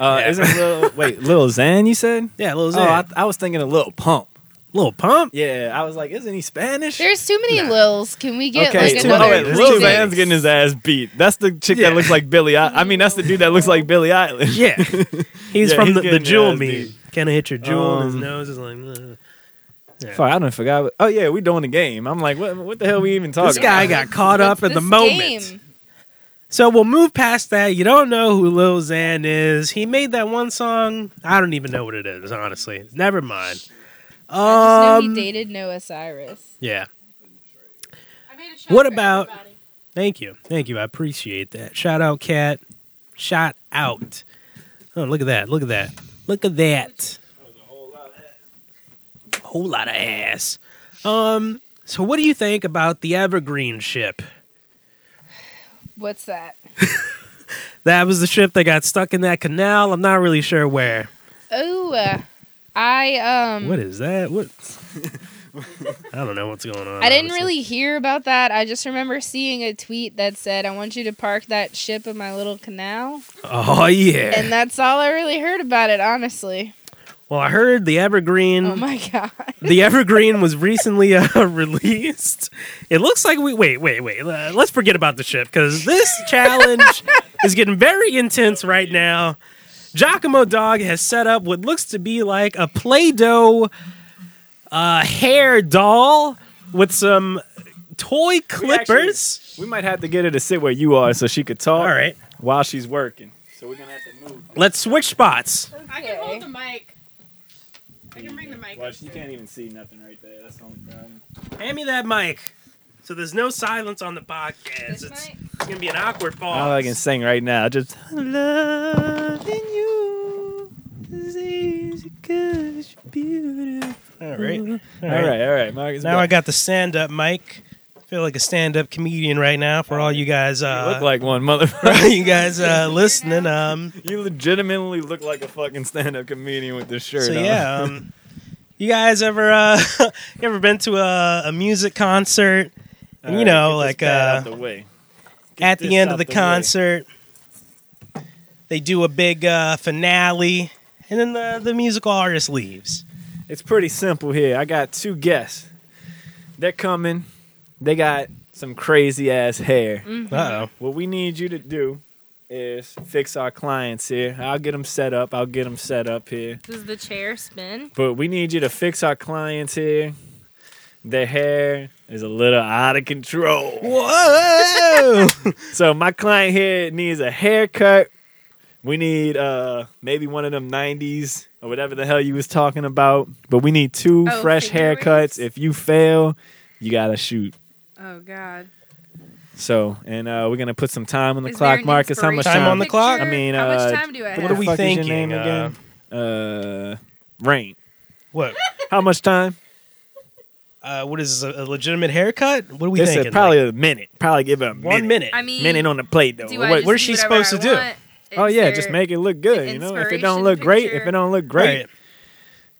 S3: Uh,
S2: Yeah.
S3: Isn't Lil wait Lil Xan? You said?
S2: yeah Lil
S3: Oh,
S2: Xan.
S3: I, I was thinking a little pump.
S2: Lil Pump?
S3: Yeah, I was like, isn't he Spanish?
S5: There's too many Lils. Can we get
S3: okay,
S5: like
S2: too many.
S5: another?
S3: oh,
S2: Oh,
S3: wait,
S2: there's
S3: Lil
S2: too many.
S3: Xan's getting his ass beat. That's the chick
S2: Yeah.
S3: that looks like Billy. I, I mean, that's the dude that looks like Billy Island.
S2: Yeah. He's
S3: Yeah,
S2: from
S3: he's
S2: the, the
S3: getting
S2: jewel
S3: ass
S2: meme.
S3: beat.
S2: Kind of hit your jewel, and his
S3: Um,
S2: nose is like. "Ugh." Yeah.
S3: Fuck, I don't forgot. what- Oh yeah, we doing the game. I'm like, what? What the hell? We even talking?
S2: This guy got caught up at the
S5: Oh, This
S2: moment.
S5: game.
S2: So we'll move past that. You don't know who Lil Xan is. He made that one song. I don't even know what it is, honestly. Never mind.
S5: I just
S2: Um,
S5: know he dated Noah Cyrus.
S2: Yeah. What about? Thank you, thank you. I appreciate that. Shout out, cat. Shout out. Oh, look at that! Look at that! Look at that! Whole lot of ass. Um. So, what do you think about the Evergreen ship?
S5: What's that?
S2: That was the ship that got stuck in that canal. I'm not really sure where.
S5: Oh, uh, I um,
S2: What is that? What? I don't know what's going on.
S5: I didn't
S2: honestly.
S5: really hear about that. I just remember seeing a tweet that said, "I want you to park that ship in my little canal,"
S2: Oh yeah.
S5: and that's all I really heard about it. Honestly,
S2: well, I heard the Evergreen.
S5: oh my god.
S2: the Evergreen was recently uh, released. It looks like we wait, wait, wait. Uh, let's forget about the ship because this challenge is getting very intense right now. Giacomo Dog has set up what looks to be like a Play-Doh uh, hair doll with some toy clippers.
S3: We might have to get her to sit where you are so she could talk
S2: All right,
S3: while she's working. So we're gonna have to move.
S2: let's switch spots.
S4: I can hold the mic. I can bring the mic.
S3: Watch, you can't even see nothing right there. That's the only problem.
S2: Hand me that mic. So there's no silence on the podcast. It's, it's gonna be an awkward pause.
S3: All I can sing right now, just loving you. is easy 'cause you're beautiful.
S2: All right.
S3: All right, all right, Marcus.
S2: Now I
S3: back.
S2: got the stand up mic. I feel like a stand up comedian right now for all you guys
S3: You
S2: uh
S3: look like one, motherfucker.
S2: you guys uh listening. Um
S3: you legitimately look like a fucking stand-up comedian with this shirt.
S2: so
S3: on.
S2: yeah, um you guys ever uh you ever been to a, a music concert
S3: All
S2: you
S3: right,
S2: know,
S3: get this
S2: like,
S3: pad out
S2: uh,
S3: the way.
S2: at
S3: this
S2: the end of
S3: out
S2: the,
S3: the way.
S2: concert they do a big uh finale and then the, the musical artist leaves.
S3: It's pretty simple here. I got two guests. They're coming. They got some crazy ass hair.
S4: Mm-hmm.
S2: Uh oh.
S3: What we need you to do is fix our clients here. I'll get them set up. I'll get them set up here.
S4: Does the chair spin?
S3: But we need you to fix our clients here. Their hair is a little out of control.
S2: Whoa!
S3: So my client here needs a haircut. We need uh maybe one of them 90s or whatever the hell you was talking about. But we need two
S4: Oh,
S3: fresh
S4: finger
S3: haircuts.
S4: waves?
S3: If you fail, you got to shoot.
S4: Oh God.
S3: So, and uh, we're gonna put some time on the
S4: Is there
S3: clock,
S4: an
S3: Marcus. How much
S4: inspiration
S3: time?
S2: on the clock?
S4: picture?
S3: I mean,
S4: how
S3: uh,
S4: much time do I
S2: what
S4: have?
S2: are we
S3: fuck is your
S2: thinking?
S3: name
S2: Uh,
S3: again? Uh, Rain.
S2: what
S3: How much time?
S2: uh, what is this, a, a legitimate haircut? What are we
S3: They
S2: thinking?
S3: said probably a minute. Probably give it a
S2: Like, one minute.
S4: I mean,
S3: minute on the plate though.
S4: do
S3: What-
S4: I just
S2: what is she
S4: do whatever
S2: supposed
S4: I
S2: to do?
S4: want?
S3: oh
S4: Is
S3: yeah,
S4: there-
S3: just make it look good.
S4: an
S3: You know, if it
S4: inspiration
S3: don't look great,
S4: picture?
S3: if it don't look great,
S2: Right.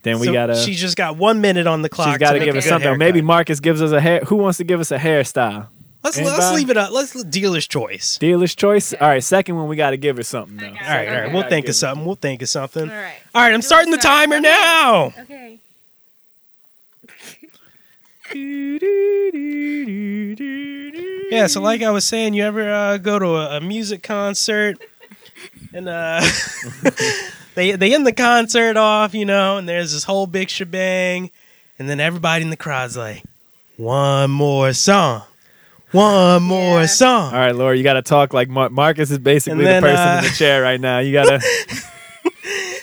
S3: Then we
S2: So
S3: gotta.
S2: She just got one minute on the clock.
S3: she's got to
S2: make
S3: give
S2: a
S3: us
S2: good
S3: something.
S2: haircut.
S3: Maybe Marcus gives us a hair. Who wants to give us a hairstyle?
S2: let's let's
S3: anybody?
S2: leave it up. Let's dealer's choice.
S3: Dealer's choice. All right, second one we got to give her something though.
S2: All right, all right. We'll think of something. We'll think of something. All
S1: right.
S2: right, I'm starting the timer now.
S1: Okay.
S2: Yeah, so like I was saying, you ever uh, go to a, a music concert and uh, they they end the concert off, you know, and there's this whole big shebang, and then everybody in the crowd's like, "One more song, one more
S1: Yeah.
S2: song."
S3: All right, Laura, you got to talk like Mar- Marcus is basically
S2: And then,
S3: the person
S2: uh,
S3: in the chair right now. You gotta,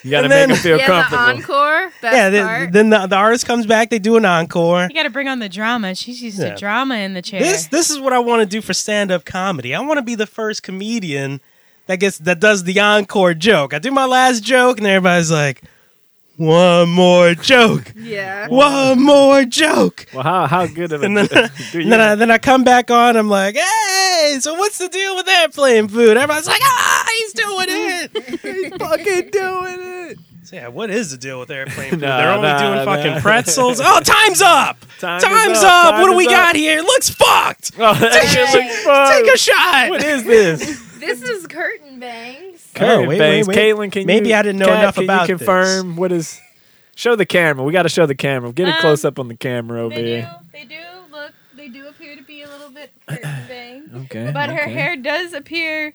S3: you gotta
S2: And
S3: make
S2: then-
S3: him feel
S1: Yeah, the
S3: comfortable.
S1: encore. Best
S2: Yeah, then,
S1: part.
S2: then the, the artist comes back, they do an encore.
S4: You got to bring on the drama. She's used
S2: Yeah.
S4: to drama in the chair.
S2: This this is what I want to do for stand up comedy. I want to be the first comedian that gets that does the encore joke. I do my last joke, and everybody's like, "One more joke,
S1: yeah.
S2: one more joke."
S3: Well, how how good of a
S2: And then-
S3: do you?
S2: And then I, then I come back on. I'm like, "Hey, so what's the deal with airplane food?" Everybody's like, "Ah, he's doing it."
S3: he's fucking doing it.
S2: so yeah, what is the deal with airplane food?
S3: Nah,
S2: They're only
S3: nah,
S2: doing
S3: nah.
S2: fucking pretzels. Oh, time's up.
S3: Time
S2: Time's,
S3: is up,
S2: up.
S3: time
S2: what do
S3: is
S2: we
S3: up.
S2: got here? It looks fucked.
S3: Oh, that shit
S1: Hey.
S3: looks fun.
S2: Take a shot.
S3: What is this?
S1: This is curtain bangs.
S2: Oh,
S3: Curtain
S2: wait,
S3: bangs.
S2: wait, wait.
S3: Caitlin, can
S2: Maybe
S3: you,
S2: I didn't know
S3: Kat,
S2: enough
S3: can
S2: about
S3: you confirm what is? Show the camera. We got to show the camera. Get a
S1: Um,
S3: close up on the camera over
S1: They do.
S3: here.
S1: They do look. They do appear to be a little bit curtain bang.
S3: Okay.
S4: but her hair does appear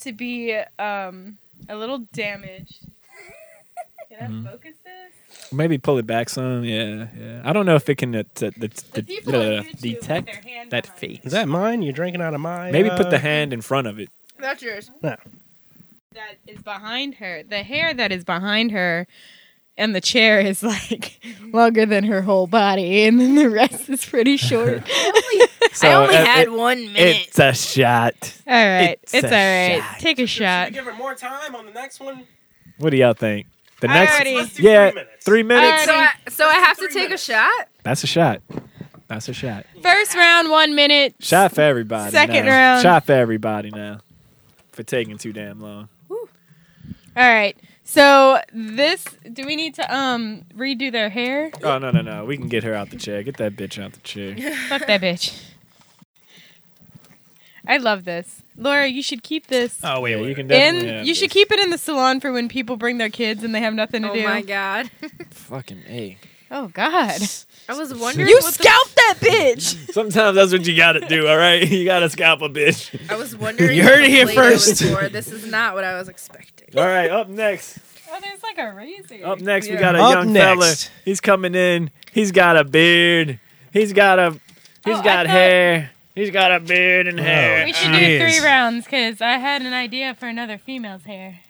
S4: to be um, a little damaged. Can I focus this?
S3: Maybe pull it back some. Yeah, yeah. I don't know if it can uh, t- the- the-
S1: people on
S3: uh,
S1: YouTube with
S3: detect
S4: their hand
S3: that
S4: behind
S3: face.
S2: Is that mine? You're drinking out of mine.
S3: Maybe
S2: uh,
S3: put the hand in front of it.
S1: That's yours.
S4: That is behind her. The hair that is behind her and the chair is like longer than her whole body, and then the rest is pretty short.
S3: So
S1: I only
S3: uh,
S1: had
S3: it-
S1: one minute.
S3: It's a shot.
S4: all right,
S3: It's
S4: it's,
S3: a
S4: all right.
S3: shot.
S4: Take a shot.
S2: give her more time on the next one?
S3: What do y'all think? The
S4: I
S3: next,
S4: already- Let's
S2: do
S3: yeah,
S2: three minutes.
S3: three minutes.
S1: so, I, so I have to
S2: Three
S1: take
S2: minutes.
S1: a shot.
S3: That's a shot. That's a shot.
S4: First round, one minute.
S3: Shot for everybody.
S4: Second
S3: now.
S4: round.
S3: Shot for everybody now. For taking too damn long.
S4: All right. So this, do we need to um redo their hair?
S3: Oh no no no! We can get her out the chair. Get that bitch out the chair.
S4: Fuck that bitch. I love this, Laura. You should keep this.
S2: Oh wait,
S3: Yeah, you
S2: wait.
S3: can
S4: in
S3: definitely. have
S4: you should
S3: this.
S4: keep it in the salon for when people bring their kids and they have nothing to
S1: Oh
S4: do.
S1: my god.
S3: Fucking a.
S4: Oh god.
S1: I was wondering.
S4: You
S1: what
S4: scalped that bitch.
S3: Sometimes that's what you gotta do. All right, you gotta scalp a bitch.
S1: The, I was wondering.
S2: You heard
S1: what the
S2: it here
S1: plate I was
S2: first.
S1: for. This is not what I was expecting.
S3: All right, up next.
S4: Oh, there's like a razor.
S3: Up next, we
S1: Yeah.
S3: got a
S2: Up
S3: young
S2: next.
S3: fella. He's coming in. He's got a beard. He's got a. He's
S4: Oh, I
S3: got
S4: thought-
S3: hair. He's got a beard
S2: Oh.
S3: and hair.
S4: We
S2: Wait.
S4: should
S2: Jeez.
S4: do three rounds because I had an idea for another female's hair.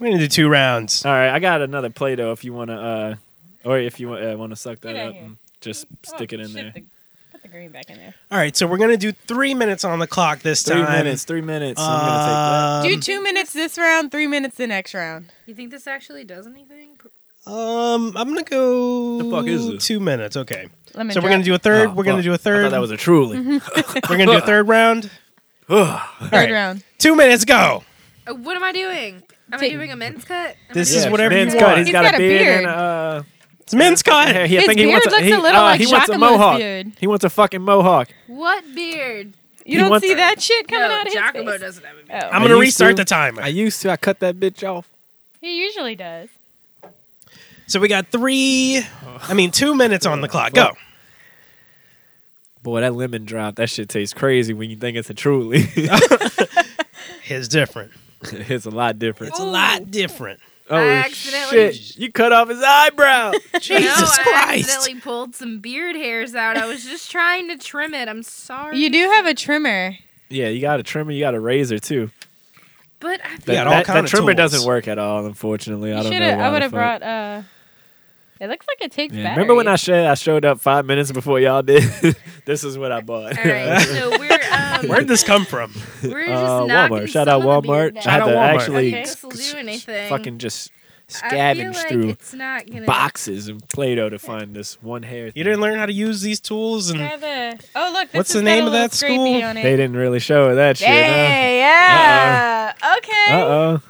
S2: We're gonna do two rounds.
S3: All right, I got another Play-Doh if you wanna, uh, or if you uh, wanna suck that
S4: Get out
S3: up
S4: here.
S3: and just
S4: Come
S3: stick
S4: on,
S3: it in
S4: Oh, shit,
S3: there.
S4: the- put the green back in there.
S2: All right, so we're gonna do three minutes on the clock this
S3: Three
S2: time.
S3: minutes. Three minutes.
S2: Um,
S3: I'm gonna
S4: do two minutes this round, three minutes the next round.
S1: You think this actually does anything?
S2: Um, I'm gonna go.
S3: The fuck is this?
S2: Two minutes. Okay.
S4: Let me
S2: So we're
S4: drop-
S2: gonna do a
S3: take
S2: third.
S3: that. Oh,
S2: we're gonna
S3: fuck.
S2: do
S3: I
S2: a
S3: thought
S2: third.
S3: that was a
S4: Mm-hmm.
S3: truly.
S2: we're gonna do a third round.
S4: third
S2: All right.
S4: round.
S2: Two minutes. Go.
S1: Uh, What am I doing? Am I
S4: Take-
S1: doing a men's cut? Am
S2: This
S1: I
S2: is
S1: doing-
S2: whatever you
S3: man's
S2: want.
S3: cut.
S4: He's
S3: got,
S4: got
S3: a
S4: a
S3: beard, and
S4: beard.
S3: a,
S2: It's men's cut.
S3: uh, he, I
S4: His
S3: think he wants
S4: beard looks
S3: he-
S4: a little
S3: uh,
S4: like
S3: he wants a
S4: Shakamo's
S3: mohawk.
S4: beard.
S3: He wants a fucking mohawk.
S1: What beard?
S4: You
S3: He
S4: don't
S3: wants
S4: see
S3: a-
S4: that shit coming
S1: no,
S4: out of his
S1: Giacomo
S4: face.
S1: doesn't have a beard.
S4: Oh.
S2: I'm gonna
S3: I used
S2: restart
S3: to.
S2: the timer.
S3: I used to. I cut that bitch off.
S4: He usually does.
S2: So we got three. I mean, two minutes on the clock. Go.
S3: Boy, that lemon drop. That shit tastes crazy when you think it's a truly.
S2: It's different.
S3: it's a lot different.
S2: It's a lot different.
S3: Oh
S1: I accidentally-
S3: shit! You cut off his eyebrow.
S1: no,
S2: Jesus
S1: I
S2: Christ.
S1: accidentally pulled some beard hairs out. I was just trying to trim it. I'm sorry.
S4: You do have a trimmer.
S3: yeah, you got a trimmer. You got a razor too.
S1: But I feel
S2: Yeah,
S3: That,
S2: got all
S3: that, that
S2: kinda
S3: trimmer
S2: tools.
S3: doesn't work at all. Unfortunately, I
S4: You
S3: don't
S4: should
S3: know.
S4: have.
S3: why
S4: I
S3: the
S4: would have
S3: fuck.
S4: brought. uh It looks like it takes.
S3: Yeah, Remember when I showed I showed up five minutes before y'all did? this is what I bought.
S1: All right, so we're um,
S2: Where'd this come from?
S1: we're just
S3: Uh,
S1: knocking
S3: Walmart.
S1: some
S3: Shout out
S1: of the beard
S3: Walmart. I
S1: down.
S3: had
S2: Shout out
S3: to
S2: Walmart.
S3: actually
S1: Okay. This'll do anything.
S3: fucking just
S1: I feel
S3: scavenge
S1: like
S3: through
S1: It's not gonna.
S3: boxes of Play-Doh to find this one hair.
S2: You
S3: thing.
S2: didn't learn how to use these tools and
S4: oh look! This
S2: What's
S4: has
S2: the
S4: got
S2: name
S4: a
S2: of that
S4: little scrapey
S2: school?
S4: On it.
S3: They didn't really show her that shit.
S4: Hey, yeah. Okay.
S3: Uh oh.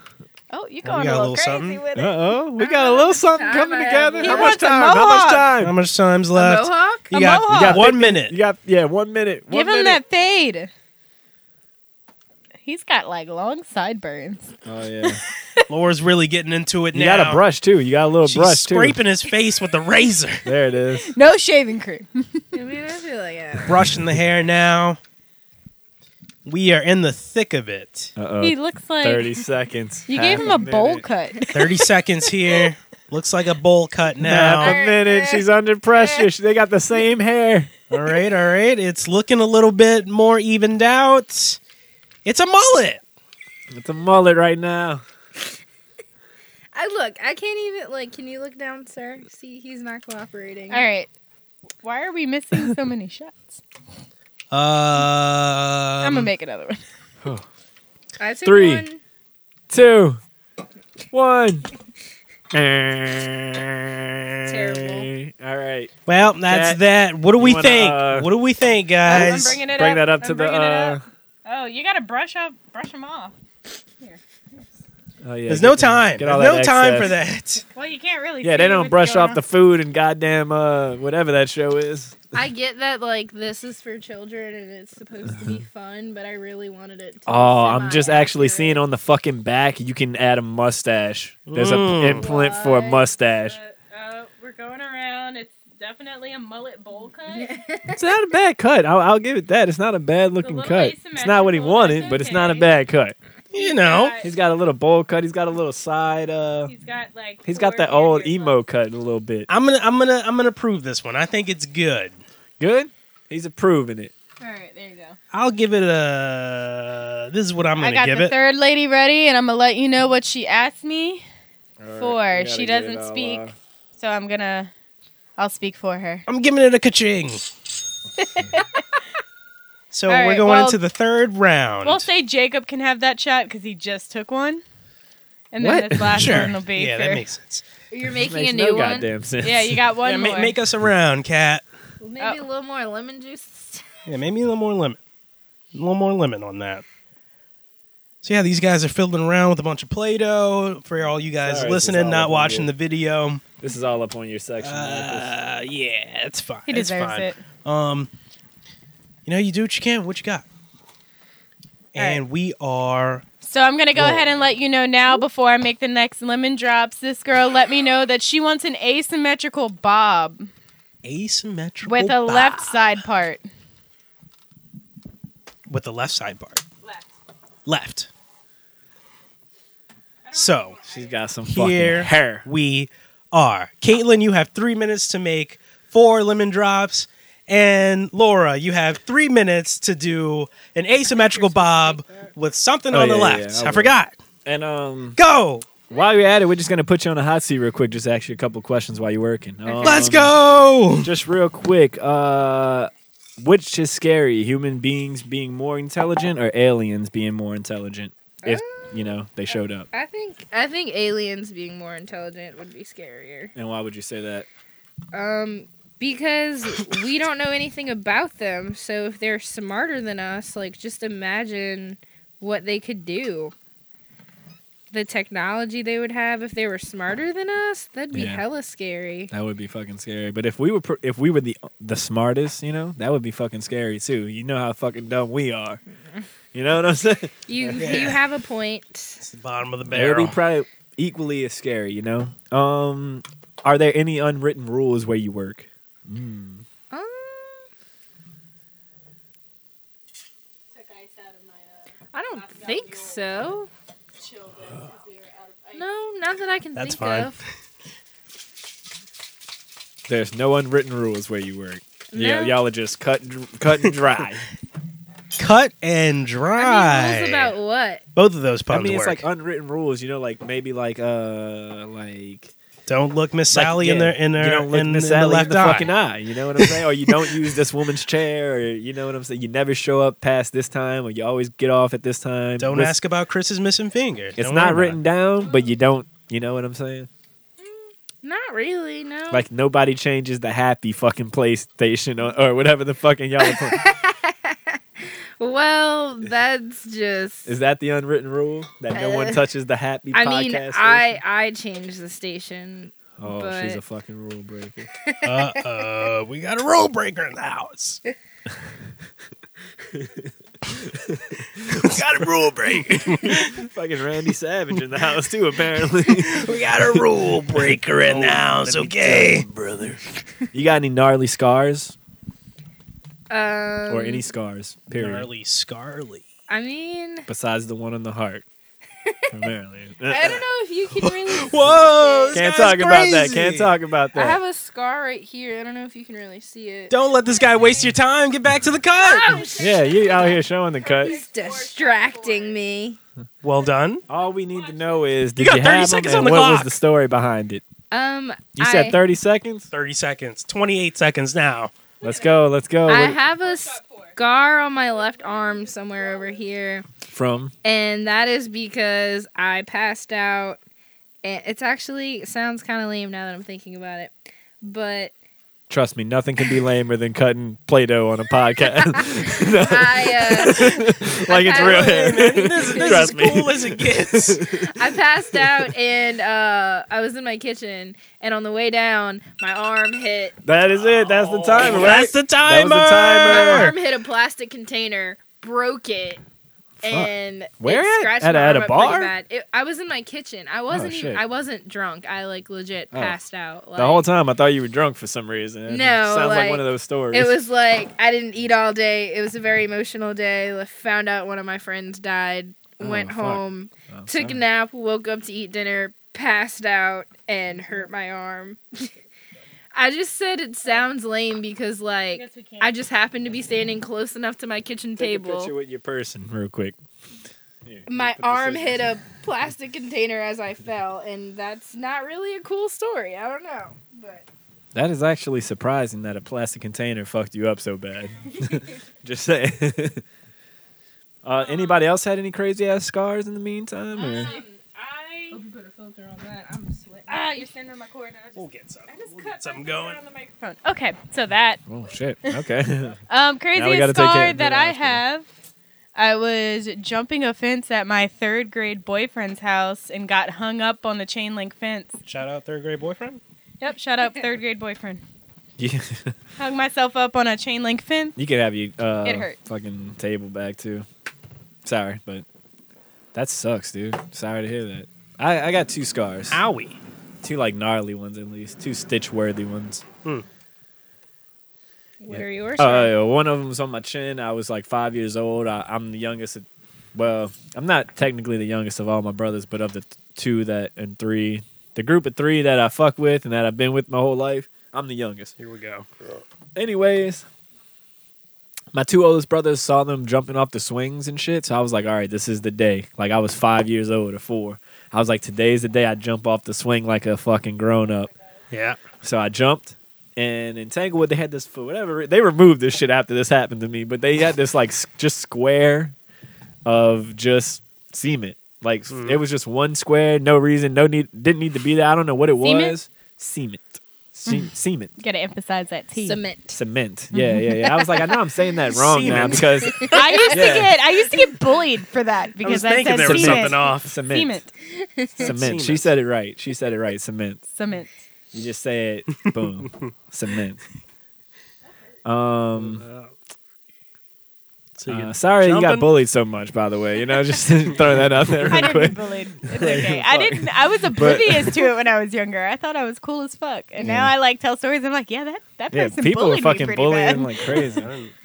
S2: Oh,
S4: Oh, you
S2: we got
S4: going a
S2: a
S4: little
S2: little
S4: crazy
S2: something.
S4: with
S3: Uh
S4: it?
S3: oh, we got a little something
S1: Time
S3: coming
S1: I
S3: together.
S1: have. He
S3: How much
S4: wants a
S3: time? How much
S4: mohawk.
S3: time?
S2: How much time's
S1: A
S2: left?
S1: mohawk?
S2: You
S4: A
S2: got, you got
S4: mohawk.
S2: one minute.
S3: You got yeah, one minute. one
S4: Give him
S3: minute.
S4: that fade. He's got like long sideburns.
S3: Oh yeah,
S2: Laura's really getting into it
S3: you
S2: now.
S3: got a brush too. You got a little
S2: She's
S3: brush
S2: scraping his face with the razor,
S3: too. There it is.
S4: No shaving cream.
S1: I mean, I feel like I
S2: brushing the hair now. We are in the thick of it.
S3: Uh oh.
S4: he looks like
S3: Thirty seconds.
S4: you gave
S3: Half
S4: him a bowl
S3: minute.
S4: cut.
S2: Thirty seconds here. Looks like a bowl cut
S3: Half
S2: now.
S3: a minute. She's under pressure. She- They got the same hair.
S2: all right, all right. It's looking a little bit more evened out. It's a mullet.
S3: It's a mullet right now.
S1: I look. I can't even like. Can you look down, sir? See, he's not cooperating.
S4: All right. Why are we missing so many shots?
S2: Um,
S4: I'm gonna make another one.
S1: I took
S3: Three.
S1: One.
S3: Two, one.
S1: Terrible.
S3: All right.
S2: Well, that's that. What do
S3: you
S2: we
S3: wanna,
S2: think?
S3: uh,
S2: what do we think,
S4: I'm
S2: guys?
S4: bringing it
S3: Bring
S4: up.
S3: that up to
S4: I'm
S3: the.
S4: bringing it
S3: Uh,
S4: up. Oh, you gotta brush up, brush them off.
S3: oh, yeah,
S2: There's
S3: get
S2: no
S3: the-
S2: time.
S3: get
S2: There's
S3: all
S2: no
S3: that
S2: time
S3: excess.
S2: for that.
S4: Well, you can't really.
S3: Yeah, they don't brush off the food and goddamn uh whatever that show is.
S1: I get that like this is for children and it's supposed to be fun, but I really wanted it. to be
S3: Oh, I'm just actually seeing
S1: semi-accurate.
S3: on the fucking back you can add a mustache. There's
S2: Mm.
S3: a implant for a
S1: What?
S3: mustache.
S4: uh, we're going around. It's definitely a mullet bowl cut.
S3: It's not a bad cut. I'll, I'll give it that. It's not a bad looking
S4: little
S3: cut. It's not what he
S4: asymmetrical,
S3: wanted,
S4: that's
S3: but it's not a
S4: okay.
S3: bad cut.
S2: You know,
S3: He's got a little bowl cut. He's got a little side. Uh,
S4: He's got like.
S3: he's got that old emo cut a little bit.
S2: I'm gonna, I'm gonna, I'm gonna prove this one. I think it's good.
S3: Good. He's approving it.
S4: All right, there you go.
S2: I'll give it a. This is what I'm
S4: I
S2: gonna
S4: got
S2: give
S4: the
S2: it.
S4: third lady ready, and I'm gonna let you know what she asked me.
S3: All
S4: Four.
S3: we gotta
S4: She
S3: get it
S4: doesn't
S3: all,
S4: speak.
S3: uh,
S4: So I'm gonna, I'll speak for her.
S2: I'm giving it a ka-ching. so
S4: All
S2: we're
S4: right,
S2: going
S4: well-
S2: into the third round.
S4: We'll say Jacob can have that shot because he just took one, and then
S3: What?
S4: this last
S2: sure.
S4: one will be.
S2: yeah,
S4: for-
S2: that makes sense.
S1: You're making
S3: makes
S1: a
S3: no
S1: new one.
S3: goddamn sense.
S4: Yeah, you got one
S2: yeah, ma-
S4: more.
S2: make us a round, cat.
S1: Well, Maybe a little more lemon juice.
S2: Yeah, maybe a little more lemon. A little more lemon on that. So yeah, these guys are fiddling around with a bunch of Play-Doh. For all you guys
S3: Sorry, this is
S2: listening,
S3: all
S2: not
S3: up on
S2: watching
S3: you.
S2: the video,
S3: This is all up on your section. Marcus.
S2: uh, yeah, it's fine.
S4: he
S2: It's
S4: deserves
S2: fine.
S4: it.
S2: Um, you know, you do what you can, with what you got, and we are.
S4: So I'm gonna go
S2: Roll.
S4: ahead and let you know now before I make the next lemon drops. This girl let me know that she wants an asymmetrical bob
S2: Asymmetrical
S4: with a
S2: bob.
S4: left side part.
S2: with the left sidebar. Left. So
S3: She's got some
S2: Here.
S3: fucking hair.
S2: we are. Caitlin, you have three minutes to make four lemon drops. And Laura, you have three minutes to do an asymmetrical bob with something
S3: Oh,
S2: on the
S3: yeah, yeah,
S2: left.
S3: yeah, I
S2: I
S3: will.
S2: forgot.
S3: And um,
S2: Go.
S3: while you're at it, we're just gonna put you on a hot seat real quick. Just ask you a couple questions while you're working. Um,
S2: Let's go.
S3: Just real quick, uh, which is scary? Human beings being more intelligent or aliens being more intelligent? If you know they showed up.
S1: I think I think aliens being more intelligent would be scarier.
S3: And why would you say that?
S1: Um, because we don't know anything about them. So if they're smarter than us, like just imagine what they could do. The technology they would have if they were smarter than us, that'd be
S3: Yeah.
S1: hella scary.
S3: That would be fucking scary. But if we were pr- if we were the the smartest, you know, that would be fucking scary too. You know how fucking dumb we are. You know what I'm saying?
S1: You
S2: Yeah.
S1: you have a point.
S2: It's the bottom of the
S3: It would
S2: barrel.
S3: be probably equally as scary. You know. Um, are there any unwritten rules where you work?
S1: Um, I don't think so. No, not that I can
S2: That's
S1: think
S2: fine.
S1: of.
S3: There's no unwritten rules where you work. Yeah,
S1: No.
S3: y'all are just cut and dr- cut and dry.
S2: Cut and dry.
S1: I mean, rules about what?
S2: Both of those
S3: I
S2: puns
S3: mean, it's
S2: work.
S3: like uh, unwritten rules. You know, like maybe like uh like
S2: don't look Miss Sally
S3: yeah,
S2: in their in
S3: you
S2: their
S3: don't look
S2: in,
S3: Miss
S2: in
S3: Sally
S2: the left
S3: in the
S2: eye.
S3: fucking eye. You know what I'm saying? or you don't use this woman's chair. Or you know what I'm saying? You never show up past this time, or you always get off at this time.
S2: Don't
S3: It's-
S2: ask about Chris's missing finger.
S3: It's
S2: Don't
S3: not
S2: worry
S3: written
S2: about
S3: down, but you don't. You know what I'm saying?
S1: Not really. No.
S3: Like nobody changes the happy fucking PlayStation or, or whatever the fucking y'all. are playing.
S5: Well, that's just.
S3: Is that the unwritten rule that no
S5: Uh,
S3: one touches the happy
S5: I
S3: podcast?
S5: mean,
S3: station?
S5: I I changed the station.
S3: oh, she's
S5: but-
S3: a fucking rule breaker.
S2: Uh oh, we got a rule breaker in the house. we got a rule breaker.
S3: fucking Randy Savage in the house too, apparently.
S2: We got a rule breaker in
S3: Oh,
S2: the house, okay?
S3: brother. You got any gnarly scars
S5: Um,
S3: or any scars? Period.
S2: Gnarly Scarly.
S5: I mean,
S3: Besides the one on the heart, primarily. Uh,
S5: I don't know if you can really.
S2: Whoa! this
S3: Can't
S2: guy's
S3: talk about that.
S2: crazy.
S3: Can't talk about
S5: I
S3: that.
S5: have a scar right here. I don't know if you can really see it.
S2: Don't let this guy waste your time. Get back to the cut.
S5: Oh, shit.
S3: Yeah, you out here showing the cut.
S5: He's distracting me.
S2: Well done.
S3: All we need to know is did
S2: got
S3: you,
S2: 30
S3: have them
S2: seconds on
S3: and
S2: the
S3: what was
S2: clock.
S3: the story behind it?
S5: Um,
S3: You said
S5: I-
S3: 30 seconds?
S2: 30 seconds. 28 seconds now.
S3: Let's go. Let's go.
S5: I
S3: Oh, What-
S5: have a scar on my left arm somewhere over here,
S3: From
S5: and that is because I passed out. And it's actually it sounds kind of lame now that I'm thinking about it, but
S3: Trust me, nothing can be lamer than cutting Play-Doh on a podcast. No,
S5: I uh,
S3: like it's real hair.
S2: This, this
S3: Trust
S2: is
S3: me.
S2: cool as it gets.
S5: uh, I passed out, and uh, I was in my kitchen, and on the way down, my arm hit
S3: That is it. That's the timer.
S5: Oh,
S3: Right?
S2: That's the timer.
S3: the
S5: my
S3: timer. Sure.
S5: arm hit a plastic container, broke it. And
S3: Where
S5: it
S3: at?
S5: scratched
S3: At-
S5: my
S3: at
S5: arm
S3: a
S5: up pretty
S3: bar? Oh,
S5: bad. It- I was in my kitchen. I wasn't even.
S3: shit.
S5: I wasn't drunk. I like legit
S3: Oh.
S5: passed out. Like,
S3: the whole time I thought you were drunk for some reason. It
S5: No,
S3: sounds like,
S5: like,
S3: one of those stories.
S5: It was like I didn't eat all day. It was a very emotional day. I Found out one of my friends died.
S3: Oh,
S5: Went
S3: fuck.
S5: home.
S3: Oh,
S5: took
S3: sorry.
S5: a nap. Woke up to eat dinner. Passed out and hurt my arm. I just said it sounds lame because like
S4: Yes, we can.
S5: I just happened to be standing close enough to my kitchen
S3: Take a
S5: table.
S3: picture with your person, real quick. Here,
S5: my
S3: put this
S5: arm
S3: in.
S5: hit a plastic container as I fell, and that's not really a cool story. I don't know, but
S3: That is actually surprising that a plastic container fucked you up so bad. Just saying. uh, anybody else had any crazy ass scars in the meantime? Or?
S5: Mm. I
S4: you put a filter on that. I'm sweating.
S5: ah, you're standing on my cord. I
S2: We'll get something. We'll get something going.
S4: Okay, so that
S3: Oh shit. Okay. gotta
S4: um craziest
S3: take care-
S4: scar
S3: do
S4: that
S3: that
S4: I
S3: after.
S4: have. I was jumping a fence at my third grade boyfriend's house and got hung up on the chain link fence.
S2: Shout out third grade boyfriend.
S4: Yep, shut up, third grade boyfriend.
S3: you,
S4: Hung myself up on a chain link fence.
S3: you could have your uh,
S4: It hurt.
S3: fucking table back too. Sorry, but that sucks, dude. Sorry to hear that. I, I got two scars.
S2: Owie.
S3: Two like gnarly ones at least. Two stitch worthy ones.
S5: What are yours?
S3: Uh, yeah, one of them was on my chin. I was like five years old. I, I'm the youngest. Of, well, I'm not technically the youngest of all my brothers, but of the th- two that and three, the group of three that I fuck with and that I've been with my whole life, I'm the youngest.
S2: Here we go.
S3: Anyways, my two oldest brothers saw them jumping off the swings and shit. So I was like, all right, this is the day. Like I was five years old or four. I was like, today's the day I jump off the swing like a fucking grown up.
S2: Yeah.
S3: So I jumped, and in Tanglewood they had this for whatever re- they removed this shit after this happened to me, but they had this like s- just square of just cement. Like s- it was just one square, no reason, no need, didn't need to be there. I don't know what it
S4: Cement? Mm.
S3: was. Cement, Ce- cement.
S4: Gotta emphasize that T.
S5: Cement.
S3: Cement.
S4: Mm-hmm.
S3: Yeah, yeah, yeah. I was like, I know I'm saying that wrong now
S2: Cement.
S3: because
S4: I used
S3: Yeah.
S4: to get I used to get bullied for that
S2: I was
S4: because I,
S2: thinking
S4: said
S2: there was
S4: cement.
S2: something off.
S3: cement.
S4: Cement.
S3: Cement. She
S2: Cement.
S3: said it right. She said it right. Cement.
S4: Cement.
S3: You just say it, boom, cement. Um,
S2: So you
S3: uh, sorry you got
S2: jumping?
S3: bullied so much, by the way. You know, just throw that out there real
S4: I didn't get
S3: quick.
S4: bullied. It's okay. I didn't. I was oblivious to it when I was younger. I thought I was cool as fuck, and now
S3: Yeah.
S4: I like tell stories. I'm like, yeah, that that
S3: Yeah,
S4: person
S3: people are
S4: bullied me
S3: fucking
S4: pretty
S3: bullying
S4: bad.
S3: like crazy.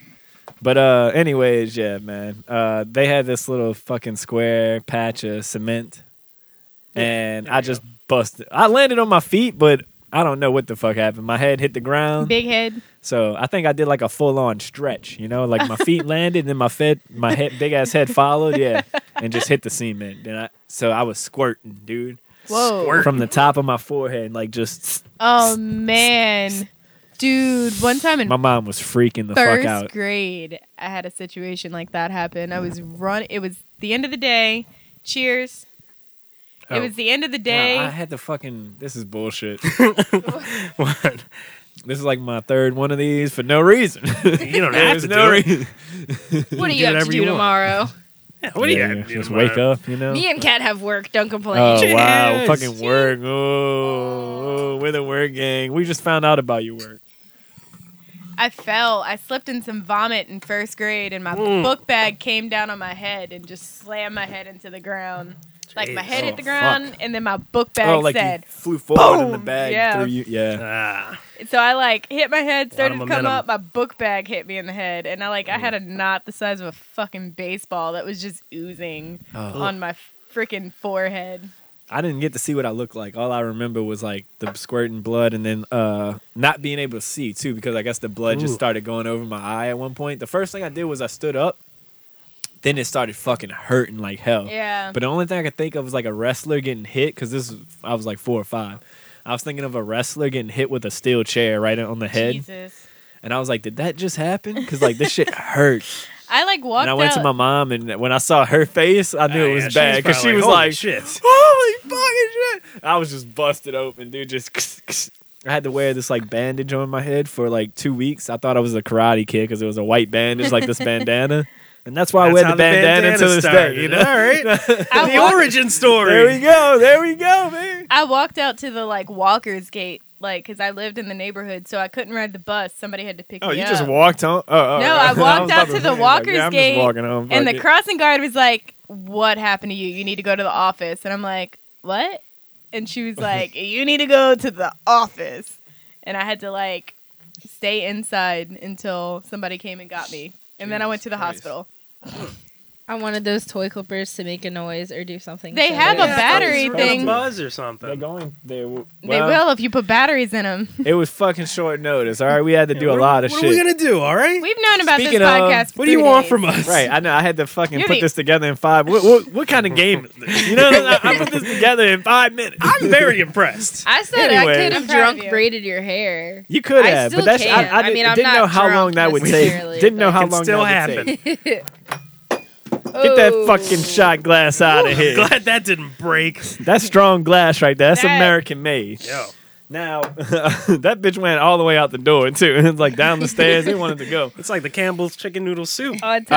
S3: But uh, anyways, yeah, man. Uh, they had this little fucking square patch of cement, and I just busted. I landed on my feet, but I don't know what the fuck happened. My head hit the ground.
S4: Big head.
S3: So I think I did like a full on stretch, you know, like my feet landed and then my fed my head big ass head followed, yeah, and just hit the cement. And I so I was squirting, dude.
S4: Whoa.
S3: From the top of my forehead, like just
S4: Oh man, dude. One time in
S3: my mom was freaking the fuck
S4: first
S3: out.
S4: grade, I had a situation like that happen. I was run. It was the end of the day. Cheers.
S2: Oh.
S4: It was the end of the
S3: Wow,
S4: day.
S3: I had to fucking this is bullshit.
S2: What?
S3: This is like my third one of these for no reason.
S2: You don't have
S3: There's
S2: to
S3: no
S2: do it.
S3: reason.
S5: What do
S2: do
S5: you have to
S2: whatever
S5: do
S2: you want.
S5: tomorrow?
S2: Yeah, what do you
S3: Yeah,
S2: have to do
S3: Just
S2: tomorrow?
S3: wake up, you know.
S5: Me and Kat have work. Don't complain.
S3: Oh
S2: Yes.
S3: wow, fucking work! Oh, oh, we're the work gang. We just found out about your work.
S4: I fell. I slipped in some vomit in first grade, and my
S2: Mm.
S4: book bag came down on my head and just slammed my head into the ground. Like my
S2: Jeez.
S4: head
S3: Oh,
S4: hit the ground, and then my book bag
S3: oh, like
S4: said.
S3: you flew forward and the
S4: boom!
S3: bag
S4: Yeah.
S3: threw you. Yeah.
S2: Ah,
S4: So I like hit my head, started to
S2: Lot of
S4: come
S2: momentum.
S4: up. My book bag hit me in the head, and I like I had a knot the size of a fucking baseball that was just oozing
S3: Oh.
S4: on my freaking forehead.
S3: I didn't get to see what I looked like. All I remember was like the squirting blood and then uh not being able to see too because I guess the blood just
S2: Ooh.
S3: started going over my eye at one point. The first thing I did was I stood up. Then it started fucking hurting like hell.
S4: Yeah.
S3: But the only thing I could think of was like a wrestler getting hit because this is, I was like four or five. I was thinking of a wrestler getting hit with a steel chair right on the head.
S4: Jesus.
S3: And I was like, did that just happen? Because like this shit hurt.
S4: I like walked
S3: and I went
S4: out.
S3: to my mom, and when I saw her face, I knew
S2: Ah,
S3: it was
S2: yeah, she
S3: bad because she
S2: probably
S3: was
S2: "Holy
S3: like,
S2: shit.
S3: holy fucking shit. I was just busted open, dude. Just I had to wear this like bandage on my head for like two weeks. I thought I was a karate kid because it was a white bandage, like this bandana, and that's why
S2: That's
S3: I wear
S2: how
S3: the bandana,
S2: bandana
S3: to this
S2: started.
S3: day. You know,
S2: All right.
S4: I
S2: the
S4: walked-
S2: origin story.
S3: there we go, there we go, man.
S4: I walked out to the like Walker's Gate, like because I lived in the neighborhood, so I couldn't ride the bus. Somebody had to pick
S3: Oh,
S4: me
S3: you
S4: up.
S3: just walked on? Oh, oh,
S4: No,
S3: oh.
S4: I
S3: was
S4: walked
S3: about
S4: out to
S3: say,
S4: the
S3: like,
S4: Walker's
S3: yeah, I'm just
S4: Gate,
S3: walking home.
S4: and
S3: fuck
S4: the
S3: it.
S4: crossing guard was like, "What happened to you? You need to go to the office." And I'm like, "What?" And she was like, "You need to go to the office." And I had to like stay inside until somebody came and got me. And then I went to the
S3: Jesus Christ.
S4: hospital.
S5: I wanted those toy clippers to make a noise or do something.
S4: They
S5: so
S4: have
S5: that-
S4: a battery
S2: Run
S4: thing.
S2: buzz or
S3: They're
S2: something.
S3: going. They, w-
S4: they
S3: well,
S4: will if you put batteries in them.
S3: It was fucking short notice. All right, we had to do a
S2: What-
S3: lot of
S2: what
S3: shit.
S2: are we gonna do? All right.
S4: We've known about
S3: Speaking
S4: this
S3: of-
S4: podcast. for
S2: What do you
S4: three
S2: want
S4: days.
S2: from us?
S3: Right, I know. I had to fucking
S4: You're
S3: put
S4: the-
S3: this together in five. What, what, what kind of game is this? You know, I, I put this together in five minutes.
S2: I'm very impressed.
S5: I said
S3: Anyway.
S5: I could have
S4: I'm proud of
S5: drunk
S4: you.
S5: braided your hair.
S3: You could
S5: I
S3: have,
S5: still
S3: but that's
S5: can.
S3: I, I,
S5: I
S3: did,
S5: mean,
S3: not
S5: I'm
S3: didn't
S5: not
S3: know how
S5: drunk
S3: long that would
S5: necessarily,
S3: take. Didn't know
S5: but-
S3: how
S2: Can
S3: long
S2: still
S3: that would
S2: happen.
S3: take. Get that
S5: Oh.
S3: fucking shot glass out of here.
S2: Glad that didn't break.
S3: That's strong glass right there. That's
S4: That-
S3: American made.
S2: Yo,
S3: Now that bitch went all the way out the door too. It's like down the stairs. They wanted to go.
S2: it's like the Campbell's chicken noodle soup. Oh,
S5: Oh,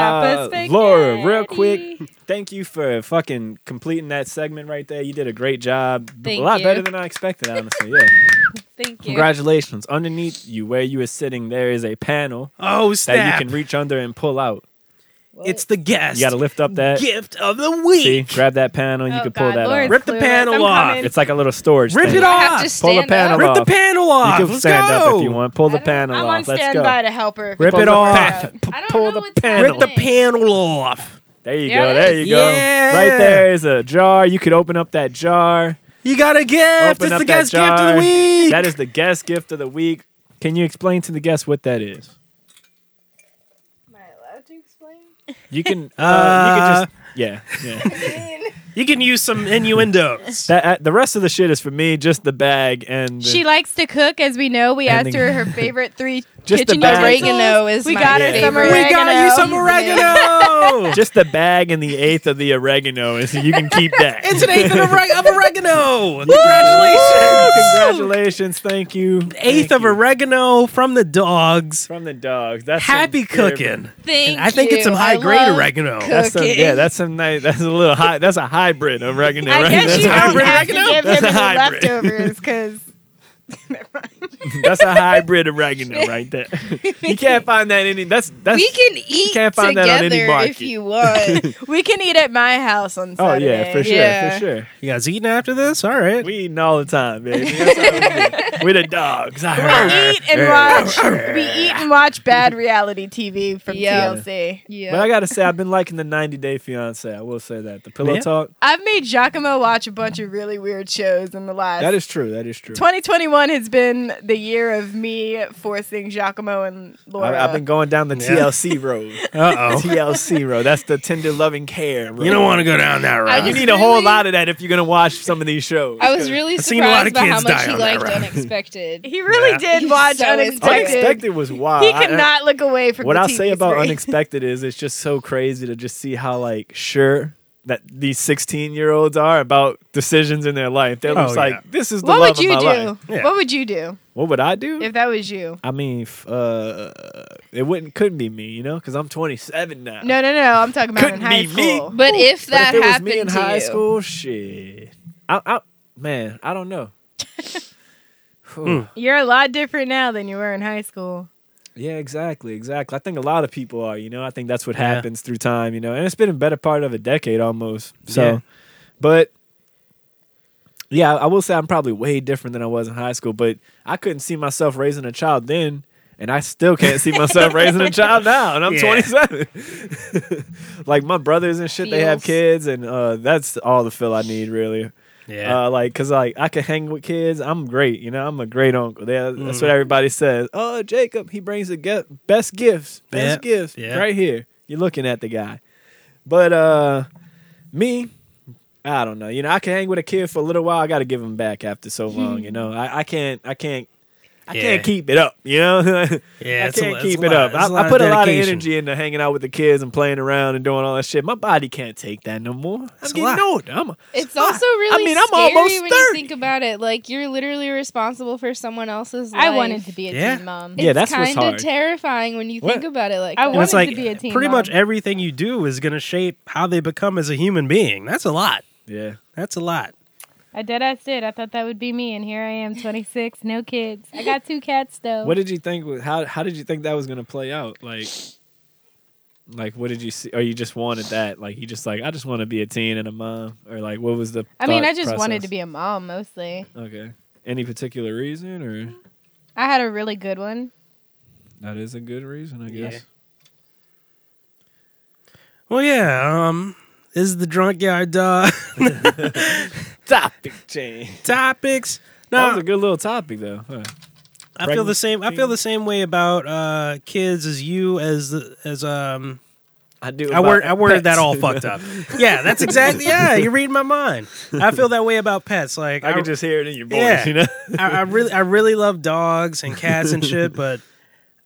S5: on
S3: Uh, Laura, real quick, thank you for fucking completing that segment right there. You did a great job.
S5: Thank
S3: a lot
S5: you.
S3: better than I expected, honestly. Yeah.
S5: Thank you.
S3: Congratulations. Underneath you, where you are sitting, there is a panel
S2: Oh
S3: that
S2: snap!
S3: you can reach under and pull out.
S2: it's the guest.
S3: You got to lift up that.
S2: gift of the week.
S3: See, grab that panel. You
S4: Oh,
S3: can pull
S4: God,
S3: that
S4: Lord,
S3: off.
S2: Rip the
S4: clueless.
S2: panel
S4: I'm
S2: off.
S4: coming.
S3: It's like a little storage.
S2: Rip
S3: thing.
S2: it
S5: I
S2: off.
S5: have to
S3: Pull the
S5: stand
S3: panel
S5: up.
S2: Rip the
S3: off.
S2: panel
S3: You
S2: off.
S3: can
S2: Let's
S3: stand
S2: go.
S3: up if you want. Pull the panel
S4: I'm on
S3: off. Let's go.
S4: standby to help her.
S3: Rip
S4: Pull
S3: it
S4: the
S3: off.
S4: crowd.
S3: P-
S5: I don't
S3: Pull
S5: know
S3: the
S5: what's
S3: panel.
S2: Rip the
S5: Thanks.
S2: panel off.
S3: There you
S5: Yeah,
S3: go.
S5: it
S3: There
S5: is.
S3: you go.
S2: Yeah.
S3: Right there is a jar. You could open up that jar.
S2: You got a gift.
S3: Open
S2: it's
S3: up
S2: the
S3: that
S2: guest gift of
S3: jar.
S2: the week.
S3: That is the guest gift of the week. Can you explain to the guests what that is?
S5: Am I allowed to explain?
S3: You can. Uh,
S2: Uh,
S3: you can just. Yeah. Yeah.
S2: you can use some innuendos.
S3: that, uh, the rest of the shit is for me. Just the bag and the,
S4: She likes to cook, as we know. We
S3: And
S4: asked
S3: the-
S4: her her favorite three
S3: Just the
S4: kitchen
S3: bag.
S4: utensils.
S5: Oregano is
S4: We
S5: my
S4: got her
S5: favorite.
S4: some
S5: We
S4: oregano.
S2: We got you some
S5: He's an
S2: oregano.
S3: just the bag and the eighth of the oregano. And so you can keep that.
S2: it's an eighth of, oreg- of oregano.
S3: Woo!
S2: Congratulations.
S3: Congratulations! Thank you.
S2: Eighth
S3: Thank
S2: of
S3: you.
S2: oregano from the dogs.
S3: from the dogs. That's some
S2: Happy
S3: favorite-
S2: cooking.
S5: Thank
S2: I think it's some
S5: you.
S2: high
S5: I
S2: grade
S5: love
S2: oregano.
S3: That's some,
S5: Cooking.
S3: yeah, that's some nice. That's a little high. That's a hybrid oregano.
S4: I
S3: right?
S4: guess
S3: that's,
S4: you
S3: a
S4: don't
S2: hybrid
S4: have to
S2: oregano?
S4: give
S3: That's
S4: him
S3: a
S4: any
S3: hybrid.
S4: leftovers because
S3: that's a hybrid oregano right there. You can't find that any. That's that's.
S5: We can eat
S3: can't find that
S5: together
S3: on any market.
S5: if you want.
S4: we can eat at my house on
S3: oh
S4: Saturday.
S3: yeah, for sure,
S5: Yeah.
S3: for sure.
S2: You guys eating after this? All right.
S3: We eating all the time, baby. That's what we do. We're the dogs. I
S4: We eat and watch. we eat and watch bad reality TV from
S5: Yeah.
S4: TLC.
S5: yeah.
S3: But I gotta say, I've been liking the 90 Day Fiance. I will say that the pillow
S2: Yeah.
S3: talk.
S4: I've made Giacomo watch a bunch of really weird shows in the last.
S3: That is true. That is true.
S4: 2021 has been the year of me forcing Giacomo and Laura.
S3: I, I've been going down the
S2: Yeah.
S3: TLC road.
S2: Uh oh.
S3: TLC road. That's the tender loving care. Road.
S2: You don't want to go down that road.
S5: I
S3: You
S5: just-
S3: need a whole
S5: Really?
S3: lot of that if you're gonna watch some of these shows.
S5: I was really
S2: I've seen a lot
S5: surprised
S2: of
S5: by how
S2: kids
S5: much
S2: die
S5: he
S2: on that
S5: liked
S2: road.
S5: Unexpected.
S4: He really
S2: Yeah.
S4: did
S5: He's
S4: watch
S5: so
S4: Unexpected.
S3: Unexpected was wild.
S4: He
S3: I-
S4: cannot look away from
S3: what
S4: the
S3: I say
S4: TV
S3: about
S4: screen.
S3: unexpected is it's just so crazy to just see how like sure that these 16 year olds are about decisions in their life. They're
S2: Oh,
S3: just
S2: yeah.
S3: like, this is the
S4: What
S3: love
S4: would you
S3: of
S4: do?
S3: my life.
S2: Yeah.
S4: What would you do
S3: What would I do?
S4: if that was you?
S3: I mean, f- uh, it wouldn't couldn't be me, you know, because I'm 27 now.
S4: No, no, no. I'm talking about
S3: Couldn't
S4: in high
S3: be me.
S4: school.
S5: But if
S3: But
S5: that
S3: if it
S5: happened
S3: was me in
S5: to
S3: high
S5: you,
S3: school, shit. I, I, man, I don't know. Whew.
S4: You're a lot different now than you were in high school.
S3: Yeah, exactly, exactly. I think a lot of people are, you know. I think that's what
S2: Yeah.
S3: happens through time, you know. And it's been a better part of a decade almost. So,
S2: Yeah.
S3: but yeah, I will say I'm probably way different than I was in high school, but I couldn't see myself raising a child then, and I still can't see myself raising a child now, and I'm
S2: Yeah.
S3: 27. like my brothers and shit, they have
S5: Feels.
S3: kids, and uh, that's all the feel I need really.
S2: Yeah.
S3: Uh, like, cause like I can hang with kids. I'm great, you know. I'm a great uncle. They, That's what
S2: Mm.
S3: everybody says. Oh, Jacob, he brings the ge- best gifts, best
S2: Yep,
S3: gifts,
S2: yep.
S3: right here. You're looking at the guy, but uh, me, I don't know. You know, I can hang with a kid for a little while. I got to give him back after so long. you know, I, I can't, I can't, I
S2: Hmm. Yeah.
S3: can't keep it up. You know,
S2: yeah,
S3: I
S2: it's a
S3: can't
S2: lot- it's
S3: keep
S2: a
S3: it
S2: lot-
S3: up.
S2: it's
S3: I, I put a lot of
S2: dedication.
S3: energy into hanging out with the kids and playing around and doing all that shit. My body can't take that no more.
S2: It's a
S3: I'm getting
S2: lot.
S3: older. I'm a,
S5: it's
S3: I-
S5: also really
S3: I mean, I'm
S5: scary
S3: almost
S5: when
S3: 30.
S5: you think about it. Like you're literally responsible for someone else's life.
S4: I wanted to be a
S2: Yeah.
S4: teen mom.
S3: Yeah, that's what's
S5: kind
S3: hard.
S5: of terrifying when you
S3: What?
S5: think about it. Like
S4: I
S5: that.
S2: And it's
S4: wanted
S2: like
S4: to be a teen
S2: pretty
S4: mom.
S2: much everything you do is going to shape how they become as a human being. That's a lot.
S3: yeah.
S2: That's a lot.
S4: I did. I did. I thought that would be me, and here I am, 26, no kids. I got two cats though.
S3: What did you think? was- How how did you think that was gonna play out? Like, like what did you see? Or you just wanted that? Like you just like I just want to be a teen and a mom, or like what was the?
S4: I mean,
S3: thought
S4: I just wanted to
S3: process?
S4: be a mom mostly.
S3: Okay. Any particular reason, or
S4: I had a really good one.
S3: that is a good reason, I
S2: Yeah.
S3: guess.
S2: Well, yeah. Um, this is the drunk yard uh,
S3: Topic change.
S2: topics.
S3: That
S2: No,
S3: was a good little topic though. Huh.
S2: I feel the
S3: pregnant
S2: same. I feel the same way about uh, kids as you as the- as um.
S3: I do.
S2: I word I worded that all
S3: fucked
S2: fucked up. Yeah, that's exactly. Yeah, you read my mind. I feel that way about pets. Like
S3: I could just hear it in your voice.
S2: Yeah.
S3: You know.
S2: I, I really, I really love dogs and cats and shit, but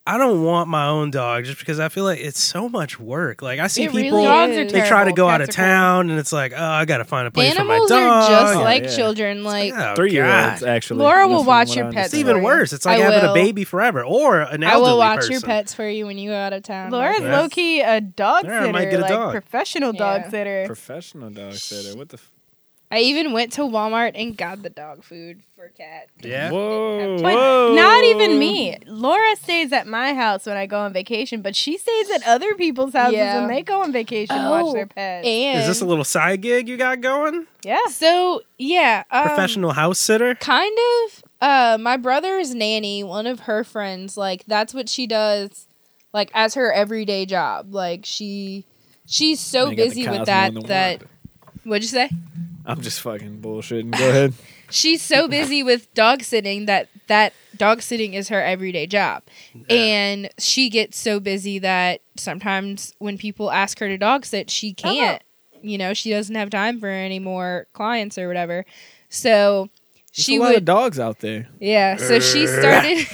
S2: I don't want my own dog just because I feel like it's so much work. Like I see
S5: It
S2: people,
S5: really is.
S4: Dogs are
S2: they try to
S4: terrible.
S2: go out of
S4: Cats are cool.
S2: town, and it's like, oh, I gotta find a place
S5: Animals
S2: for my
S5: are
S2: dog.
S5: just
S3: Oh,
S5: like
S3: yeah.
S5: children. Like
S2: Oh,
S3: Three year olds
S2: God.
S3: actually.
S4: Laura
S3: That's
S4: will
S3: from
S4: watch
S3: what
S4: your
S3: I
S4: pets
S2: It's
S3: understand.
S2: even
S4: Sorry.
S2: worse. It's like
S5: I
S2: having a
S5: will.
S2: baby forever or an elderly
S5: I will watch your
S2: person.
S5: pets for you when you go out of town.
S4: Laura's
S2: Yes.
S4: low key a dog
S2: Yeah, I
S4: sitter,
S2: might get a
S4: like
S2: dog.
S4: professional
S5: Yeah.
S4: dog sitter.
S3: Professional dog sitter. What the? F-
S5: I even went to Walmart and got the dog food for cat.
S2: Yeah.
S3: Whoa.
S4: But
S3: whoa.
S4: not even me. Laura stays at my house when I go on vacation, but she stays at other people's houses
S5: Yeah.
S4: when they go on vacation and watch
S5: Oh,
S4: their pets.
S5: And
S2: Is this a little side gig you got going?
S4: yeah.
S5: so yeah, um,
S2: Professional house sitter?
S5: Kind of. Uh, my brother's nanny, one of her friends, like that's what she does, like as her everyday job. Like she, she's so
S3: They got the
S5: busy
S3: cows
S5: with that
S3: mowing the
S5: that.
S3: lawn.
S5: What'd you say?
S3: I'm just fucking bullshitting. Go ahead.
S5: She's so busy with dog sitting that that dog sitting is her everyday job. And she gets so busy that sometimes when people ask her to dog sit, she can't. You know, she doesn't have time for any more clients or whatever. So
S3: There's
S5: she
S3: a lot
S5: would
S3: of dogs out there.
S5: Yeah, so she started.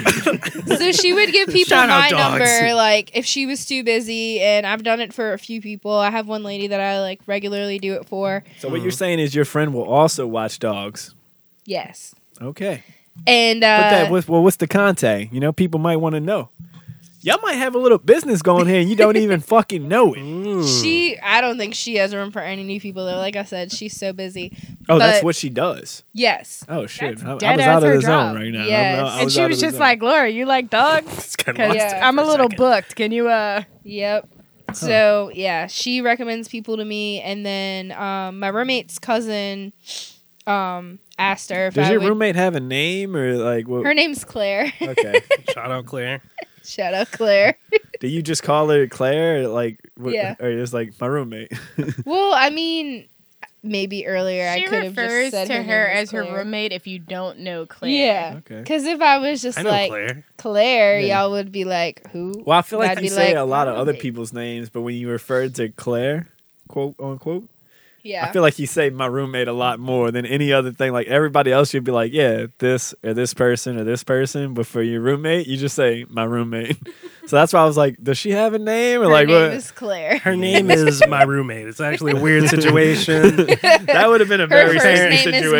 S5: so she would give people
S2: Shout out
S5: my
S2: dogs.
S5: number, like if she was too busy, and I've done it for a few people. I have one lady that I like regularly do it for.
S3: So what
S2: Uh-huh.
S3: you're saying is your friend will also watch dogs.
S5: Yes,
S3: Okay.
S5: and uh,
S3: But that with well, what's the contact? You know, people might want to know. Y'all might have a little business going here and you don't even fucking know it.
S5: she, I don't think she has room for any new people though. Like I said, she's so busy.
S3: Oh, that's
S5: But-
S3: what she does.
S5: yes,
S3: Oh shit.
S4: That's
S3: I, I was out
S4: dead ass
S3: of
S4: her
S3: the zone
S4: job.
S3: right now. I'm
S5: Yes.
S3: out- I
S4: And
S3: was
S4: she
S3: out
S4: was
S3: of the
S4: just
S3: zone.
S4: like, Laura, you like dogs?
S2: It's kind
S4: Because
S5: Yeah.
S4: I'm a little
S2: book.
S4: booked. Can you, uh,
S5: yep. So yeah, she recommends people to me, and then um, my roommate's cousin um, asked her if
S3: Does
S5: I
S3: your
S5: would.
S3: roommate have a name or like what
S5: her name's Claire.
S3: Okay.
S2: Shout out Claire.
S5: Shout out Claire.
S3: Do you just call her Claire or like what,
S5: Yeah.
S3: or just like my roommate?
S5: Well, I mean, maybe earlier I
S4: she
S5: could have
S4: refers
S5: just said
S4: to
S5: name
S4: her
S5: was
S4: as her
S5: Claire.
S4: roommate if you don't know Claire.
S5: Yeah,
S3: Okay.
S5: because if I was just
S2: I know
S5: like Claire,
S2: Claire.
S3: Yeah.
S5: y'all would be like, "Who?"
S3: Well, I feel like
S5: I'd
S3: you
S5: be
S3: say
S5: like,
S3: a lot of other
S5: "Roommate."
S3: people's names, but when you refer to Claire, quote unquote,
S5: yeah,
S3: I feel like you say my roommate a lot more than any other thing. Like everybody else, you'd be like, yeah, this or this person or this person. But for your roommate, you just say my roommate. So that's why I was like, does she have a name? Or
S5: Her
S3: like,
S5: name
S3: what?
S5: is Claire.
S2: Her name is my roommate. It's actually a weird situation.
S3: that would have been a
S5: Her
S3: very
S5: first
S3: scary
S5: name
S3: situation.
S5: is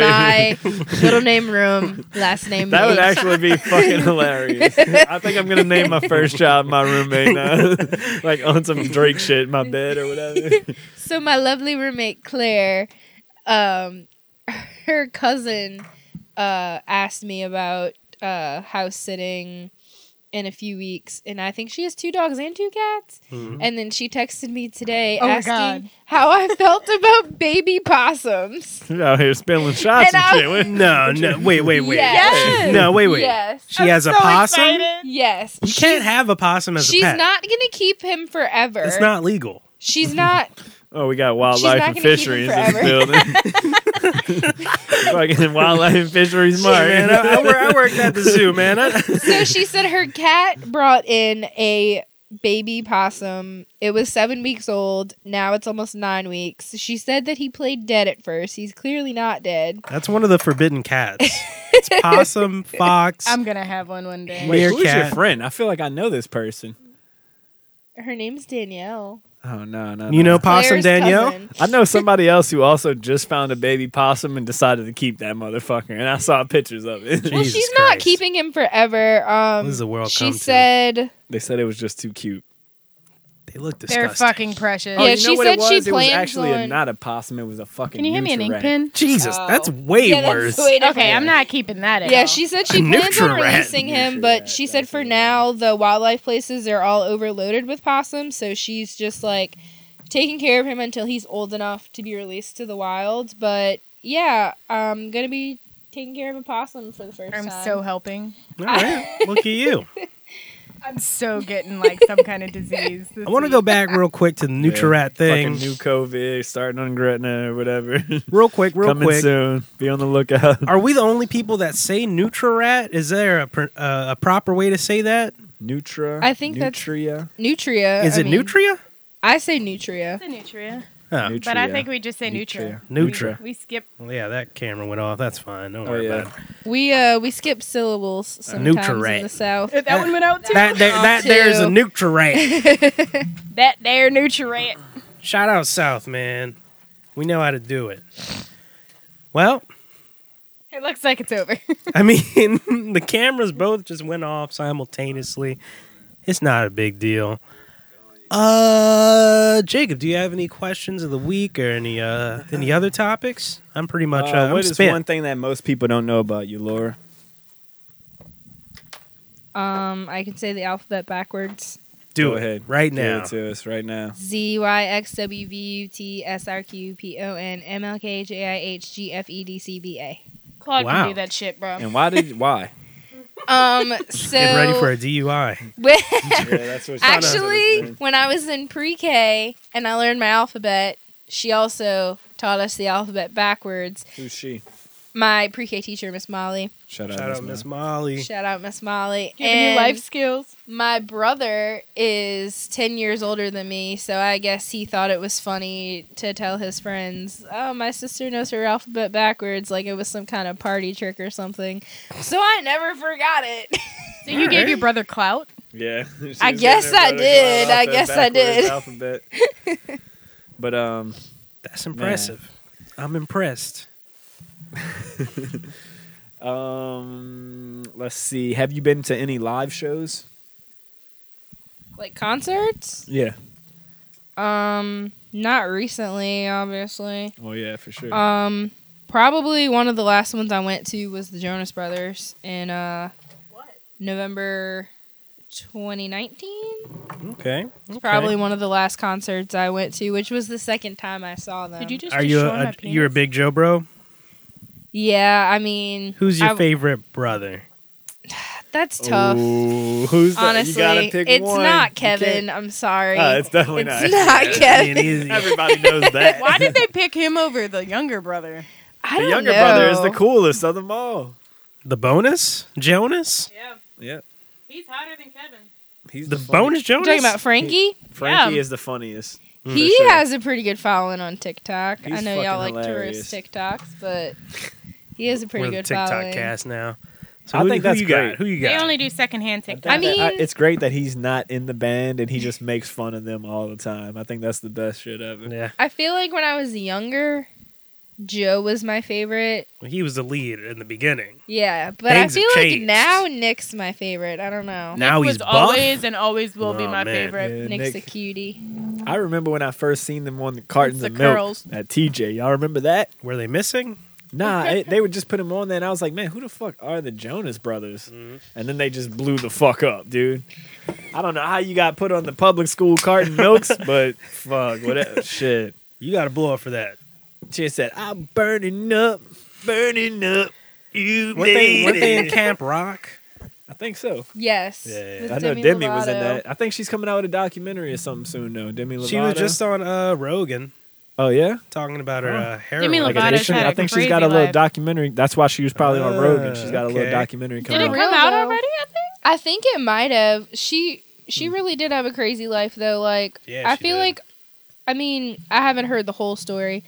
S5: Nye. Middle name Room. Last name.
S3: That would
S5: Meeks.
S3: actually be fucking hilarious. I think I'm gonna name my first child my roommate now, like on some Drake shit in my bed or whatever.
S5: So my lovely roommate Claire, um, her cousin uh, asked me about uh, house sitting in a few weeks, and I think she has two dogs and two cats.
S2: Mhm.
S5: And then she texted me today
S4: Oh my
S5: asking
S4: God.
S5: how I felt about baby possums.
S3: You're out here spilling shots
S5: And
S3: and,
S5: I-
S3: shit. What-
S2: No, no, wait, wait, wait.
S5: Yes.
S2: No, wait, wait.
S5: Yes.
S2: She has a possum.
S5: Yes.
S2: You can't have a possum as
S5: She's
S2: a pet.
S5: not gonna keep him forever.
S2: It's not legal.
S5: She's not.
S3: Oh, we got
S5: She's
S3: wildlife
S5: not
S3: and
S5: gonna keep it
S3: fisheries in this
S5: forever.
S3: building. fucking wildlife and fisheries, Mark.
S2: Man, I, I, wor- I worked at the zoo, man. I-
S5: so she said her cat brought in a baby possum. It was seven weeks old. Now it's almost nine weeks. She said that he played dead at first. He's clearly not dead.
S2: That's one of the forbidden cats. It's possum, fox.
S4: I'm gonna have one one day.
S3: Wait, who's your
S2: Meerkat.
S3: friend? I feel like I know this person.
S5: Her name's Danielle.
S3: Oh no, no,
S2: you
S3: no.
S2: know possum
S5: Claire's
S2: Danielle?
S5: cousin.
S3: I know somebody else who also just found a baby possum and decided to keep that motherfucker, and I saw pictures of it.
S5: Well,
S2: Jesus
S5: she's not
S2: Christ.
S5: keeping him forever. Um,
S2: What does the world
S5: she
S2: come to?
S5: said,
S3: they said it was just too cute.
S2: They look
S4: They're
S2: disgusting.
S4: fucking precious.
S5: Yeah,
S3: Oh, you know
S5: she
S3: what it
S5: said she
S3: was? It was
S5: plans
S3: actually a,
S5: on-
S3: not a possum. It was a fucking.
S4: Can you hand me an ink
S3: nutria.
S4: pen?
S2: Jesus,
S5: Oh.
S2: that's way
S5: Yeah, that's
S2: worse.
S5: way different.
S4: Okay, I'm not keeping that. At
S5: Yeah,
S4: all.
S5: she said
S2: A
S5: she plans on
S2: nutria rat.
S5: releasing him, but she said for now the wildlife places are all overloaded with possums, so she's just like taking care of him until he's old enough to be released to the wild. But yeah, I'm gonna be taking care of a possum for the 1st
S4: I'm
S5: time.
S4: so helping.
S2: All right, look at you.
S4: I'm so getting like some kind of disease.
S2: I want to go back real quick to the
S3: Yeah.
S2: Nutrirat thing.
S3: Fucking new COVID starting on Gretna or whatever.
S2: real quick, real
S3: Coming
S2: quick.
S3: soon. Be on the lookout.
S2: Are we the only people that say Nutrirat? Is there a, pr- uh, a proper way to say that?
S3: Nutra.
S5: I think that's-
S3: Nutria.
S5: Nutria.
S2: Is
S5: Uh, I
S2: it
S5: mean,
S2: Nutria?
S5: I say Nutria.
S4: It's a nutria,
S2: Oh.
S4: but I think we just say
S3: Nutria.
S4: nutria.
S2: Nutra.
S4: We, we skip.
S2: Well, yeah, that camera went off. That's fine. Don't
S3: Oh,
S2: worry
S3: yeah.
S2: about it.
S5: We uh we skip syllables sometimes
S2: Nutria.
S5: in the south.
S4: That, one went out too.
S2: That, there, that
S5: too.
S2: there's a Nutrirat.
S4: That there nutria.
S2: Shout out South, man. We know how to do it. Well,
S4: It looks like it's over.
S2: I mean, the cameras both just went off simultaneously. It's not a big deal. Uh, Jacob, do you have any questions of the week or any uh any other topics? I'm pretty much uh,
S3: Uh,
S2: I'm
S3: what is
S2: spent.
S3: one thing that most people don't know about you, Laura?
S5: Um I can say the alphabet backwards.
S2: do
S3: Go
S2: it
S3: ahead.
S2: right
S3: Give
S2: now.
S3: it to us right now.
S5: Z Y X W V U T S R Q P O N M L K J I H G F E D C B A.
S4: Claude
S2: Wow.
S4: can do that shit, bro.
S3: And why did why?
S5: Um, so
S2: Get ready for a DUI.
S3: yeah, that's what she
S5: actually, when I was in pre-K and I learned my alphabet, she also taught us the alphabet backwards.
S3: Who's she?
S5: My pre-K teacher, Miss Molly.
S3: Shout out,
S2: Shout out Miss Molly.
S5: Shout out, Miss Molly.
S4: Giving
S5: and
S4: you life skills.
S5: my brother is 10 years older than me, so I guess he thought it was funny to tell his friends, oh, my sister knows her alphabet backwards, like it was some kind of party trick or something. So I never forgot it.
S4: So you gave your brother clout.
S3: Yeah. She
S5: I
S3: was
S5: guess
S3: getting her
S5: I
S3: brother
S5: did.
S3: going
S5: I
S3: off that
S5: guess I did.
S3: backwards alphabet. but um,
S2: That's impressive. I'm impressed.
S3: um, let's see. Have you been to any live shows?
S5: like concerts?
S3: Yeah.
S5: Um, not recently, obviously.
S3: Oh yeah, for sure.
S5: Um, probably one of the last ones I went to was the Jonas Brothers in uh November 2019.
S2: Okay.
S5: It's probably one of the last concerts I went to, which was the second time I saw them.
S4: Did you just
S2: Are you
S4: destroy
S2: a,
S4: my
S2: a you're a
S4: penis?
S2: big Joe bro?
S5: Yeah, I mean,
S2: Who's your
S5: I-
S2: favorite brother?
S5: That's tough.
S3: Ooh, who's the, You
S5: Honestly,
S3: gotta pick
S5: it's
S3: one.
S5: not
S3: You can't-
S5: Kevin. I'm sorry.
S3: Ah, it's definitely
S5: it's
S3: not.
S5: not,
S2: I
S5: Kevin.
S2: mean, he's-
S3: Everybody knows that.
S4: Why did they pick him over the younger brother?
S5: I
S3: the
S5: don't
S3: younger brother is the
S5: know.
S3: coolest of them all.
S2: the bonus Jonas?
S4: Yeah,
S3: Yeah.
S4: he's hotter than Kevin.
S3: He's
S2: The bonus
S5: You
S2: Jonas?
S5: talking about Frankie?
S3: Frankie
S4: Yeah.
S3: is the funniest.
S5: he
S3: Mm, sure.
S5: has a pretty good following on TikTok. I
S3: He's
S5: know y'all
S3: fucking
S5: like
S3: hilarious.
S5: to roast TikToks, but he has a pretty
S2: We're
S5: good
S2: the TikTok
S5: following.
S2: cast now. So
S3: I
S2: who,
S3: think
S2: who
S3: that's
S2: you
S3: great.
S2: got? Who you
S4: They
S2: got?
S4: only do secondhand TikTok.
S1: I mean-
S3: it's great that he's not in the band and he just makes fun of them all the time. I think that's the best shit ever.
S2: yeah,
S5: I feel like when I was younger, Joe was my favorite.
S2: well, he was the lead in the beginning.
S5: Yeah, but
S2: Things
S5: I
S2: have
S5: feel like
S2: changed.
S5: now Nick's my favorite. I don't know.
S2: now
S4: was
S2: he's buff.
S4: always and always will be
S2: Oh,
S4: my
S2: man.
S4: favorite.
S3: Yeah,
S5: Nick's a
S3: Nick-
S5: cutie.
S3: I remember when I first seen them on the cartons
S4: It's
S3: of
S4: the
S3: milk
S4: curls.
S3: at TJ. Y'all remember that?
S2: Were they missing?
S3: Nah, it, they would just put him on there, and I was like, man, who the fuck are the Jonas Brothers?
S4: Mm-hmm.
S3: And then they just blew the fuck up, dude. I don't know how you got put on the public school carton milks, but fuck, whatever. Shit.
S2: You got to blow up for that.
S3: She said, I'm burning up, burning up. You
S2: Were they,
S3: made
S2: were they in
S3: it."
S2: Camp Rock?
S3: I think so.
S5: Yes.
S2: Yeah, yeah, yeah.
S5: with
S3: I know Demi, was in
S5: Lovato.
S3: that. I think she's coming out with a documentary or something soon, though. Demi Lovato.
S2: She was just on uh, Rogan
S3: Oh yeah.
S2: talking about her
S3: Oh.
S2: uh, heroin.
S4: Demi
S3: Like
S4: Lovato's
S3: addiction.
S4: had
S3: I
S4: a
S3: think she's
S4: crazy
S3: got a little
S4: life.
S3: documentary. That's why she was probably on
S2: Ah,
S3: Rogan. She's got a little
S2: okay.
S3: documentary
S4: Did
S3: coming
S4: it
S3: out.
S5: Real
S4: come out
S5: though.
S4: already? I think.
S5: I think it might have. She she really did have a crazy life though. Like
S2: Hmm. Yeah,
S5: I
S2: she
S5: feel
S2: did.
S5: like I mean, I haven't heard the whole story,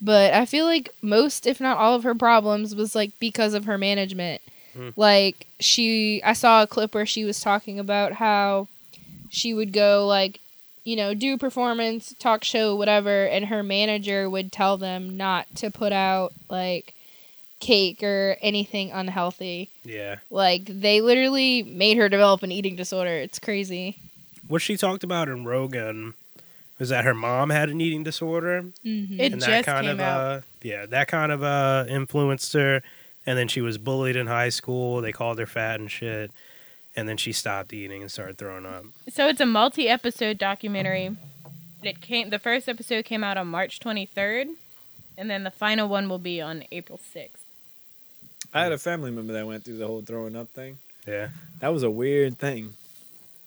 S5: but I feel like most if not all of her problems was like because of her management.
S2: Hmm.
S5: Like she I saw a clip where she was talking about how she would go like you know, do performance, talk show, whatever, and her manager would tell them not to put out like cake or anything unhealthy.
S2: yeah.
S5: Like they literally made her develop an eating disorder. It's crazy.
S2: What she talked about in Rogan was that her mom had an eating disorder,
S5: Mm-hmm.
S4: It
S2: and that
S4: just
S2: kind
S4: came
S2: of
S4: out.
S2: uh, yeah, that kind of uh, influenced her. And then she was bullied in high school. They called her fat and shit. And then she stopped eating and started throwing up.
S4: So it's a multi-episode documentary. It came. The first episode came out on March 23rd, and then the final one will be on April 6th.
S3: I had a family member that went through the whole throwing up thing.
S2: Yeah,
S3: That was a weird thing.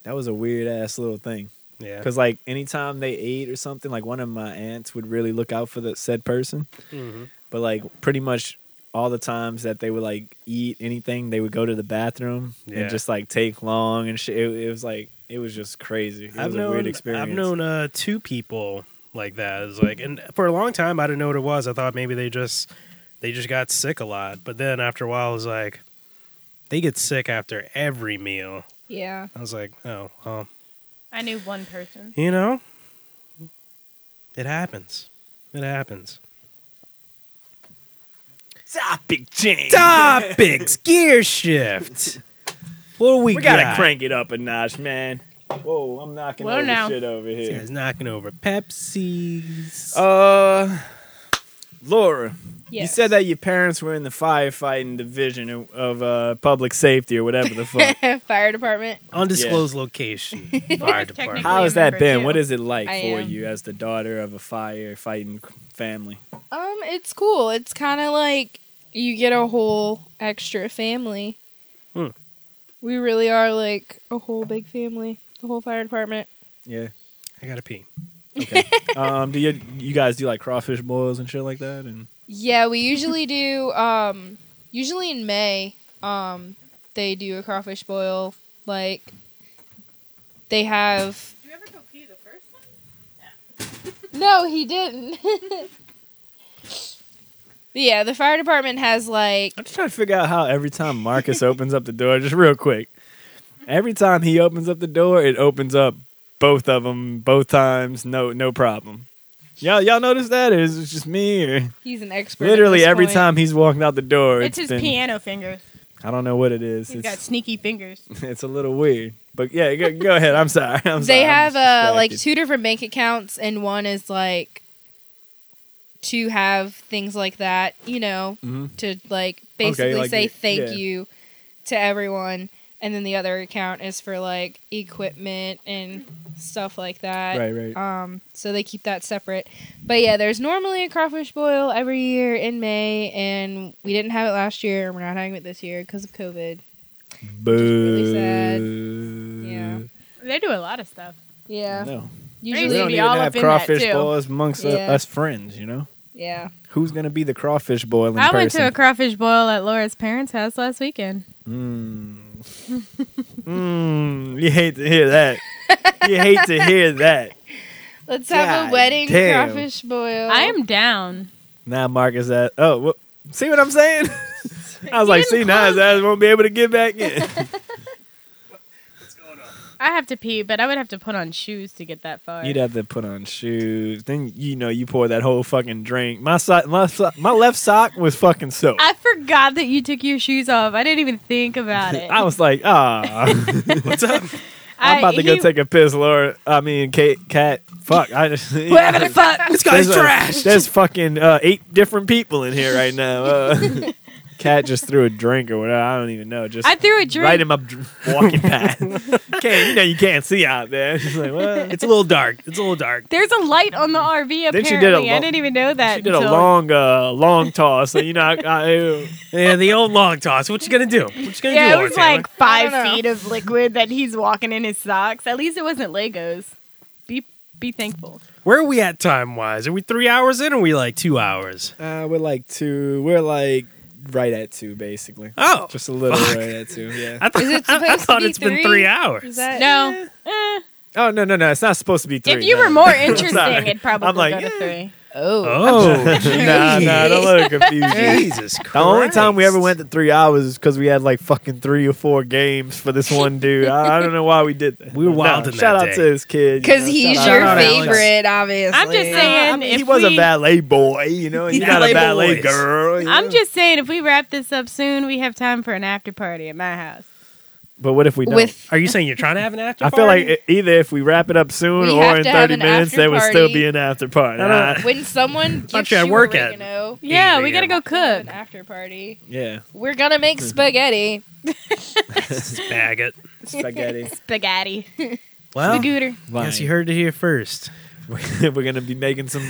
S3: That was a weird ass little thing.
S2: yeah.
S3: Because like anytime they ate or something, like one of my aunts would really look out for the said person.
S2: Mhm.
S3: But like pretty much all the times that they would like eat anything, they would go to the bathroom
S2: Yeah.
S3: and just like take long and shit. It, it was like it was just crazy. It
S2: I've
S3: was
S2: known
S3: a weird experience.
S2: I've known uh, two people like that. It's like, and for a long time, I didn't know what it was. I thought maybe they just they just got sick a lot. But then after a while, I was like, they get sick after every meal.
S5: Yeah.
S2: I was like, oh, well,
S4: I knew one person.
S2: you know, it happens. It happens.
S3: topic change.
S2: Topics, gear shift. What do we,
S3: We gotta
S2: got?
S3: crank it up a notch, man. Whoa, I'm knocking
S4: Well,
S3: over
S4: now.
S3: shit over
S2: This
S3: here.
S2: guy's knocking over Pepsis.
S3: Uh, Laura, you
S5: Yes.
S3: said that your parents were in the firefighting division of- of uh, public safety or whatever the fuck.
S5: Fire department.
S2: Undisclosed location. Fire department.
S4: Technically-
S3: How has that
S4: Remember
S3: been?
S4: too.
S3: What is it like
S5: I
S3: for
S5: am.
S3: you as the daughter of a firefighting family?
S5: Um, it's cool. It's kind of like you get a whole extra family.
S2: Hmm.
S5: We really are like a whole big family. The whole fire department.
S3: Yeah.
S2: I gotta pee.
S3: Okay. um, do you you guys do like crawfish boils and shit like that? And
S5: Yeah, we usually do. Um, usually in May, um, they do a crawfish boil. Like they have.
S4: Did you ever go pee the first one?
S5: No, he didn't. but yeah, the fire department has like
S3: I'm just trying to figure out how every time Marcus opens up the door, just real quick. Every time he opens up the door, it opens up both of them both times. No, no problem. Y'all, y'all notice that? Or is it just me? Or
S5: he's an expert. at
S3: literally
S5: this
S3: every
S5: point.
S3: time he's walking out the door,
S4: It's, his
S3: been,
S4: piano fingers.
S3: I don't know what it is.
S4: He's got
S3: It's,
S4: sneaky fingers.
S3: it's a little weird, but yeah, go, go ahead. I'm sorry. I'm sorry.
S5: they
S3: I'm
S5: have uh
S3: distracted.
S5: like two different bank accounts, and one is like to have things like that. You know,
S4: Mm-hmm.
S3: Mhm.
S5: to like basically
S3: like
S5: say
S3: you-
S5: thank
S3: yeah.
S5: you to everyone, and then the other account is for like equipment and stuff like that.
S3: Right, right.
S5: Um, so they keep that separate. But yeah, there's normally a crawfish boil every year in May, and we didn't have it last year, and we're not having it this year because of COVID. really sad.
S3: Boo.
S5: Yeah.
S4: They do a lot of stuff.
S5: Yeah,
S3: No,
S4: They
S3: Mm. we
S5: usually,
S4: need to
S3: don't e-
S4: be
S3: even
S4: all
S3: have
S4: up in that,
S3: crawfish
S4: too.
S3: boils amongst uh,
S5: Yeah.
S3: us friends. You know.
S5: yeah.
S3: Who's gonna be the crawfish boiling
S4: I
S3: person?
S4: went to a crawfish boil at Laura's parents' house last weekend.
S3: Mm. mm. You hate to hear that. You hate to hear that.
S5: Let's have
S3: God
S5: a wedding
S3: damn.
S5: crawfish boil.
S4: I am down.
S3: Now Marcus that. Oh, wha- see what I'm saying? I was like, see, now his ass won't be able to get back in.
S4: I have to pee, but I would have to put on shoes to get that far.
S3: You'd have to put on shoes. Then you know you pour that whole fucking drink. My sock, my, so- my left sock was fucking soaked.
S4: I forgot that you took your shoes off. I didn't even think about it.
S3: I was like, ah, what's up?
S4: I-
S3: I'm about to go
S4: he-
S3: take a piss, Laura. I mean, Kate, cat, fuck. I just
S4: Whatever the fuck.
S2: This guy's
S3: there's a-
S2: trash.
S3: there's fucking uh, eight different people in here right now. Uh, Cat just threw a drink or whatever. I don't even know. Just
S4: I threw a drink.
S3: right in my dr- walking path. Can't you know you can't see out there. She's like, well,
S2: It's a little dark. It's a little dark.
S4: There's a light on the RV. Apparently,
S3: Mm. Then she did a
S4: I
S3: lo-
S4: didn't even know that.
S3: she did a
S4: until-
S3: long, uh, long toss. So you know, I, I,
S2: Yeah, the old log toss. What you gonna do? What you gonna do?
S4: Yeah, it
S2: Laura
S4: was
S2: Taylor?
S4: like
S1: I don't
S4: five
S1: know.
S4: feet of liquid that he's walking in his socks. At least it wasn't Legos. Be be thankful.
S2: where are we at time wise? Are we three hours in? or Are we like two hours?
S3: uh, we're like two. We're like right at two, basically.
S2: Oh,
S3: Just a little
S2: Fuck.
S3: right at two. Yeah.
S2: I, thought
S1: Is it
S2: I- I
S1: supposed to
S2: thought
S1: be
S2: it's been
S1: three?
S2: three hours.
S1: Is that
S4: No. Eh.
S3: Oh no no no! It's not supposed to be three.
S4: If you
S3: no.
S4: were more
S3: Sorry.
S4: interesting, it'd probably
S3: I'm like,
S4: go to
S3: eh.
S4: three.
S2: oh,
S3: nah nah, don't let it confuse you.
S2: Jesus Christ!
S3: The only time we ever went to three hours is because we had like fucking three or four games for this one dude. I, I don't know why we did that.
S2: We were wild
S3: Nah,
S2: in that
S3: Shout out
S2: day.
S3: to this kid. you
S1: Because
S3: know,
S1: he's
S3: shout
S1: your
S3: out.
S1: favorite, obviously.
S4: I'm just
S3: I
S4: saying,
S3: mean,
S4: if
S3: he was
S4: we-
S3: a ballet boy, you know. He's not
S2: Ballet
S3: a ballet
S2: boys.
S3: girl. you know?
S4: I'm just saying, if we wrap this up soon, we have time for an after party at my house.
S3: But what if we don't?
S1: With
S2: Are you saying you're trying to have an after?
S3: I feel like
S2: party?
S3: e- either if we wrap it up soon
S1: We
S3: or
S1: have
S3: in
S1: to have
S3: 30
S1: an
S3: minutes,
S1: after
S3: there would still
S1: party.
S3: be an after party.
S2: I don't-
S3: Uh,
S1: when someone
S2: Thought
S1: gives
S2: you
S1: you
S2: had work at-
S1: oregano,
S4: Yeah, we
S2: yeah.
S4: gotta go cook.
S1: an after party.
S3: yeah,
S1: We're gonna make
S3: Mm-hmm.
S1: spaghetti.
S2: Just bag it.
S3: spaghetti.
S4: Spaghetti,
S2: Well,
S4: Spagooter.
S2: yes, you heard it here first.
S3: we're gonna be making some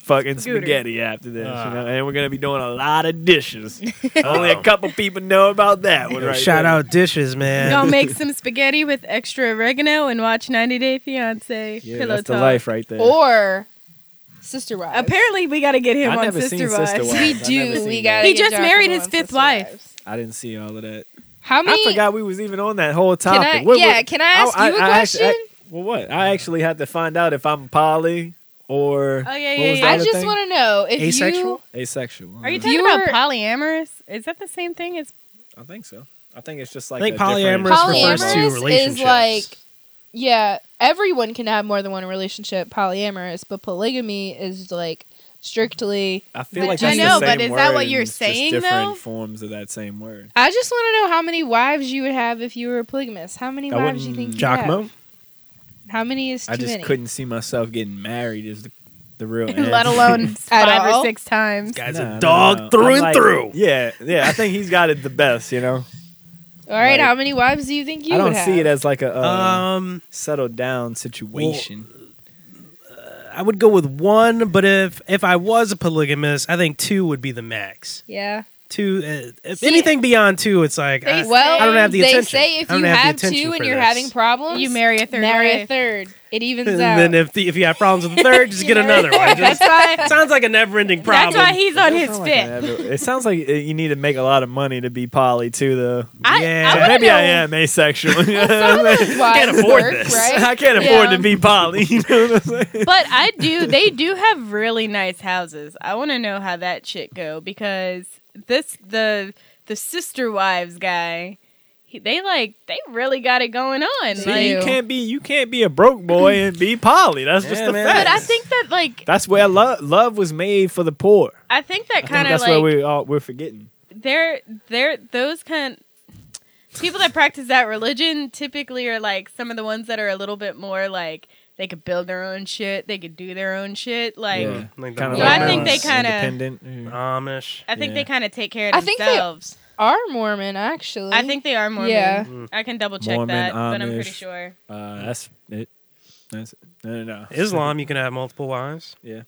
S3: fucking
S4: Scooter.
S3: spaghetti after this,
S2: Ah.
S3: you know? and we're gonna be doing a lot of dishes. Only a couple people know about that one.
S2: Yo,
S3: Right
S2: Oh. shout
S3: there.
S2: out dishes,
S3: Oh.
S2: man.
S4: Gonna make some spaghetti with extra oregano and watch 90 Day Fiance.
S3: Yeah,
S4: Pillow
S3: that's
S4: talk. Oh.
S3: the life right there.
S1: Or sister wives.
S4: Apparently, we gotta get him
S3: I've
S4: on
S3: never
S4: Sister
S3: seen
S4: Wives.
S3: Sister Wives.
S1: we
S3: I've never
S1: do.
S3: seen
S1: We
S3: that.
S1: got.
S4: He just married his fifth wife.
S3: I didn't see all of that.
S1: How many?
S3: I forgot we was even on that whole
S1: Can
S3: topic.
S1: I,
S3: What-
S1: yeah,
S3: what-
S1: can I ask
S3: I-
S1: you a
S3: I- I actu-
S1: question?
S3: well, what? I actually had to find out if I'm poly or
S4: Oh, yeah,
S3: what
S4: yeah,
S3: was the
S4: yeah.
S1: I,
S3: other
S1: just
S3: thing?
S1: want to know if
S2: Asexual?
S3: asexual.
S4: Are Mm. you
S3: Uh,
S4: talking
S1: You
S4: about
S1: were-
S4: polyamorous? Is that the same thing as
S3: I think so. I think it's just like
S2: I think
S3: a different-
S2: polyamorous,
S1: you
S2: refers to
S1: polyamorous
S2: relationships.
S1: is like, yeah, everyone can have more than one relationship. Polyamorous, but polygamy is like strictly.
S3: I feel like
S4: I
S3: that's
S4: know,
S3: the
S4: but
S3: same
S4: is that what
S3: word,
S4: you're
S3: it's just
S4: saying,
S3: Different
S4: though?
S3: forms of that same word.
S1: I just want to know how many wives you would have if you were a polygamist. How many
S3: I
S1: wives do you
S3: wouldn't-
S1: think you
S2: Giacomo.
S1: have? How many is too
S3: I just
S1: many?
S3: couldn't see myself getting married. Is the, the real
S4: let
S3: answer.
S4: alone
S1: At
S4: five
S1: all?
S4: or six times.
S2: Guy's
S3: No,
S2: a
S3: no,
S2: dog
S3: no.
S2: through
S3: I'm
S2: and
S3: like-
S2: through.
S3: Yeah, yeah. I think he's got it the best. You know,
S1: All right,
S3: Like-
S1: how many wives do you think you
S3: I
S1: would
S3: don't
S1: have?
S3: see it as like a uh,
S2: Um,
S3: settled down situation.
S2: I would go with one, but if if I was a polygamist, I think two would be the max.
S1: yeah.
S2: Two, uh, if
S1: See-
S2: anything beyond two, it's like I,
S4: They-
S1: Well,
S4: I don't
S2: have the
S1: they
S2: attention.
S1: say if
S2: I don't
S1: you
S2: have the
S1: have
S2: attention
S1: two
S2: for
S1: and you're
S2: this.
S1: having problems,
S4: You marry a third.
S1: marry
S4: wife.
S1: a third. It evens
S2: and
S1: out.
S2: then if the, if you have problems with the third, just
S1: You
S2: get
S1: know?
S2: another one.
S4: That's
S2: Just,
S4: why.
S2: sounds like a never-ending problem.
S4: That's why he's on his
S3: Sound like
S4: fifth.
S3: an adver- it sounds like uh, you need to make a lot of money to be poly too, though.
S4: I,
S2: Yeah.
S4: I
S2: wanna
S3: Maybe
S4: know,
S3: I am asexual. you know
S1: Some
S3: what
S1: of
S3: I'm
S1: those
S3: saying?
S1: wives
S2: Can't afford
S1: work,
S2: this.
S1: right?
S3: I can't afford to be poly. You know what I'm saying?
S4: But I do. They do have really nice houses. I want to know how that shit go because this the the sister wives guy. He, they like they really got it going on.
S1: See,
S4: like,
S3: you
S1: Ew.
S3: can't be you can't be a broke boy and be poly. That's just
S2: Yeah,
S3: the
S2: man.
S3: fact.
S4: but I think that like
S3: that's where love love was made for the poor.
S4: I think that
S3: I think
S4: kind of
S3: that's
S4: like
S3: what we all we're forgetting.
S4: they're they're those kind people that practice that religion typically are like some of the ones that are a little bit more like they could build their own shit they could do their own shit like
S3: Yeah. Uh,
S2: like
S3: Kind
S2: the
S3: of.
S4: So I think they kinda-
S3: independent.
S2: Amish.
S4: i think
S3: Yeah.
S4: they kind of take care
S1: I
S4: of
S1: think they-
S4: themselves
S1: Are Mormon actually?
S4: i think they are mormon
S1: Yeah.
S2: Mm.
S4: i can double check
S3: Mormon,
S4: that but i'm pretty
S3: Amish.
S4: sure
S3: Uh, that's it. That's it. no no no.
S2: Islam, you can have multiple wives.
S3: Yeah.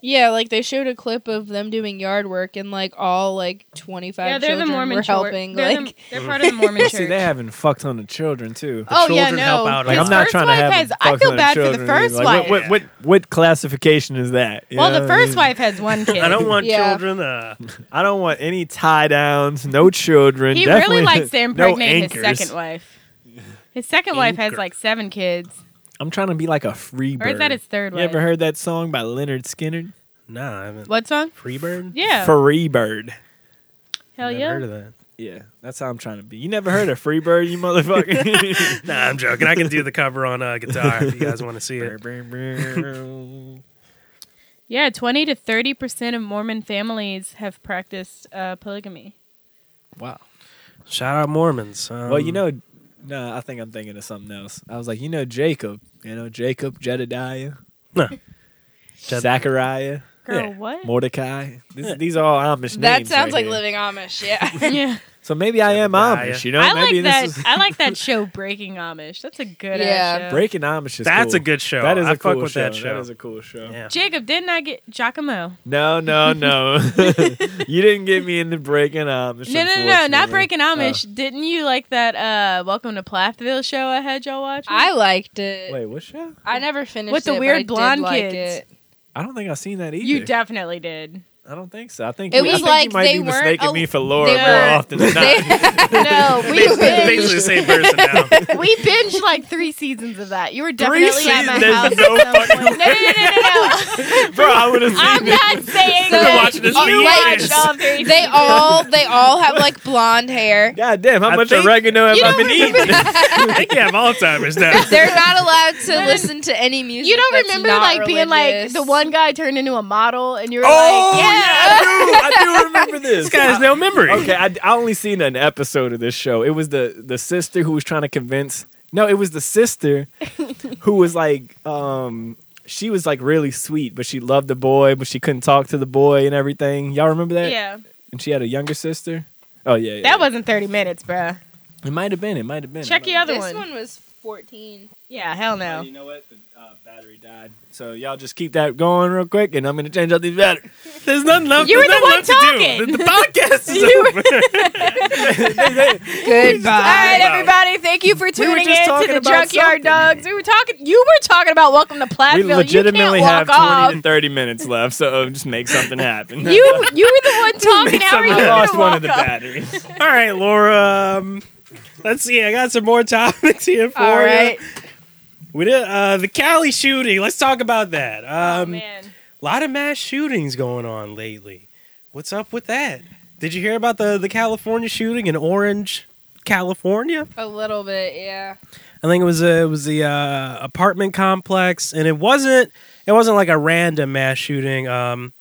S1: Yeah, like they showed a clip of them doing yard work and like all like twenty five
S4: yeah they're
S1: children
S4: the mormon
S1: were
S4: church.
S1: helping.
S4: they're, the-
S1: like
S4: they're part of the mormon
S3: See,
S4: church
S3: they having fucked on the children too.
S4: oh yeah
S2: children help
S4: no
S2: out.
S3: Like,
S4: his
S3: I'm not
S4: first
S3: trying to
S4: wife
S3: have
S4: has
S3: them
S4: i
S3: fuck
S4: feel
S3: on
S4: bad for the
S3: children.
S4: first
S3: Like,
S4: wife
S3: What, what, what, what classification is that? You
S4: well
S3: know
S4: the
S3: what I
S4: first
S3: mean?
S4: wife has one kid
S2: I don't want
S1: Yeah.
S2: children. Uh,
S3: I don't want any tie downs, no children.
S4: He
S3: definitely
S4: really likes to
S3: no
S4: impregnate
S3: anchors.
S4: his second wife. His second wife has
S2: Anchor.
S4: like seven kids,
S3: I'm trying to be like a free bird.
S4: or is that his third
S3: you
S4: wife?
S3: ever heard that song by Leonard Skinner?
S2: nah, I haven't.
S4: What song?
S2: Freebird.
S4: Yeah,
S3: Free bird.
S4: Hell
S2: Never
S4: yeah.
S2: Heard of that.
S3: Yeah, that's how I'm trying to be. You never heard of Freebird, you motherfucker?
S2: Nah, I'm joking. I can do the cover on uh, guitar if you guys want to see it.
S4: Yeah, 20 to 30% of Mormon families have practiced uh, polygamy.
S3: wow.
S2: Shout out Mormons. Um,
S3: well, you know, no, I think I'm thinking of something else. I was like, you know, Jacob, you know, Jacob, Jedediah,
S2: no. Jed-
S3: Zachariah,
S4: Girl,
S2: Yeah.
S4: what?
S3: Mordecai. This, These are all Amish names.
S5: That sounds
S3: right
S5: like
S3: here.
S5: living Amish. Yeah.
S4: yeah.
S3: So maybe I am
S2: Jedediah.
S3: Amish. You know,
S4: I
S3: maybe
S4: like that.
S3: this is
S4: I like that show Breaking Amish. That's a good
S5: Yeah.
S4: ass show.
S3: breaking Amish. Is
S2: that's
S3: cool.
S2: a good show.
S3: That is a
S2: I fuck
S3: cool
S2: with
S3: show.
S2: that show.
S3: That is a cool show.
S2: yeah.
S4: Jacob, didn't I get Giacomo?
S3: No, no, no. you didn't get me into breaking Amish.
S4: No, no, no, no, not
S3: unfortunately.
S4: Breaking Amish. Didn't you like that uh Welcome to Plathville show I had y'all watch?
S5: I liked it.
S3: Wait, what show?
S5: I never finished
S4: With the
S5: it, but
S4: weird
S5: I did
S4: blonde
S5: like
S4: kids.
S5: It.
S3: I don't think I've seen that either.
S4: you definitely did.
S3: I don't think so. I think
S5: It
S3: we- I
S5: was
S3: think
S5: like
S3: you might
S5: they
S3: be
S5: weren't
S3: mistaking
S5: a-
S3: me for Laura
S5: they
S3: more
S5: were-
S3: often than not.
S4: no, we
S2: Basically, basically the
S4: binged.
S2: same person now.
S4: We binged like three seasons of that. You were definitely at my
S2: seasons? There's
S4: house.
S2: no
S4: at some point. no, no, no, no, no, no.
S3: Bro, I would have seen
S4: I'm
S3: this.
S4: not saying
S5: We're
S4: that.
S2: watching this
S4: you
S2: for years.
S4: watched all three
S5: They all they all have like blonde hair.
S3: God damn, how
S2: I
S3: much
S2: think-
S3: oregano have
S4: You
S3: I
S4: don't
S3: been eating?
S2: I think you have Alzheimer's now.
S5: They're not allowed to listen to any music.
S4: You don't
S5: that's
S4: remember
S5: not
S4: like being like
S5: religious.
S4: the one guy turned into a model and you were
S3: Oh,
S4: like,
S3: yeah,
S4: yeah.
S3: I do. I do remember this.
S2: This guy has no memory.
S3: Okay, I, I only seen an episode of this show. It was the the sister who was trying to convince. No, it was the sister who was like, um, she was like really sweet, but she loved the boy, but she couldn't talk to the boy and everything. Y'all remember that? And she had a younger sister. Oh yeah, yeah, yeah.
S4: That wasn't 30 minutes, bruh.
S3: It might have been. It might have been.
S4: Check
S3: it
S4: the other
S5: This
S4: one.
S5: one was fourteen.
S4: Yeah, hell no.
S3: You know what? The uh, battery died. So y'all just keep that going real quick, and I'm gonna change out these batteries.
S2: There's nothing left.
S4: You were
S2: there's
S4: the
S2: nothing
S4: one
S2: left to do.
S4: talking.
S2: The, the podcast is
S4: You
S2: over.
S4: All right,
S5: Goodbye.
S4: everybody. Thank you for
S3: were
S4: tuning
S3: just
S4: in
S3: talking
S4: to the
S3: about something.
S4: Junkyard Dogs. We were talking. You were talking about Welcome to
S3: we
S4: Plathville.
S3: legitimately
S4: you
S3: have
S4: can't walk off.
S3: 20 to 30 minutes left, so just make something happen.
S4: you you were the one talking. How are you
S3: I
S4: gonna
S3: lost one
S4: walk
S3: of the
S4: off?
S3: batteries.
S2: All right, Laura. Um, let's see. I got some more topics here for
S4: All right.
S2: you. We did uh, the Cali shooting. Let's talk about that.
S4: oh
S2: Um,
S4: man.
S2: lot of mass shootings going on lately. What's up with that? Did you hear about the, the California shooting in Orange, California?
S5: A little bit, yeah.
S2: I think it was a, it was the uh, apartment complex, and it wasn't it wasn't like a random mass shooting. Um,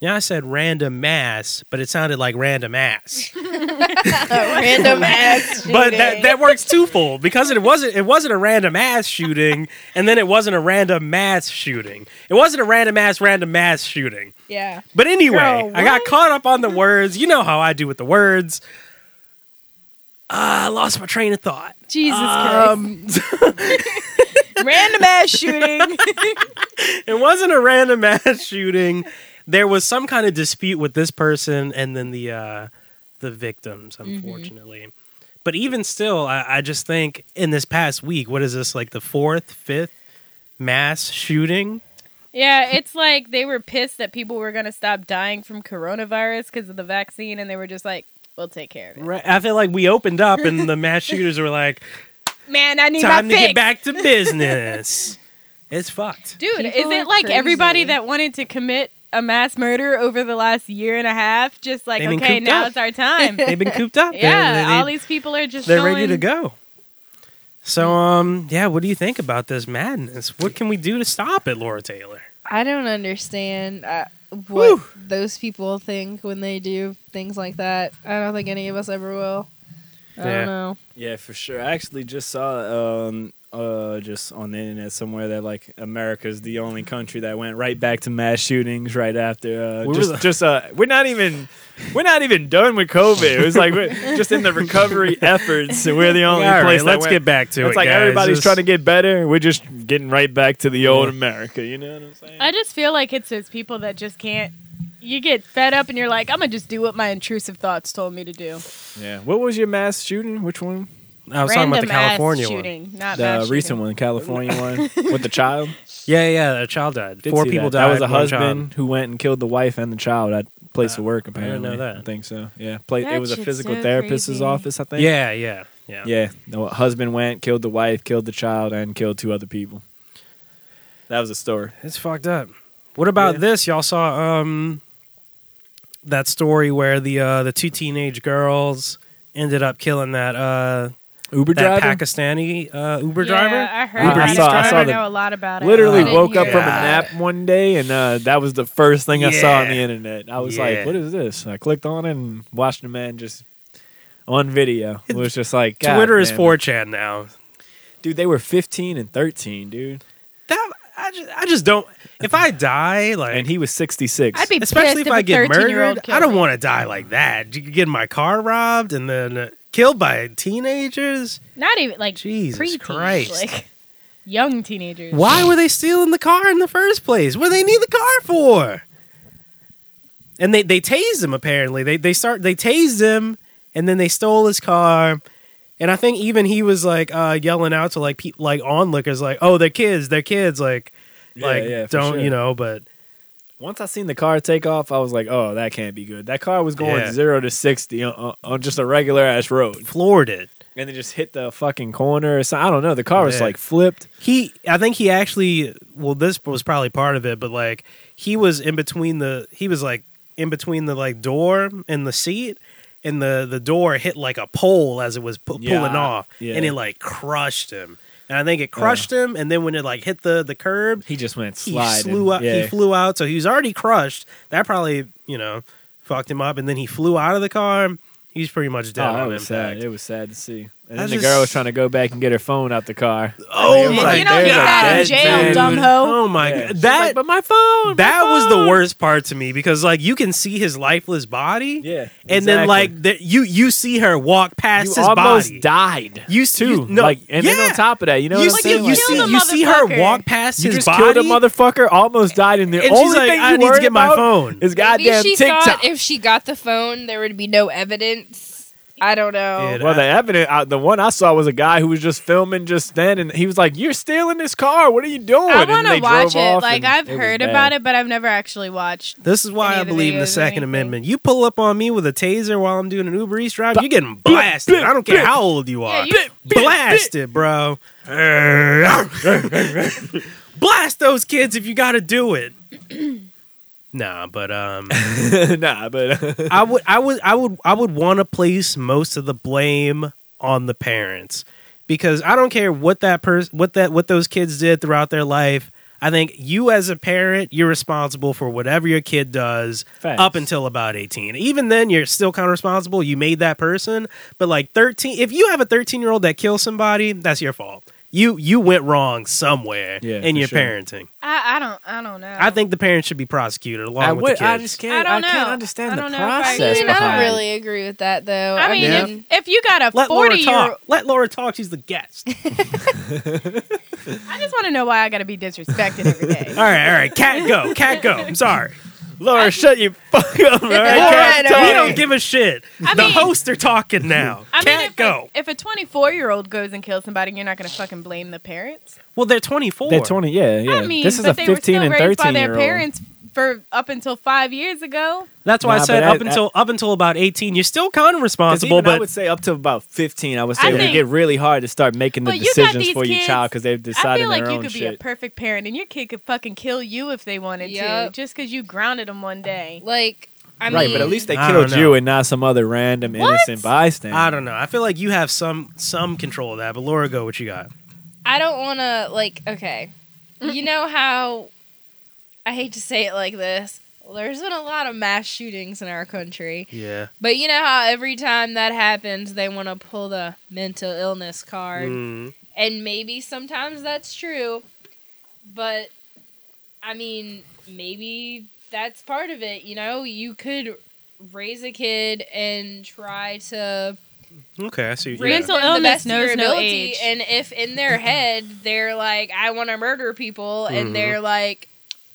S2: yeah, I said random mass, but it sounded like random ass.
S5: random ass.
S2: but that that works twofold because it wasn't it wasn't a random mass shooting, and then it wasn't a random mass shooting. It wasn't a random mass random mass shooting.
S5: yeah.
S2: But anyway,
S4: Girl,
S2: I got caught up on the words. You know how I do with the words. Uh, I lost my train of thought.
S4: Jesus
S2: Um,
S4: Christ. Random ass shooting.
S2: it wasn't a random mass shooting. There was some kind of dispute with this person and then the uh, the victims, unfortunately. But even still, I, I just think in this past week, what is this like the fourth, fifth mass shooting?
S4: Yeah, it's like they were pissed that people were going to stop dying from coronavirus because of the vaccine, and they were just like, "We'll take care of it."
S2: Right. I feel like we opened up and the mass shooters were like,
S4: Man, I need
S2: "Time
S4: my
S2: to
S4: fix.
S2: get back to business." it's fucked.
S4: Dude,
S5: People
S4: is
S5: are
S4: it like everybody
S5: crazy.
S4: that wanted to commit a mass murder over the last year and a half just like,
S2: They've been
S4: okay,
S2: cooped
S4: now
S2: up.
S4: it's our time?
S2: They've been cooped up.
S4: yeah,
S2: They- they-
S4: all these people are just
S2: they're
S4: showing,
S2: ready to go. So, um, yeah, what do you think about this madness? What can we do to stop it, Laura Taylor?
S5: I don't understand uh, what
S2: Whew.
S5: those people think when they do things like that. I don't think any of us ever will.
S2: Yeah.
S5: I don't know.
S3: Yeah, for sure. I actually just saw um uh just on the internet somewhere that like America's the only country that went right back to mass shootings right after uh,
S2: We were
S3: just
S2: the-
S3: just uh we're not even we're not even done with COVID. It was like we're just in the recovery efforts and we're the only
S2: All
S3: place
S2: right,
S3: that
S2: let's
S3: went-
S2: get back to it.
S3: It's like
S2: guys.
S3: everybody's
S2: This-
S3: trying to get better. and We're just getting right back to the old America. You know what I'm saying?
S4: I just feel like it's those people that just can't. You get fed up and you're like, I'm gonna just do what my intrusive thoughts told me to do.
S3: yeah. What was your mass shooting? Which one?
S2: I was talking about the
S4: Random ass
S2: California one.
S4: shooting, not
S3: The
S4: mass shooting.
S3: recent one, California one with the child.
S2: Yeah, yeah, a child died.
S3: Did
S2: Four
S3: see
S2: people
S3: that.
S2: died.
S3: That was a
S2: one
S3: husband
S2: child. Uh,
S3: who went and killed the wife and the child at place of work. Apparently,
S2: know that.
S3: I think so. Yeah, Pla
S4: That
S3: it was a
S4: shit's
S3: physical
S4: so
S3: therapist's
S4: crazy.
S3: office. I think.
S2: Yeah, yeah, yeah.
S3: yeah. The husband went, killed the wife, killed the child, and killed two other people. That was a story.
S2: It's fucked up. What about
S3: Yeah.
S2: this? Y'all saw um that story where the uh, the two teenage girls ended up killing that uh,
S3: Uber
S2: that
S3: driver.
S2: Pakistani uh, Uber
S4: yeah,
S2: driver.
S4: I heard.
S3: Uber
S4: I,
S3: Eats
S4: saw,
S3: driver?
S4: I
S3: I saw the-
S4: know a lot about it.
S3: Literally
S1: I didn't
S3: woke up
S1: hear
S3: from a
S2: that.
S3: nap one day, and uh, that was the first thing I saw on the
S2: Yeah.
S3: internet. I was
S2: Yeah.
S3: like, "What is this?" I clicked on it and watched the man just on video. It was just like God,
S2: Twitter is
S3: man.
S2: 4chan now.
S3: Dude, they were 15 and 13, dude,
S2: That I just, I just don't. If I die, like
S3: and he was 66.
S4: I'd be
S2: especially
S4: pissed
S2: if I
S4: a
S2: get
S4: 13-year-old
S2: murdered.
S4: killed
S2: I don't
S4: me.
S2: want to die like that. You could get my car robbed and then uh, killed by teenagers.
S4: Not even like
S2: Jesus
S4: pre-teens,
S2: Christ.
S4: like young teenagers.
S2: Why were they stealing the car in the first place? What do they need the car for? And they they tased him apparently. They they start they tased him and then they stole his car. And I think even he was like uh, yelling out to like people like onlookers like, "Oh, they're kids, they're kids." Like
S3: Yeah,
S2: like
S3: yeah, for
S2: don't,
S3: sure.
S2: you know, but
S3: Once I seen the car take off, I was like, "Oh, that can't be good." That car was going
S2: Yeah.
S3: zero to sixty on, on just a regular ass road,
S2: floored it.
S3: and it just hit the fucking corner. Or something. I don't know. The car was
S2: Yeah.
S3: like flipped.
S2: He, I think he actually, well, this was probably part of it, but like he was in between the, he was like in between the like door and the seat, and the the door hit like a pole as it was pu-
S3: Yeah.
S2: pulling off,
S3: Yeah.
S2: and it like crushed him, and I think it crushed him, and then when it like hit the the curb,
S3: He just went
S2: he
S3: sliding.
S2: flew out,
S3: Yeah. Oh,
S2: he flew out, so he was already crushed. That probably you know fucked him up, and then he flew out of the car. He's pretty much
S3: Oh,
S2: dead
S3: that
S2: on
S3: was sad.
S2: impact.
S3: It was sad to see. And
S2: I
S3: then the
S2: just-
S3: girl was trying to go back and get her phone out the car.
S2: Oh
S4: You
S2: my
S4: don't
S2: god!
S4: get that in jail,
S2: dude.
S4: dumb hoe.
S2: Oh my
S3: Yeah.
S2: god!
S3: She's
S2: That
S3: like, but my phone.
S2: that was the worst part to me because like you can see his lifeless body
S3: Yeah,
S2: and then
S3: exactly.
S2: like the, you you see her walk past
S3: you
S2: his
S3: almost
S2: body
S3: died.
S2: You-
S3: too.
S2: you- no,
S3: like, and then
S2: yeah.
S3: on top of that, you know
S2: you,
S3: what I'm
S2: see,
S3: saying?
S2: you,
S3: Like,
S2: see,
S4: killed a
S2: you see her
S4: motherfucker.
S2: walk past
S3: you
S2: his
S3: just
S2: body
S3: killed a motherfucker, almost died, and the
S2: and
S3: only
S2: she's like
S3: thing
S2: i
S3: you
S2: need to
S3: worried
S2: get my
S3: about
S2: phone
S3: is
S5: Maybe
S3: goddamn
S5: she
S3: TikTok.
S5: thought if she got the phone, there would be no evidence. I don't know.
S2: Dude,
S3: Well, the evidence, uh, the one I saw was a guy who was just filming just then, and he was like, "You're stealing this car. What are you doing?"
S4: I
S3: And
S4: want
S3: they
S4: to watch
S3: drove off,
S4: it. Like
S3: and
S4: I've
S3: was
S4: heard
S3: bad.
S4: about it, but I've never actually watched.
S2: this is why
S4: Any
S2: i
S4: of the
S2: believe in
S4: videos or
S2: the second
S4: anything.
S2: amendment you pull up on me with a taser while i'm doing an uber eats drive you're getting blasted i don't care how old you are
S4: Yeah, you-
S2: blasted bro blast those kids if you gotta do it nah but um
S3: nah, but
S2: I would I would I would I would want to place most of the blame on the parents because I don't care what that person what that what those kids did throughout their life. I think you as a parent, you're responsible for whatever your kid does
S3: Facts.
S2: up until about 18. Even then you're still kind of responsible. You made that person, but like 13, if you have a 13-year-old that kills somebody, that's your fault. You you went wrong somewhere
S3: Yeah,
S2: in
S3: for
S2: your
S3: sure.
S2: parenting.
S4: I, I don't. I don't know.
S2: I think the parents should be prosecuted along
S3: I,
S2: with
S3: would,
S2: the kids.
S3: I just can't.
S4: I don't
S3: can't
S4: know.
S3: understand
S4: I
S3: the
S4: don't know if I
S3: process
S4: agree.
S5: I mean, I
S3: behind
S5: don't
S3: it.
S5: really agree with that though.
S4: I mean,
S2: Yeah.
S4: if, if you got a
S2: Let Laura
S4: forty year,
S2: talk. Let Laura talk. She's the guest.
S4: I just want to know why I got to be disrespected every day.
S2: All right, all right. Cat go. Cat go. I'm sorry.
S3: Laura, shut your fuck up, all right?
S5: All
S3: Cat
S5: right, all
S3: talk.
S5: right.
S2: We don't give a shit.
S4: I
S2: the
S4: mean-
S2: hosts are talking now.
S4: I mean,
S2: Cat
S4: if
S2: go.
S4: A, if a 24 year old goes and kills somebody, you're not going to fucking blame the parents.
S2: well, they're 24.
S3: They're 20, yeah, yeah.
S4: I mean,
S3: this is
S4: but
S3: a
S4: they were
S3: 15
S4: still
S3: and
S4: raised
S3: 13
S4: by their
S3: year old.
S4: parents for up until five years ago.
S2: That's why
S3: Nah,
S2: I said
S3: but I-
S2: up until up until about 18, you're still kind of
S3: 'Cause
S2: responsible,
S3: even I
S2: but
S3: would say up to about 15, I would
S4: I
S3: say
S4: think-
S3: we get really hard to start making the
S4: Well, you got
S3: decisions
S4: these
S3: for your
S4: kids.
S3: child because they've
S4: I
S3: decided
S4: feel like
S3: their
S4: you
S3: own
S4: could be a
S3: shit.
S4: perfect parent, and your kid could fucking kill you if they wanted to,
S5: Yep.
S4: just because you grounded them one day.
S5: like, I mean,
S3: right, but at least they
S2: I don't
S3: killed
S2: know.
S3: you and not some other random innocent bystander.
S2: I don't know. I feel like you have some some control of that. But Laura, go. What you got?
S5: I don't want to like. Okay, you know how I hate to say it like this. There's been a lot of mass shootings in our country,
S2: Yeah.
S5: but you know how every time that happens, they want to pull the mental illness card.
S3: Mm.
S2: Mm,
S5: And maybe sometimes that's true, but I mean, maybe that's part of it, you know? You could raise a kid and try to
S2: Okay. I see.
S5: raise
S4: Mental
S5: them the
S4: illness
S5: best of your
S4: knows no
S5: ability,
S4: age.
S5: and if in their
S2: Mm-hmm.
S5: head they're like I want to murder people
S2: Mhm.
S5: and they're like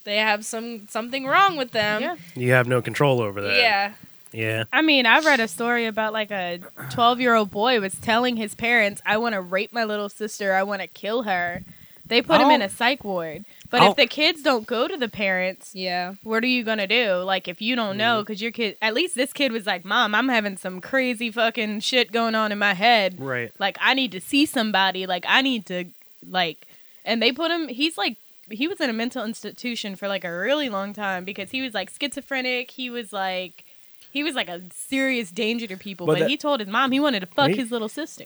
S5: they have some something wrong with them.
S4: Yeah.
S2: You have no control over that.
S5: Yeah.
S2: Yeah.
S4: I mean, I read a story about like a 12 year old boy was telling his parents, I want to rape my little sister. I want to kill her. They put him in
S2: I'll-
S4: a
S3: Oh.
S4: psych ward. But
S2: I'll-
S4: if the kids don't go to the parents,
S5: Yeah.
S4: what are you going to do? Like, if you don't
S3: Mm-hmm.
S4: know, because your kid, at least this kid was like, Mom, I'm having some crazy fucking shit going on in my head.
S2: Right.
S4: Like, I need to see somebody. Like, I need to, like, and they put him, he's like, he was in a mental institution for like a really long time because he was like schizophrenic. He was like He was like a serious danger to people,
S3: But
S4: but,
S3: that-
S4: he told his mom he wanted to fuck
S2: Me?
S4: his little sister.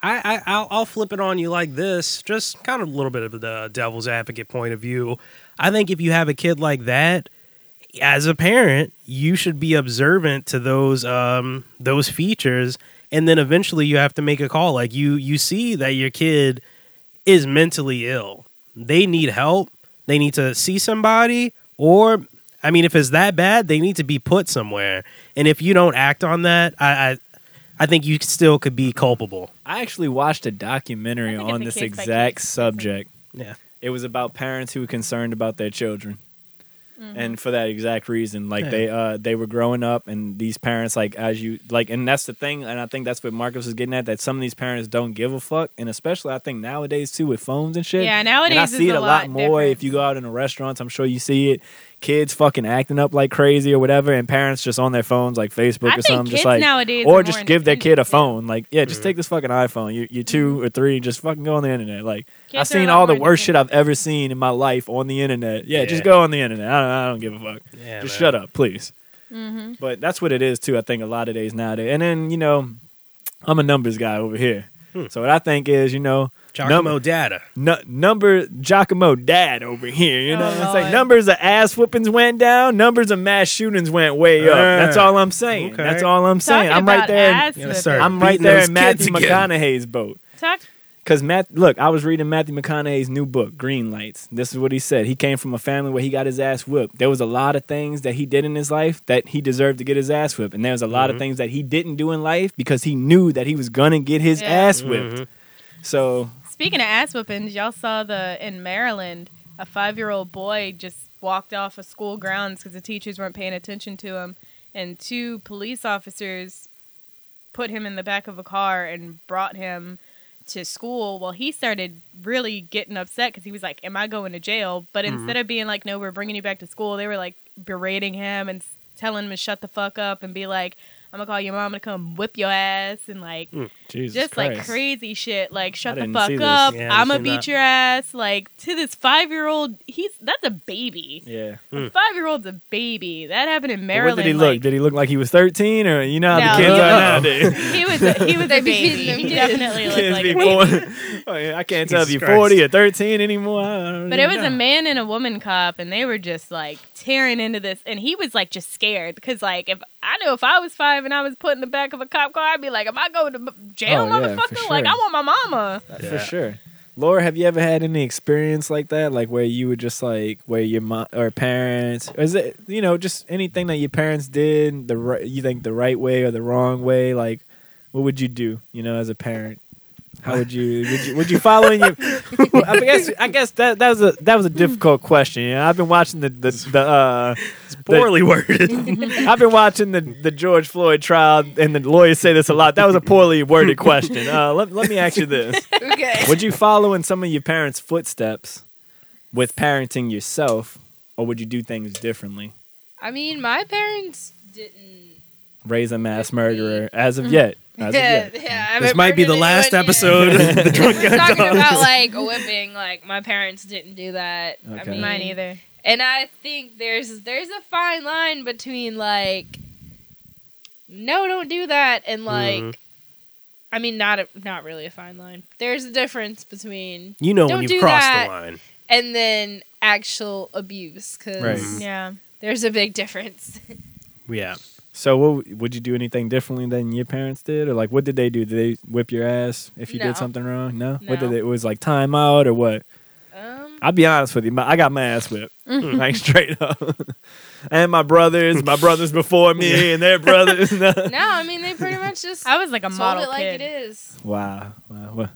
S2: I, I I'll, I'll flip it on you like this, just kind of a little bit of the devil's advocate point of view. I think if you have a kid like that, as a parent, you should be observant to those um those features, and then eventually you have to make a call. Like you you see that your kid is mentally ill. They need help. They need to see somebody, or I mean, if it's that bad, they need to be put somewhere. And if you don't act on that, I. I I think you still could be culpable.
S3: I actually watched a documentary
S4: I think it's
S3: on
S4: a
S3: this
S4: case by
S3: exact
S4: case.
S3: subject.
S2: Yeah.
S3: It was about parents who were concerned about their children.
S4: Mm-hmm.
S3: And for that exact reason, like
S2: Yeah.
S3: they uh they were growing up and these parents like as you like and that's the thing and I think that's what Marcus was getting at that some of these parents don't give a fuck and especially I think nowadays too with phones and shit.
S4: Yeah,
S3: and I
S4: nowadays
S3: see it
S4: it's a
S3: a lot,
S4: lot
S3: more
S4: different.
S3: if you go out in the restaurants, I'm sure you see it. Kids fucking acting up like crazy or whatever and parents just on their phones like Facebook
S4: I
S3: or
S4: think
S3: something just
S4: kids
S3: like
S4: nowadays are
S3: or
S4: more
S3: just give their kid a
S4: independent, yeah.
S3: phone. Like, yeah, just take this fucking iPhone. You you two or three, just fucking go on the internet. Like,
S4: Kids
S3: I've
S4: are a
S3: seen
S4: lot
S3: all the
S4: more
S3: worst shit I've
S4: independent.
S3: ever seen in my life on the internet. Yeah,
S2: Yeah.
S3: just go on the internet. I don't, I don't give a fuck.
S2: Yeah,
S3: just
S2: man.
S3: shut up, please.
S4: Mm-hmm.
S3: But that's what it is too. I think a lot of days nowadays. And then you know, I'm a numbers guy over here.
S2: Hmm.
S3: So what I think is, you know,
S2: Giacomo
S3: num-
S2: Data.
S3: nu- number Giacomo Dad over here. You know,
S4: Oh,
S3: it's like
S4: Lord.
S3: numbers of ass whoopings went down, numbers of mass shootings went way up.
S2: Yeah.
S3: That's all I'm saying.
S2: Okay.
S3: That's all I'm saying.
S4: Talking
S3: I'm right
S4: about
S3: there. in-
S4: ass
S2: Yeah,
S4: whipping.
S2: sorry.
S3: I'm right
S2: beating
S3: there
S2: those
S3: in Matthew
S2: kids again.
S3: McConaughey's boat.
S4: Talk-
S3: Cause Matt, look, I was reading Matthew McConaughey's new book, Green Lights. This is what he said. He came from a family where he got his ass whipped. There was a lot of things that he did in his life that he deserved to get his ass whipped, and there was a
S2: Mm-hmm.
S3: lot of things that he didn't do in life because he knew that he was gonna get his
S4: Yeah.
S3: ass whipped.
S2: Mm-hmm.
S3: So
S4: Speaking of ass whippings, y'all saw the in Maryland, a five year old boy just walked off of school grounds because the teachers weren't paying attention to him, and two police officers put him in the back of a car and brought him to school. Well, he started really getting upset because he was like, "Am I going to jail?" But instead of being like, "No, we're bringing you back to school," they were like berating him and s- telling him to shut the fuck up and be like, "I'm gonna call your mom to come whip your ass," and like
S3: Jesus
S4: just like
S3: Christ.
S4: crazy shit. Like shut the
S3: didn't
S4: fuck
S3: see this.
S4: up.
S2: Yeah, I
S4: I'm gonna
S2: seen
S4: beat
S2: that.
S4: your ass. Like to this five year old, he's that's a baby.
S3: Yeah. Hmm.
S4: A five year old's a baby. That happened in
S3: But What
S4: Maryland.
S3: did he look?
S4: like,
S3: did he look like he was 13, or you know how
S4: No.
S3: the kids
S2: Uh-oh.
S3: are nowadays?
S4: he was a, he was
S1: They
S4: a
S1: be
S4: baby.
S1: feeding them
S4: He
S1: kids.
S4: definitely looked
S3: Kids
S4: like
S3: be
S4: a baby.
S3: born- Oh, yeah, I can't tell if
S2: Jesus
S3: you're
S2: Christ.
S3: 40 or 13 anymore. I don't
S4: But
S3: even
S4: it was
S3: know.
S4: a man and a woman cop, and they were just like tearing into this. And he was like just scared because, like, if I knew if I was five and I was put in the back of a cop car, I'd be like, "Am I going to m- jail,
S3: Oh, yeah, for
S4: motherfucker? Like,
S3: sure.
S4: I want my mama."
S3: for sure. Laura, have you ever had any experience like that, like where you were just like where your mom or parents, or is it you know just anything that your parents did the right, you think the right way or the wrong way? Like, what would you do, you know, as a parent? How would you would you, would you follow in your? I guess I guess that that was a that was a difficult question. You know, I've been watching the the, the uh,
S2: Poorly worded.
S3: I've been watching the, the George Floyd trial, and the lawyers say this a lot. That was a poorly worded question. Uh, let, let me ask you this.
S1: Okay.
S3: Would you follow in some of your parents' footsteps with parenting yourself, or would you do things differently?
S1: I mean, my parents didn't.
S3: Raise a mass murderer as of yet. As of yet.
S1: Mm-hmm. yeah, I
S2: this
S1: haven't
S2: might be
S1: murdered
S2: the last
S1: anyone yet.
S2: episode. of the drunk
S1: We're
S2: guy
S1: talking
S2: dog.
S1: about like whipping. Like my parents didn't do that. I
S3: Okay.
S1: mean,
S4: Mine either.
S1: And I think there's there's a fine line between like, no, don't do that, and like,
S2: Mhm.
S1: I mean, not a, not really a fine line. There's a difference between
S2: You know
S1: Don't
S2: when
S1: do
S2: you've crossed
S1: that.
S2: the line.
S1: and then actual abuse because
S3: Right.
S4: Yeah.
S1: there's a big difference.
S2: Yeah.
S3: So, what, would you do anything differently than your parents did, or like what did they do? Did they whip your ass if you
S1: No.
S3: did something wrong? No. What did
S1: No.
S3: they, it was like time out or what?
S1: Um,
S3: I'll be honest with you. My, I got my ass whipped,
S4: Mm-hmm.
S3: like straight up. and my brothers, my brothers before me, and their brothers.
S1: no, I mean they pretty much just
S4: I was like a
S1: told
S4: model
S1: it like
S4: kid.
S1: it is.
S3: wow. wow. What?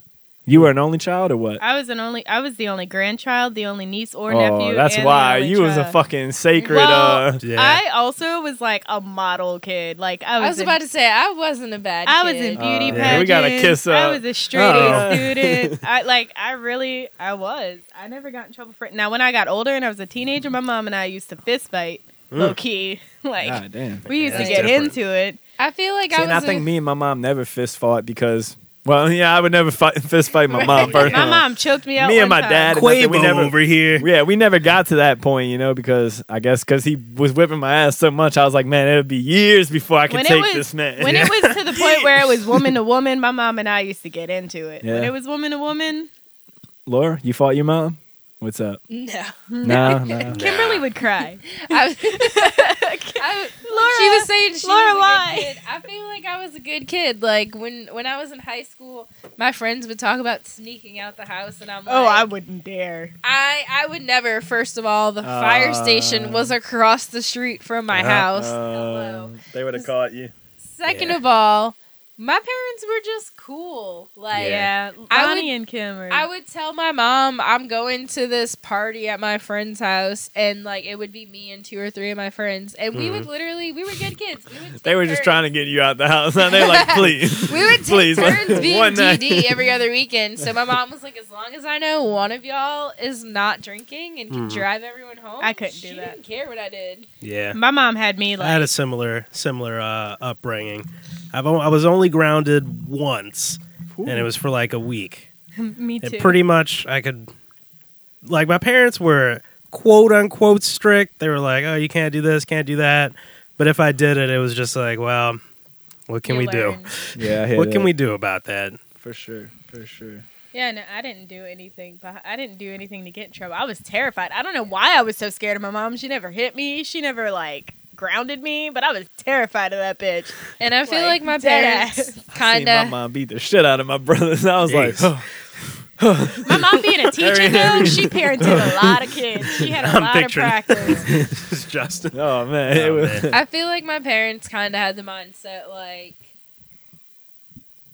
S3: You were an only child or what?
S4: I was an only. I was the only grandchild, the only niece or
S3: oh,
S4: nephew.
S3: that's
S4: and the
S3: why
S4: only
S3: you was a
S4: child.
S3: fucking sacred.
S4: Well,
S3: uh,
S2: Yeah.
S4: I also was like a model kid. Like I
S1: I
S4: was,
S1: was,
S4: in-
S1: about to say I wasn't a bad.
S4: I was in
S1: kid.
S4: beauty
S3: Uh,
S4: pageants.
S3: yeah, we gotta kiss
S4: I
S3: up. Oh.
S4: was a straight
S3: Uh-oh.
S4: A student. I like. I really. I was. I never got in trouble for it. Now, when I got older and I was a teenager, my mom and I used to fist fight,
S3: Mm.
S4: low key. Like
S3: God damn.
S4: we used to
S2: That's
S4: get
S2: different.
S4: into it.
S1: I feel like
S3: See,
S1: I
S3: and
S1: was.
S3: I
S1: a-
S3: think me and my mom never fist fought because Well, yeah, I would never fight, fist fight my mom first.
S4: My mom choked me out.
S3: Me and
S4: one
S3: my
S4: time.
S3: dad- nothing, we
S2: Quavo
S3: never-
S2: over here.
S3: Yeah, we never got to that point, you know, because I guess because he was whipping my ass so much, I was like, man, it'll be years before I can
S4: When it
S3: take
S4: was-
S3: this man.
S4: When it was to the point where it was woman to woman, my mom and I used to get into it.
S3: Yeah.
S4: When it was woman to woman,
S3: Laura, you fought your mom? What's up?
S5: No.
S3: No, no.
S4: Kimberly would cry.
S5: I was, I,
S4: Laura,
S5: she was saying she
S4: Laura,
S5: was a
S4: lie.
S5: good kid. I feel like I was a good kid. Like when when I was in high school, my friends would talk about sneaking out the house, and I'm like,
S4: oh, I wouldn't dare.
S5: I, I would never. First of all, the fire
S3: Uh, Uh-huh.
S5: station was across the street from my house. Hello.
S3: they would have caught you.
S5: Second
S3: yeah.
S5: of all, my parents were just cool. Like
S4: Yeah,
S5: I
S4: Lonnie and Kim. Are,
S5: I would tell my mom I'm going to this party at my friend's house, and like it would be me and two or three of my friends, and we would literally we were good kids. We would
S3: Mm-hmm. They were just trying to get you out the house. And they were like, please.
S5: We would take
S3: Please,
S5: turns being
S3: one night.
S5: DD every other weekend. So my mom was like, "As long as I know one of y'all is not drinking and can
S3: Mm-hmm.
S2: Mhm.
S5: drive everyone home,
S4: I couldn't do
S5: she
S4: that.
S5: didn't care what I did.
S2: Yeah.
S4: my mom had me
S2: I had
S4: like
S2: a similar similar uh, upbringing. I've o- I was only grounded once, and it was for like a week.
S4: me
S2: And
S4: too.
S2: pretty much, I could like my parents were quote unquote strict. They were like, "Oh, you can't do this, can't do that." But if I did it, it was just like, "Well, what can
S4: You
S2: we
S4: learn.
S3: Yeah, I
S2: do?
S3: hear
S2: What can we
S3: that.
S2: do about that?"
S3: For sure. For sure.
S4: Yeah, no, I didn't do anything. But I didn't do anything to get in trouble. I was terrified. I don't know why I was so scared of my mom. She never hit me. She never like grounded me. But I was terrified of that bitch.
S5: And I feel
S4: Like,
S5: like my
S4: dead
S5: parents
S3: I seen
S5: kind of
S3: my mom beat the shit out of my brothers. I was like,
S2: Jeez.
S3: oh,
S4: My mom being a teacher though, she parented a lot of kids. She had a
S2: I'm
S4: lot
S2: picturing-
S4: of practice.
S2: It's Justin.
S3: oh, man. it
S2: Oh,
S3: was,
S2: man.
S5: I feel like my parents kind of had the mindset like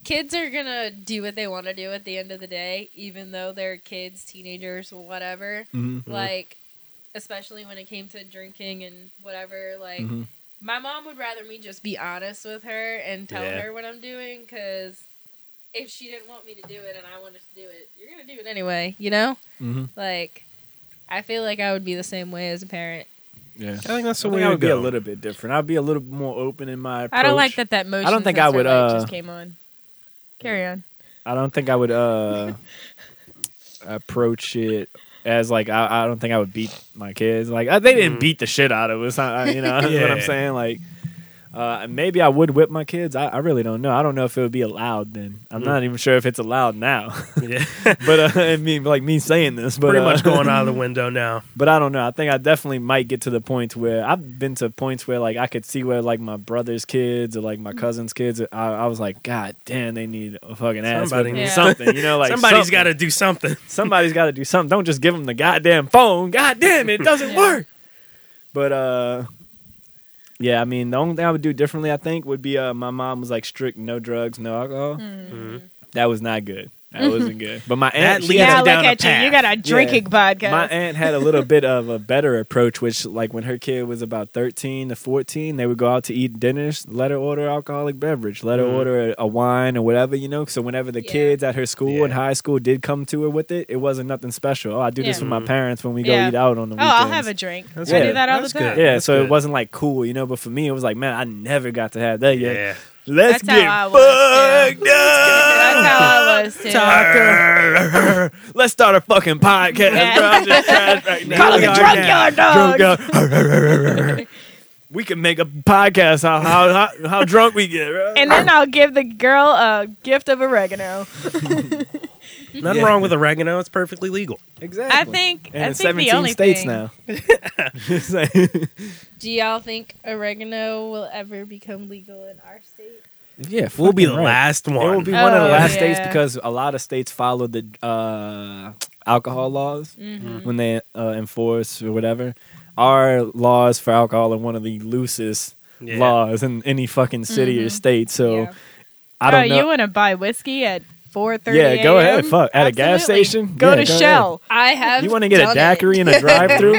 S5: kids are gonna do what they want to do at the end of the day, even though they're kids, teenagers, whatever.
S3: Mhm.
S5: Like, especially when it came to drinking and whatever. Like,
S3: Mhm.
S5: my mom would rather me just be honest with her and tell
S2: Yeah.
S5: her what I'm doing because if she didn't want me to do it and I wanted to do it, you're gonna do it anyway. You know,
S3: Mhm.
S5: like. I feel like I would be the same way as a parent.
S2: I
S3: Yeah.
S2: think that's the
S3: I
S2: way
S3: think I
S2: to
S3: would be a
S2: go.
S3: little bit different. I'd be a little more open in my. Approach.
S4: I don't like that that motion.
S3: think I
S4: sensor
S3: would,
S4: light
S3: uh,
S4: just came on. Carry on.
S3: I don't think I would uh approach it as like I, I don't think I would beat my kids. Like I, they didn't beat the shit out of us. I, I- you know that's what I'm
S2: Mm. Yeah.
S3: saying? Like uh, maybe I would whip my kids. I, I really don't know. I don't know if it would be allowed then. I'm
S2: Mm.
S3: not even sure if it's allowed now.
S2: Yeah.
S3: but uh, I mean, like me saying this, but
S2: pretty
S3: uh,
S2: much going out of the window now.
S3: But I don't know. I think I definitely might get to the point where I've been to points where like I could see where like my brother's kids or like my cousin's kids. I, I was like, God damn, they need a fucking ass
S2: Somebody
S3: whipping or
S4: needs-
S3: something. You know, like
S2: Somebody's
S3: something.
S2: got to do something.
S3: somebody's got to do something. Don't just give them the goddamn phone. God damn it, it doesn't
S4: Yeah.
S3: work. But uh, yeah, I mean, the only thing I would do differently, I think, would be uh, my mom was like strict, no drugs, no alcohol.
S4: Mm-hmm.
S3: That was not good. That wasn't good. But my aunt,
S2: Hmm. That
S3: she
S2: leads
S3: had
S2: them
S4: Yeah, I
S2: down
S4: look
S2: a
S4: at you. You
S2: path.
S4: got a drinking podcast.
S3: my aunt had a little bit of a better approach, which like when her kid was about thirteen to fourteen, they would go out to eat dinners, let her order alcoholic beverage, let her
S4: Mm.
S2: Mhm.
S3: order a, a wine or whatever, you know. So whenever the
S5: Yeah.
S3: kids at her school and
S2: Yeah.
S3: high school did come to her with it, it wasn't nothing special. Oh, I do this
S4: Yeah.
S3: with my
S2: Mhm.
S3: parents when we go
S4: Yeah.
S3: eat out on the
S4: oh,
S3: weekends.
S4: I'll have a drink.
S2: That's
S4: I
S3: good.
S4: do that all
S2: That's
S4: the
S2: good.
S4: time.
S3: yeah,
S2: That's
S3: so it
S2: good.
S3: wasn't like cool, you know. But for me, it was like, man, I never got to have that yet.
S2: Yeah.
S3: Let's
S4: That's how I was,
S3: get fucked up.
S4: That's how I was too.
S3: Tucker. Let's start a fucking podcast,
S4: Yeah.
S3: bro. I'm just trash right now.
S4: Call it
S3: We
S4: the
S3: are
S4: drunk
S3: now.
S4: yard dog.
S3: Drunk yard. uh, we can make a podcast how how, how, how drunk we get, bro.
S4: And then I'll give the girl a gift of oregano.
S2: Nothing
S3: Yeah.
S2: wrong with oregano. It's perfectly legal.
S3: exactly.
S4: I think.
S3: and
S4: I
S3: it's
S4: think
S3: 17
S4: the only
S3: states
S4: thing,
S3: now. It's like-
S5: Do y'all think oregano will ever become legal in our state?
S3: yeah,
S2: We'll be the
S3: fucking right.
S2: last
S3: It
S2: one.
S3: will be one of the
S4: Oh,
S3: last
S4: yeah.
S3: states because a lot of states follow the uh, alcohol laws when they uh, enforce or whatever. Our laws for alcohol are one of the loosest
S2: Yeah.
S3: laws in any fucking city or state. So
S5: Yeah.
S3: I don't
S4: oh,
S3: know.
S4: you want to buy whiskey at four thirty?
S3: yeah, go ahead. Fuck at a gas
S5: Absolutely.
S3: station.
S4: Go
S3: Yeah,
S4: to Shell.
S5: I have.
S3: ahead. You want to get a
S5: done
S3: daiquiri
S5: it.
S3: in a drive-through?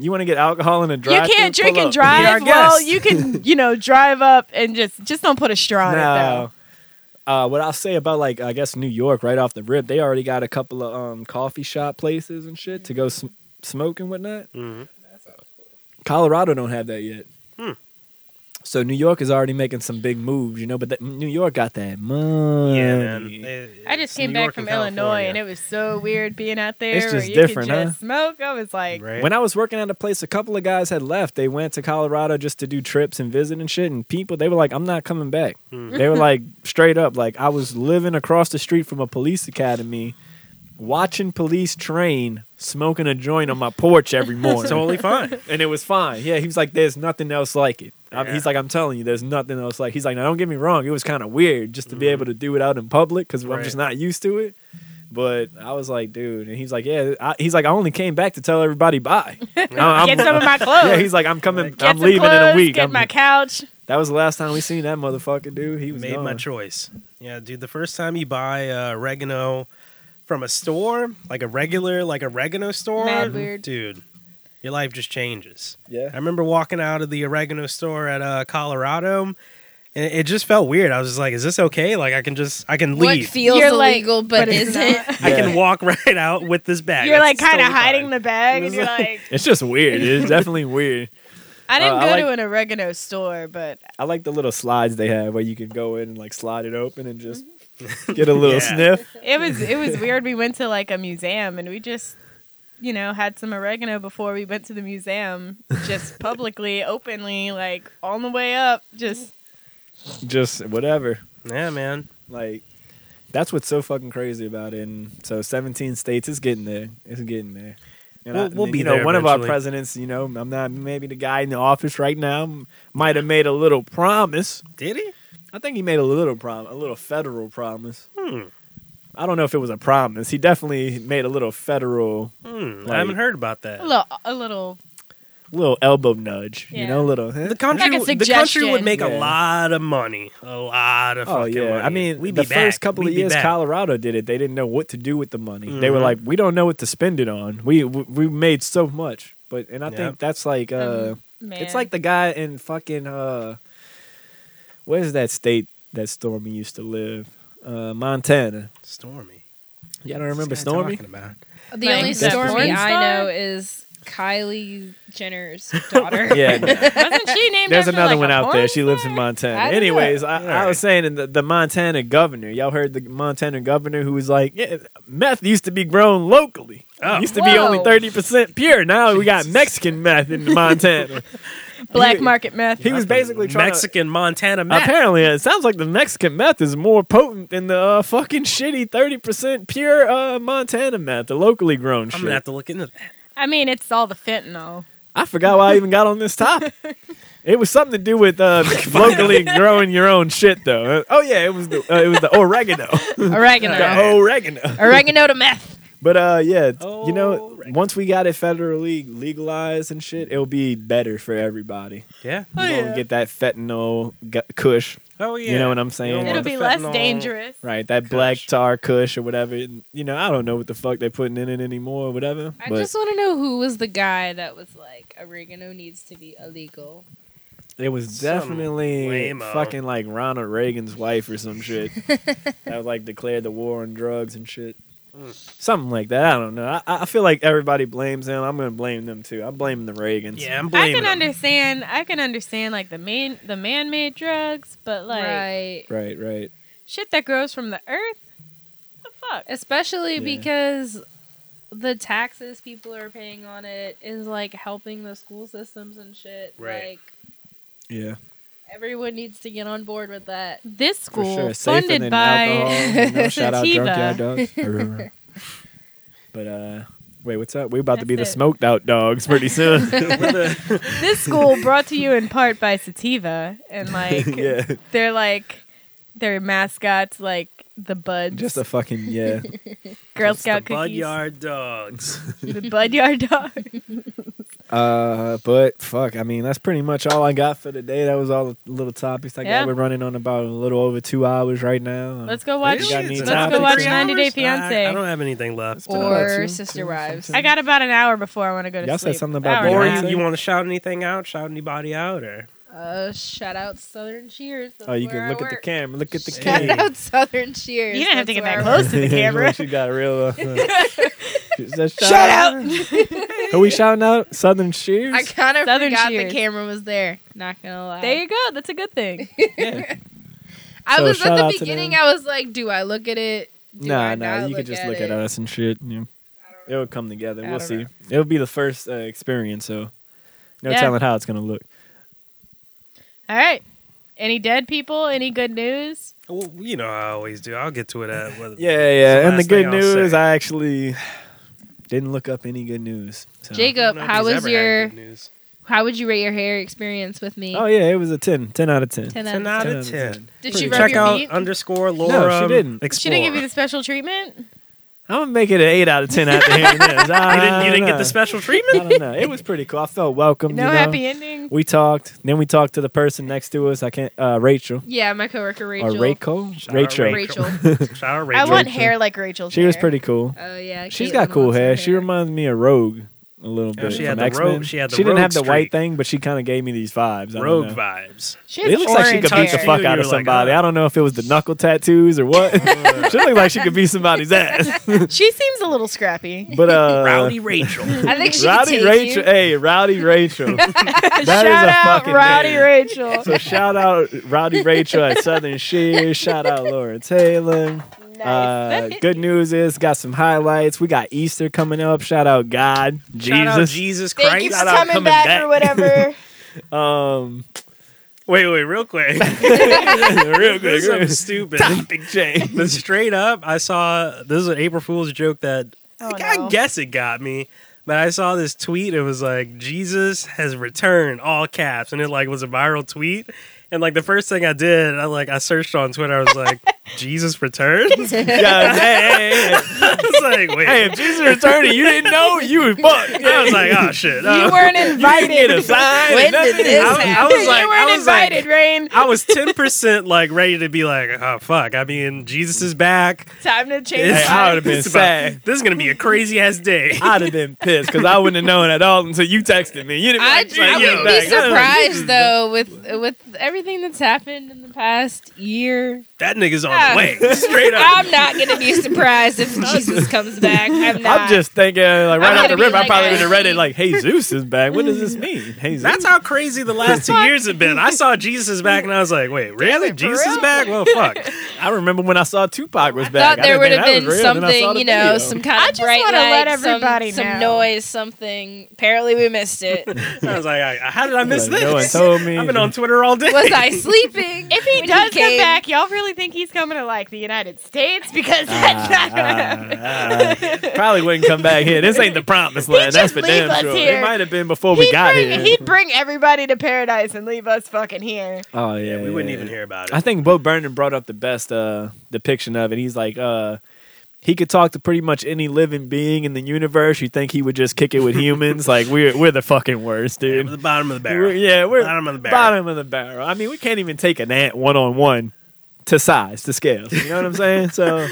S3: you want to get alcohol in a drive-through?
S4: you can't drink
S3: Pull
S4: and
S3: up.
S2: Be our
S4: drive. Well,
S2: guest.
S4: you can, you know, drive up and just just don't put a straw in it
S3: Now, uh, what I'll say about like I guess New York right off the rip, they already got a couple of um, coffee shop places and shit to go sm- smoke and whatnot.
S2: Mhm.
S3: Colorado don't have that yet. So New York is already making some big moves, you know. But that, New York got that money.
S2: Yeah,
S3: Mm.
S2: man. It-
S4: I just
S2: it's
S4: came
S2: New
S4: back
S2: York
S4: from Illinois, and it was so weird being out there.
S3: It's
S4: where
S3: just
S4: you could
S3: different,
S4: just
S3: huh?
S4: Smoke. I was like,
S2: California, right?
S3: When I was working at a place, a couple of guys had left. They went to Colorado just to do trips and visit and shit. And people, they were like, "I'm not coming back."
S2: Hmm.
S3: They were like, straight up, like I was living across the street from a police academy, watching police train, smoking a joint on my porch every morning.
S2: totally fine.
S3: and it was fine. Yeah, he was like, "There's nothing else like it." I'm-
S2: Yeah.
S3: He's like, "I'm telling you, there's nothing else like." He's like, "Now, don't get me wrong. It was kind of weird just to be able to do it out in public because I'm just
S2: Mm-hmm. Right.
S3: not used to it." But I was like, "Dude," and he's like, "Yeah." I, he's like, "I only came back to tell everybody bye." I'm-
S4: get some of my clothes.
S3: yeah, he's like, "I'm coming.
S4: get
S3: I'm
S4: some
S3: leaving in
S4: clothes,
S3: a week."
S4: Get
S3: I'm-
S4: my couch.
S3: that was the last time we seen that motherfucker, dude. He was
S2: made
S3: gone.
S2: my choice. Yeah, dude. The first time you buy uh, oregano from a store, like a regular, like oregano store,
S4: Mad weird.
S2: dude, your life just changes. I
S3: yeah.
S2: remember walking out of the oregano store at uh, Colorado, and it just felt weird. I was just like, "Is this okay? Like, I can just, I can
S1: What
S2: leave.
S1: feels
S4: You're like,
S1: illegal but,
S4: it's
S1: isn't.
S4: not.
S2: I can
S3: Yeah.
S2: walk right out with this bag."
S4: You're like
S2: That's
S4: kind of
S2: totally
S4: hiding
S2: fine.
S4: the bag, and
S3: It's
S4: you're
S3: like-
S4: like,
S3: It's just weird. It's definitely weird.
S4: I didn't
S3: Uh, I
S4: go to
S3: like-
S4: an oregano store, but
S3: I like the little slides they have where you can go in and like slide it open and just get a little
S2: Mm-hmm. Yeah.
S3: sniff.
S4: it was it was weird. We went to like a museum, and we just. You know, had some oregano before we went to the museum, just publicly, openly, like on the way up. Just
S3: Just whatever.
S2: Yeah, man.
S3: Like that's what's so fucking crazy about it. And so 17 states is getting there. It's getting there. And
S2: We'll-
S3: I-
S2: we'll be
S3: you know,
S2: there
S3: one of our
S2: eventually.
S3: presidents, you know, I'm not maybe the guy in the office right now m- might have made a little promise.
S2: Did he?
S3: I think he made a little prom, a little federal promise.
S2: Hmm.
S3: I don't know if it was a promise. He definitely made a little federal
S2: Hmm. I
S3: Like-
S2: haven't heard about that.
S4: a little, a little
S3: little elbow nudge, you
S4: Yeah.
S3: know, little
S2: The country,
S5: Like a
S2: w- the country would
S5: suggestion.
S2: make a
S3: Yeah.
S2: lot of money. A lot of
S3: Oh
S2: fucking
S3: yeah,
S2: money.
S3: I mean,
S2: we'd
S3: the
S2: be back.
S3: first couple
S2: We'd
S3: of
S2: be
S3: years
S2: back.
S3: Colorado did it. They didn't know what to do with the money. They were
S2: Mhm.
S3: like, "We don't know what to spend it on. We we, we made so much." But and I
S2: Yeah.
S3: think that's like uh,
S4: man.
S3: it's like the guy in fucking uh, where's that state that Stormy used to live? Uh, Montana.
S2: Stormy.
S3: Yeah, I don't remember
S2: What's this guy
S3: Stormy.
S2: talking about?
S1: The
S5: Like
S1: only
S5: the
S1: Stormy
S4: porn
S1: I
S4: star?
S1: know is Kylie Jenner's daughter.
S3: Yeah.
S4: wasn't she named?
S3: There's
S4: after,
S3: another
S4: like,
S3: one
S4: a
S3: out there.
S4: porn
S3: She lives
S4: star?
S3: in Montana.
S1: I don't know.
S3: Anyways, I, I
S2: Alright.
S3: was saying in the, the Montana governor. Y'all heard the Montana governor who was like, yeah, meth used to be grown locally.
S2: Oh.
S3: Used to be only
S4: Whoa.
S3: 30% pure. Now we got Mexican meth in Montana.
S4: Black
S3: He-
S4: market meth.
S3: He was basically trying to-
S2: Mexican Montana meth.
S3: Apparently, it sounds like the Mexican meth is more potent than the uh, fucking shitty 30% pure uh, Montana meth, the locally grown
S2: I'm
S3: shit.
S2: gonna have to look into that.
S4: I mean, it's all the fentanyl.
S3: I forgot why I even got on this topic. It was something to do with uh, locally growing your own shit, though. Uh, Oh yeah, it was the uh, it was the oregano,
S5: Oregano.
S3: the oregano.
S5: Oregano to meth.
S3: But uh, yeah, you know,
S2: Oregano.
S3: once we got it federally legalized and shit, it'll be better for everybody.
S2: Oh, Yeah.
S3: You don't get that fentanyl gu- kush,
S2: Oh yeah.
S3: You know what I'm saying?
S2: You don't
S3: It'll
S4: It'll
S2: want
S4: be
S2: the
S4: less
S2: fentanyl.
S4: dangerous.
S3: right? That black tar kush or whatever. You know, I don't know what the fuck they're putting in it anymore or whatever.
S1: I
S3: but
S1: just want to know who was the guy that was like, oregano needs to be illegal.
S3: it was
S2: Some
S3: definitely
S2: lame-o.
S3: fucking like Ronald Reagan's wife or some shit. that like declared the war on drugs and shit.
S2: Mm.
S3: Something like that. I don't know. I, I feel like everybody blames them. I'm gonna blame them too. I'm blaming the Reagans.
S2: Yeah, I'm
S4: I
S2: blaming.
S4: can
S2: them.
S4: understand. I can understand like the man, the man-made drugs, but like
S1: right.
S3: Right. Right.
S4: shit that grows from the earth. The fuck.
S1: Especially
S3: Yeah.
S1: because the taxes people are paying on it is like helping the school systems and shit.
S2: Right.
S1: Like,
S3: Yeah.
S1: everyone needs to get on board with that.
S4: This
S3: For
S4: school
S3: sure. Safer
S4: funded
S3: than
S4: by
S3: alcohol. You know, shout out
S4: Sativa.
S3: drunk Yard dogs. but uh, wait, what's up? We're about to be the
S4: That's it.
S3: smoked out dogs pretty soon.
S4: this school, brought to you in part by Sativa, and like
S3: yeah.
S4: they're like their mascots, like the buds,
S3: Just a fucking yeah.
S4: Girl
S2: It's
S4: Scout
S2: the Bud
S4: cookies,
S2: Yard dogs.
S4: the Bud Yard dog.
S3: Uh, but fuck, I mean, that's pretty much all I got for today. That was all the little topics I
S4: Yeah.
S3: got. We're running on about a little over two hours right now.
S4: Let's go watch.
S3: Really? got any
S2: It's
S3: topics
S4: Let's go
S2: another
S4: watch
S2: three
S4: 90 Day
S2: hours?
S4: Fiance.
S2: I, I don't have anything left.
S3: It's been
S1: Or
S3: about two-
S1: Sister
S3: two-
S1: Wives.
S3: Uh, something.
S4: I got about an hour before I want to go to
S3: Y'all said
S4: sleep.
S3: something
S4: Hour
S3: about
S4: and a
S2: Or
S3: Laura,
S4: half.
S2: you, you want to shout anything out? Shout anybody out? Or
S1: Uh, shout out Southern Cheers. That's
S3: Oh, you
S1: where
S3: can
S1: I
S3: look at the
S1: work.
S3: camera. Look at the
S1: Shout
S2: Hey.
S3: camera.
S1: out Southern Cheers.
S4: You didn't have to
S1: That's
S4: get that
S1: where I work.
S3: uh,
S4: close to the camera.
S3: she got real. Uh, she said,
S4: Shut up.
S3: Who we shouting out? Southern Shears.
S5: I kind of
S4: Southern
S5: forgot
S4: Shears.
S5: the camera was there. Not gonna lie.
S4: There you go. That's a good thing.
S3: Yeah.
S5: I
S3: So
S5: was
S3: shout
S5: at
S3: out
S5: the
S3: to
S5: beginning.
S3: them.
S5: I was like, do I look at it? Do
S3: Nah,
S5: I
S3: nah.
S5: not
S3: You could just look at
S5: it?
S3: us and shit. Yeah. It'll come together.
S5: I
S3: We'll
S5: don't
S3: see.
S5: know.
S3: It'll be the first uh, experience, so no
S4: Yeah.
S3: telling how it's gonna look.
S4: All right. Any dead people? Any good news?
S2: Well, you know I always do. I'll get to it at whether
S3: Yeah, yeah.
S2: the
S3: and the
S2: last
S3: good
S2: thing I'll
S3: news,
S2: say.
S3: I actually didn't look up any good news. So.
S5: Jacob,
S2: I don't know if
S5: how
S2: he's
S5: was
S2: ever had
S5: your
S2: good news.
S5: how would you rate your hair experience with me?
S3: Oh yeah, it was a 10. 10 out of 10.
S5: 10 out of
S2: ten
S5: 10.
S2: out
S3: 10
S2: of ten?
S5: Did
S3: pretty
S5: she
S3: good.
S5: rub
S2: Check
S5: your
S2: out
S5: feet?
S2: underscore Laura.
S3: she
S2: um,
S3: didn't.
S4: She didn't give you
S2: Explorer.
S4: the special treatment.
S3: I'm gonna make it an 8 out of 10 after hearing this. I
S2: You didn't, you didn't
S3: don't
S2: get the
S3: know.
S2: special treatment.
S3: I don't know. It was pretty cool. I felt welcome.
S4: No
S3: you know?
S4: happy ending.
S3: We talked. Then we talked to the person next to us. I can't. Uh, Rachel,
S5: yeah, my coworker Rachel.
S3: or Rachel.
S2: Shout out
S3: Rachel.
S5: Rachel.
S2: Shout out
S4: I
S2: Rachel.
S4: want hair like Rachel's.
S3: She was
S4: hair.
S3: pretty cool.
S5: Oh yeah,
S3: She's
S5: Caitlin
S3: got cool
S5: wants her
S3: hair. She reminds me of Rogue a little
S2: Yeah,
S3: bit.
S2: she
S3: from
S2: had the
S3: X-Men.
S2: rogue- she had the
S3: didn't
S2: rogue
S3: have the white
S2: streak.
S3: thing, but she kind of gave me these vibes. I don't
S2: Rogue
S3: know.
S2: vibes.
S4: She has
S3: It looks like she
S4: orange
S3: could beat the
S4: hair.
S3: fuck
S2: You
S3: out
S2: were
S3: of
S2: like,
S3: somebody.
S2: "Oh."
S3: I don't know if it was the knuckle tattoos or what. she looked like she could beat somebody's ass.
S4: She seems a little scrappy.
S3: But uh,
S2: Rowdy Rachel.
S5: I think she could
S3: Rowdy
S5: take
S3: Rachel.
S5: you.
S3: Hey, Rowdy Rachel. That is
S4: Shout
S3: a
S4: out
S3: fucking
S4: Rowdy
S3: name.
S4: Rachel.
S3: So shout out Rowdy Rachel at Southern Shear. Shout out Lauren Taylor. Uh, good news is got some highlights. We got Easter coming up. Shout out God,
S2: Shout out
S3: Jesus.
S2: Jesus Christ.
S4: Thank you for
S2: Shout out
S4: coming, back, or whatever.
S3: um,
S2: Wait, wait, real quick.
S3: real
S2: This
S3: quick.
S2: is something
S3: real-
S2: stupid.
S3: Topic change.
S2: But straight up, I saw this is an April Fool's joke that
S4: Oh,
S2: I
S4: no.
S2: guess it got me. But I saw this tweet. It was like Jesus has returned, all caps, and it like was a viral tweet. And like the first thing I did, I like I searched on Twitter. I was like, Jesus returns. I
S3: Yeah, hey, hey, hey.
S2: was like, wait.
S3: Hey, if Jesus returning, you didn't know you was fucked.
S2: I was like, oh shit.
S4: You
S2: Uh,
S4: weren't
S3: You didn't get a
S4: invited.
S3: sign. or
S5: When did
S3: nothing.
S5: this
S3: I was-
S2: I was like,
S4: you
S2: I
S4: weren't
S2: was like-
S4: invited, Rain.
S2: I was ten percent like ready to be like, oh fuck. I mean, Jesus is back.
S4: Time to change.
S2: It's-
S3: Hey, I would have been
S2: it's about-
S3: sad.
S2: This is gonna be a crazy ass day.
S3: I'd have been pissed because I wouldn't have known at all until you texted me. You didn't
S5: I,
S3: like,
S5: I
S2: yo,
S5: wouldn't
S2: back.
S5: be
S2: I don't know.
S5: surprised though with with everything that's happened in the past year.
S2: That nigga's on
S5: Ah.
S2: the way. Straight up.
S5: I'm not gonna be surprised if Jesus comes back. I'm not.
S3: I'm just thinking, like right
S5: I'm
S3: off
S5: gonna
S3: the
S5: be
S3: rip, I
S5: like, Mm.
S3: probably
S5: I
S3: would have read it
S5: see.
S3: like, "Hey Zeus is back." What does this mean? Hey Zeus.
S2: That's how crazy the last two years have been. I saw Jesus is back, and I was like, "Wait, really?
S4: for
S2: Jesus is
S4: real?
S2: back? Well, fuck."
S3: I remember when I saw Tupac was
S5: thought
S3: back. I
S5: there
S3: didn't
S5: would
S3: think
S5: have
S3: that
S5: been
S3: was real. Then I saw
S5: something,
S3: the
S5: you know,
S3: video.
S5: some kind
S4: I
S5: of
S4: just
S5: bright
S4: wanna let
S5: light,
S4: everybody
S5: some,
S4: know.
S5: some noise, something. Apparently, we missed it.
S2: I was like, I- "How did I miss
S3: Like, no one
S2: this?"
S3: told me.
S2: I've been on Twitter all day.
S5: Was I sleeping?
S4: If he
S5: When he
S4: does come
S5: came.
S4: back, y'all really think he's coming to like the United States? Because
S3: Ah,
S4: that's not gonna happen.
S3: ah, ah. Probably wouldn't come back here. This ain't the promised land. That's
S4: just
S3: for
S4: leave
S3: damn
S4: us
S3: sure. It
S4: here.
S3: might have been before we
S4: He'd
S3: got
S4: bring,
S3: here.
S4: he'd bring everybody to paradise and leave us fucking here.
S3: Oh yeah,
S2: We
S3: yeah,
S2: wouldn't
S3: yeah.
S2: even hear about it.
S3: I think Bo Burnham brought up the best uh, depiction of it. He's like, uh, he could talk to pretty much any living being in the universe. You think he would just kick it with humans? like we're we're the fucking worst,
S2: We're
S3: dude.
S2: at the bottom of the
S3: We're-
S2: barrel.
S3: yeah, we're
S2: bottom of the barrel.
S3: bottom of the barrel. I mean, we can't even take an ant one on one to size to scale. You know what I'm saying? So,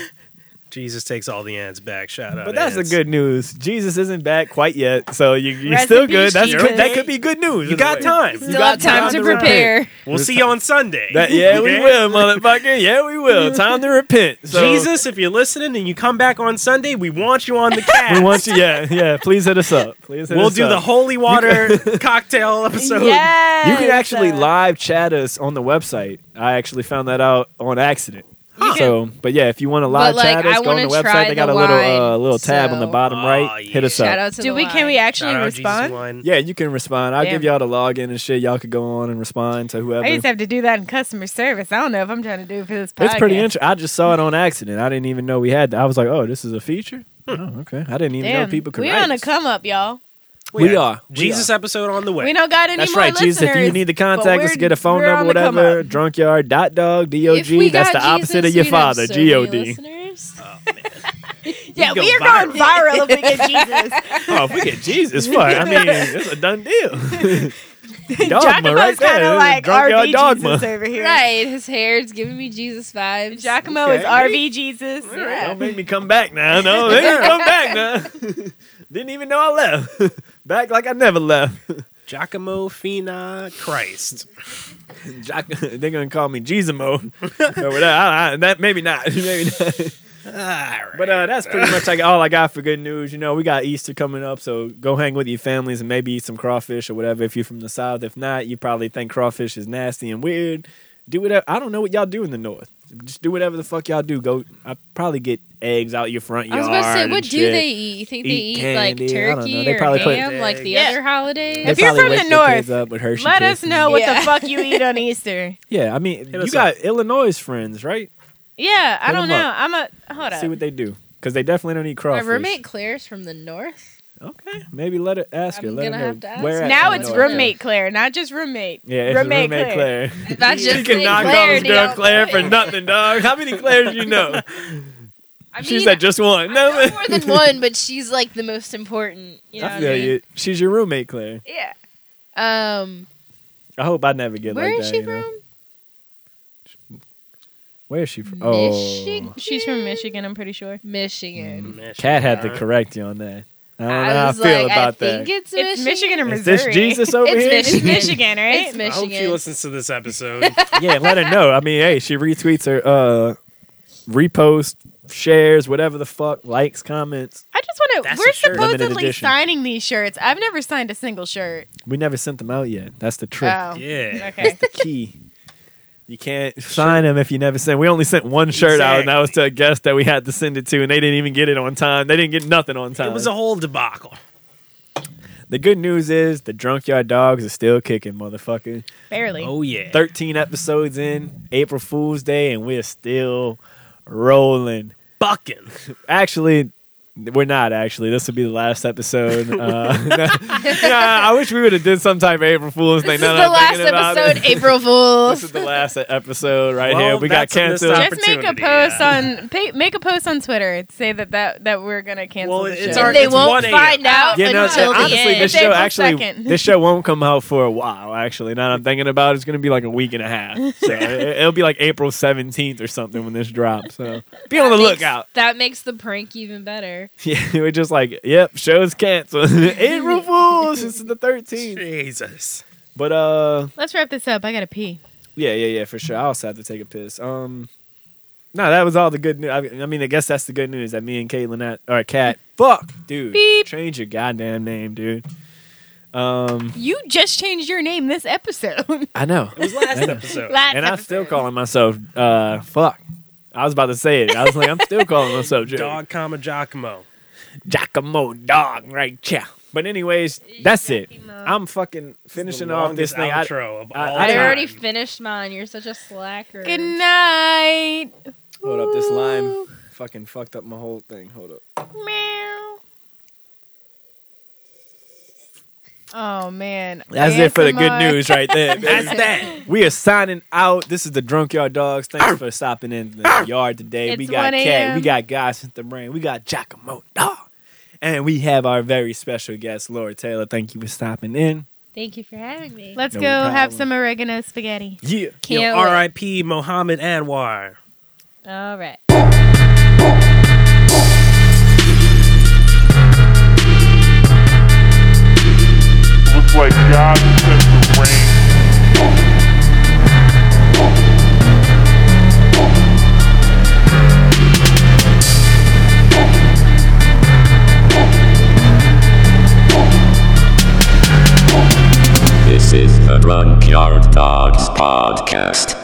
S2: Jesus takes all the ants back. Shout out.
S3: but that's the
S2: ants.
S3: good news. Jesus isn't back quite yet, so you, you're
S4: Rest
S3: still
S4: in
S3: good.
S4: peace,
S3: That's
S4: Jesus.
S3: that could be good news.
S2: You
S3: in a
S2: got
S3: way.
S2: time.
S5: Still have time to prepare.
S2: We'll see you on Sunday.
S3: That, yeah, we
S2: Okay?
S3: will, motherfucker. Yeah, we will. Time to repent. So,
S2: Jesus, if you're listening and you come back on Sunday, we want you on the cast.
S3: We want you. Yeah, yeah. Please hit us up. Please hit
S2: We'll
S3: us
S2: do
S3: up.
S2: the holy water cocktail episode.
S4: yes.
S3: You can actually
S4: Uh,
S3: live chat us on the website. I actually found that out on accident.
S4: You
S3: So, but yeah, if you want to live
S5: But, like,
S3: chat us,
S5: I
S3: go on the
S5: wanna
S3: website.
S5: try
S3: They got
S5: the
S3: a little
S5: wine,
S3: uh, little tab on the
S5: so-
S3: bottom
S2: Aw,
S3: right. Hit us
S2: yeah.
S5: Shout
S3: up.
S5: out to
S4: Do
S5: the
S4: we? Can we
S5: wine.
S4: actually
S2: Shout out Jesus
S4: respond?
S2: wine.
S3: Yeah, you can respond. I'll give
S4: Damn.
S3: y'all the login and shit. Y'all could go on and respond to whoever.
S4: I just have to do that in customer service. I don't know if I'm trying to do it for this podcast.
S3: It's pretty interesting. I just saw it on accident. I didn't even know we had that. I was like, oh, this is a feature. Oh, okay. I didn't even
S4: Damn,
S3: know people could.
S4: we
S3: write
S4: on a
S3: us.
S4: come up, y'all.
S3: We
S2: Yeah.
S3: are. We
S2: Jesus
S3: are.
S2: episode on the way.
S4: We don't got any
S3: That's
S4: more
S3: right, Jesus. If you
S4: listeners,
S3: need to
S4: but
S3: contact us,
S4: we're-
S3: get a phone
S4: we're
S3: number,
S4: on the come
S3: whatever.
S4: up.
S3: Drunkyard dot dog d o
S5: If
S3: g.
S5: we
S3: That's the
S5: got
S3: opposite
S5: Jesus,
S3: of your
S5: we'd have
S3: father.
S5: so
S3: G
S5: many
S3: o d.
S5: listeners.
S2: Oh,
S4: Yeah,
S2: go
S4: we are going viral if we get Jesus.
S3: Oh, if we get Jesus, fuck. I mean, it's a done deal. dogma, right
S4: Giacomo's kind
S3: there.
S4: of like
S3: Drunkyard
S4: RV
S3: dogma.
S4: Jesus over here.
S5: Right, his hair is giving me Jesus vibes.
S4: Giacomo
S3: Okay.
S4: is RV Jesus.
S5: Yeah.
S3: Don't make me come back now. No, they didn't come back now. Didn't even know I left. Back like I never left.
S2: Giacomo Fina Christ.
S3: uh, Jack, they're gonna call me Jesumo. Over there. I, I, that maybe not. Maybe not. But uh, that's pretty much like all I got for good news. You know, we got Easter coming up, so go hang with your families and maybe eat some crawfish or whatever if you're from the South. If not, you probably think crawfish is nasty and weird. Do whatever. I don't know what y'all do in the North. Just do whatever the fuck y'all do. Go. I probably get eggs out your front
S1: I
S3: yard.
S1: was about to say, what
S3: and
S1: do
S3: shit.
S1: they eat? You think
S3: Eat
S1: they eat
S3: candy, I
S1: like
S3: don't know.
S1: turkey
S3: They
S1: or
S3: probably put-
S1: ham like the
S4: Yeah.
S1: other holidays?
S3: They
S4: If you're
S3: probably
S4: from the
S3: wake their kids
S4: North,
S3: up with Hershey
S4: Let
S3: Kisses.
S4: us know what
S5: Yeah.
S4: the fuck you eat on Easter.
S3: Yeah, I mean,
S2: us
S3: you got Illinois friends, right?
S4: Yeah, I
S3: Hit
S4: don't
S3: 'em up.
S4: know. I'm a hold up.
S3: See what they do because they definitely don't eat
S1: My
S3: crawfish.
S1: roommate Claire's from the north.
S3: Okay, maybe let her ask her.
S1: I'm
S3: let her
S1: gonna
S3: know
S1: have to ask
S3: where
S1: her.
S3: at
S4: now
S3: in
S4: it's
S3: Illinois.
S4: roommate Claire, not just roommate.
S3: Yeah, it's
S4: Roommate
S3: roommate, Claire.
S1: That's
S3: You
S1: just
S3: can
S1: it.
S3: knock off
S1: Claire,
S3: this
S1: do
S3: girl
S1: y'all-
S3: Claire for nothing, dog. How many Claires you know?
S1: I
S3: She's
S1: mean,
S3: like just one.
S1: I
S3: No,
S1: know
S3: man.
S1: more than one, but she's like the most important. You know
S3: I
S1: what
S3: feel
S1: I mean?
S3: you. She's your roommate, Claire.
S4: Yeah.
S1: Um,
S3: I hope I never get
S1: where
S3: like that.
S1: is she
S3: you know?
S1: from?
S3: Where is she from? Oh,
S1: Michigan.
S4: She's from Michigan, I'm pretty sure.
S1: Michigan.
S3: Cat had to correct you on that. I don't know how Mm. I
S1: was
S3: feel
S1: like,
S3: about
S1: I
S3: that.
S1: think it's Michigan.
S4: It's Michigan or
S3: Is
S4: Missouri.
S3: this Jesus over
S1: It's
S3: here?
S1: Michigan.
S4: It's Michigan, right?
S1: It's
S2: I hope she
S1: Michigan.
S2: listens to this episode.
S3: yeah, let her know. I mean, hey, she retweets her, uh, repost, shares, whatever the fuck, likes, comments.
S4: I just want to.
S2: That's
S4: We're
S2: a shirt.
S3: Limited
S4: supposedly
S3: edition.
S4: signing these shirts. I've never signed a single shirt.
S3: We never sent them out yet. That's the trick.
S4: Oh.
S2: yeah.
S4: Okay.
S3: the key. You can't sign them if you never send. We only sent one shirt out, and that was to a guest that we had to send it to, and they didn't even get it on time. They didn't get nothing on time.
S2: It was a whole debacle.
S3: the good news is the drunk yard dogs are still kicking, motherfucker.
S4: Barely.
S2: Oh yeah.
S3: Thirteen episodes in, April Fool's Day, and we're still rolling.
S2: Bucking.
S3: Actually, we're not. Actually, this will be the last episode. Uh, yeah, I wish we would have did some type of April Fool's Day.
S1: This
S3: now
S1: is
S3: that
S1: the
S3: I'm
S1: last
S3: thinking about it.
S1: episode, April Fools.
S3: This is the last e-, episode right
S2: Well,
S3: here. We got
S2: that's a missed
S3: canceled.
S2: opportunity.
S4: Just make a
S2: opportunity,
S4: post
S2: yeah.
S4: on pa make a post on Twitter to say that that, that we're gonna cancel
S2: Well,
S4: the
S2: it's
S4: show.
S2: our-
S1: they
S2: it's
S1: won't
S2: 1 a.m.
S1: find out
S3: Yeah, no,
S1: until the
S3: honestly,
S1: end.
S3: this
S4: It's
S3: show
S4: April
S3: actually
S4: 2nd.
S3: this show won't come out for a while. Actually, now that I'm thinking about it, it's gonna be like a week and a half. So it, it'll be like April 17th or something when this drops. So be on the lookout.
S1: That makes the prank even better.
S3: Yeah, we're just like, yep, show's canceled. April Fools. This is the 13th.
S2: Jesus.
S3: But uh,
S4: Let's wrap this up. I gotta pee.
S3: yeah, yeah, yeah, for sure. I also have to take a piss. Um, no, that was all the good news. I, I mean, I guess that's the good news that me and Caitlin at or Cat. Fuck, dude.
S4: Beep.
S3: Change your goddamn name, dude. Um,
S4: You just changed your name this episode.
S3: I know.
S2: It was last
S3: I know.
S2: episode.
S4: Last
S3: and I'm
S4: episode.
S3: still calling myself uh fuck. I was about to say it. I was like, I'm still calling myself Jerry.
S2: Dog, comma Giacomo.
S3: Giacomo dog right chow. But anyways, that's it.
S4: Giacomo.
S3: I'm fucking finishing
S2: The
S3: off
S2: longest
S3: this thing. I,
S2: Outro of
S3: I-
S2: all
S3: I
S1: I
S2: time.
S1: already finished mine. You're such a slacker.
S4: Good night.
S3: hold up this lime. Fucking fucked up my whole thing. Hold up.
S4: Meow. Oh man.
S3: That's it for the good
S4: ASMR.
S3: news right there.
S2: That's
S3: baby.
S2: that.
S3: We are signing out. This is the Drunk Yard Dogs. Thanks for stopping in the yard today. we
S4: It's
S3: got
S4: 1
S3: Cat,
S4: a.m..
S3: we got Guys in the Brain, we got Giacomo Dog. And we have our very special guest, Laura Taylor. Thank you for stopping in.
S1: Thank you for having me.
S4: Let's
S3: No
S4: go have
S3: problem.
S4: some oregano spaghetti.
S3: Yeah.
S2: You know,
S1: Can't wait.
S2: R.I.P. Mohammed Anwar.
S4: All right.
S6: Looks like God sent the rain.
S7: This is the Drunk Yard Dogs Podcast.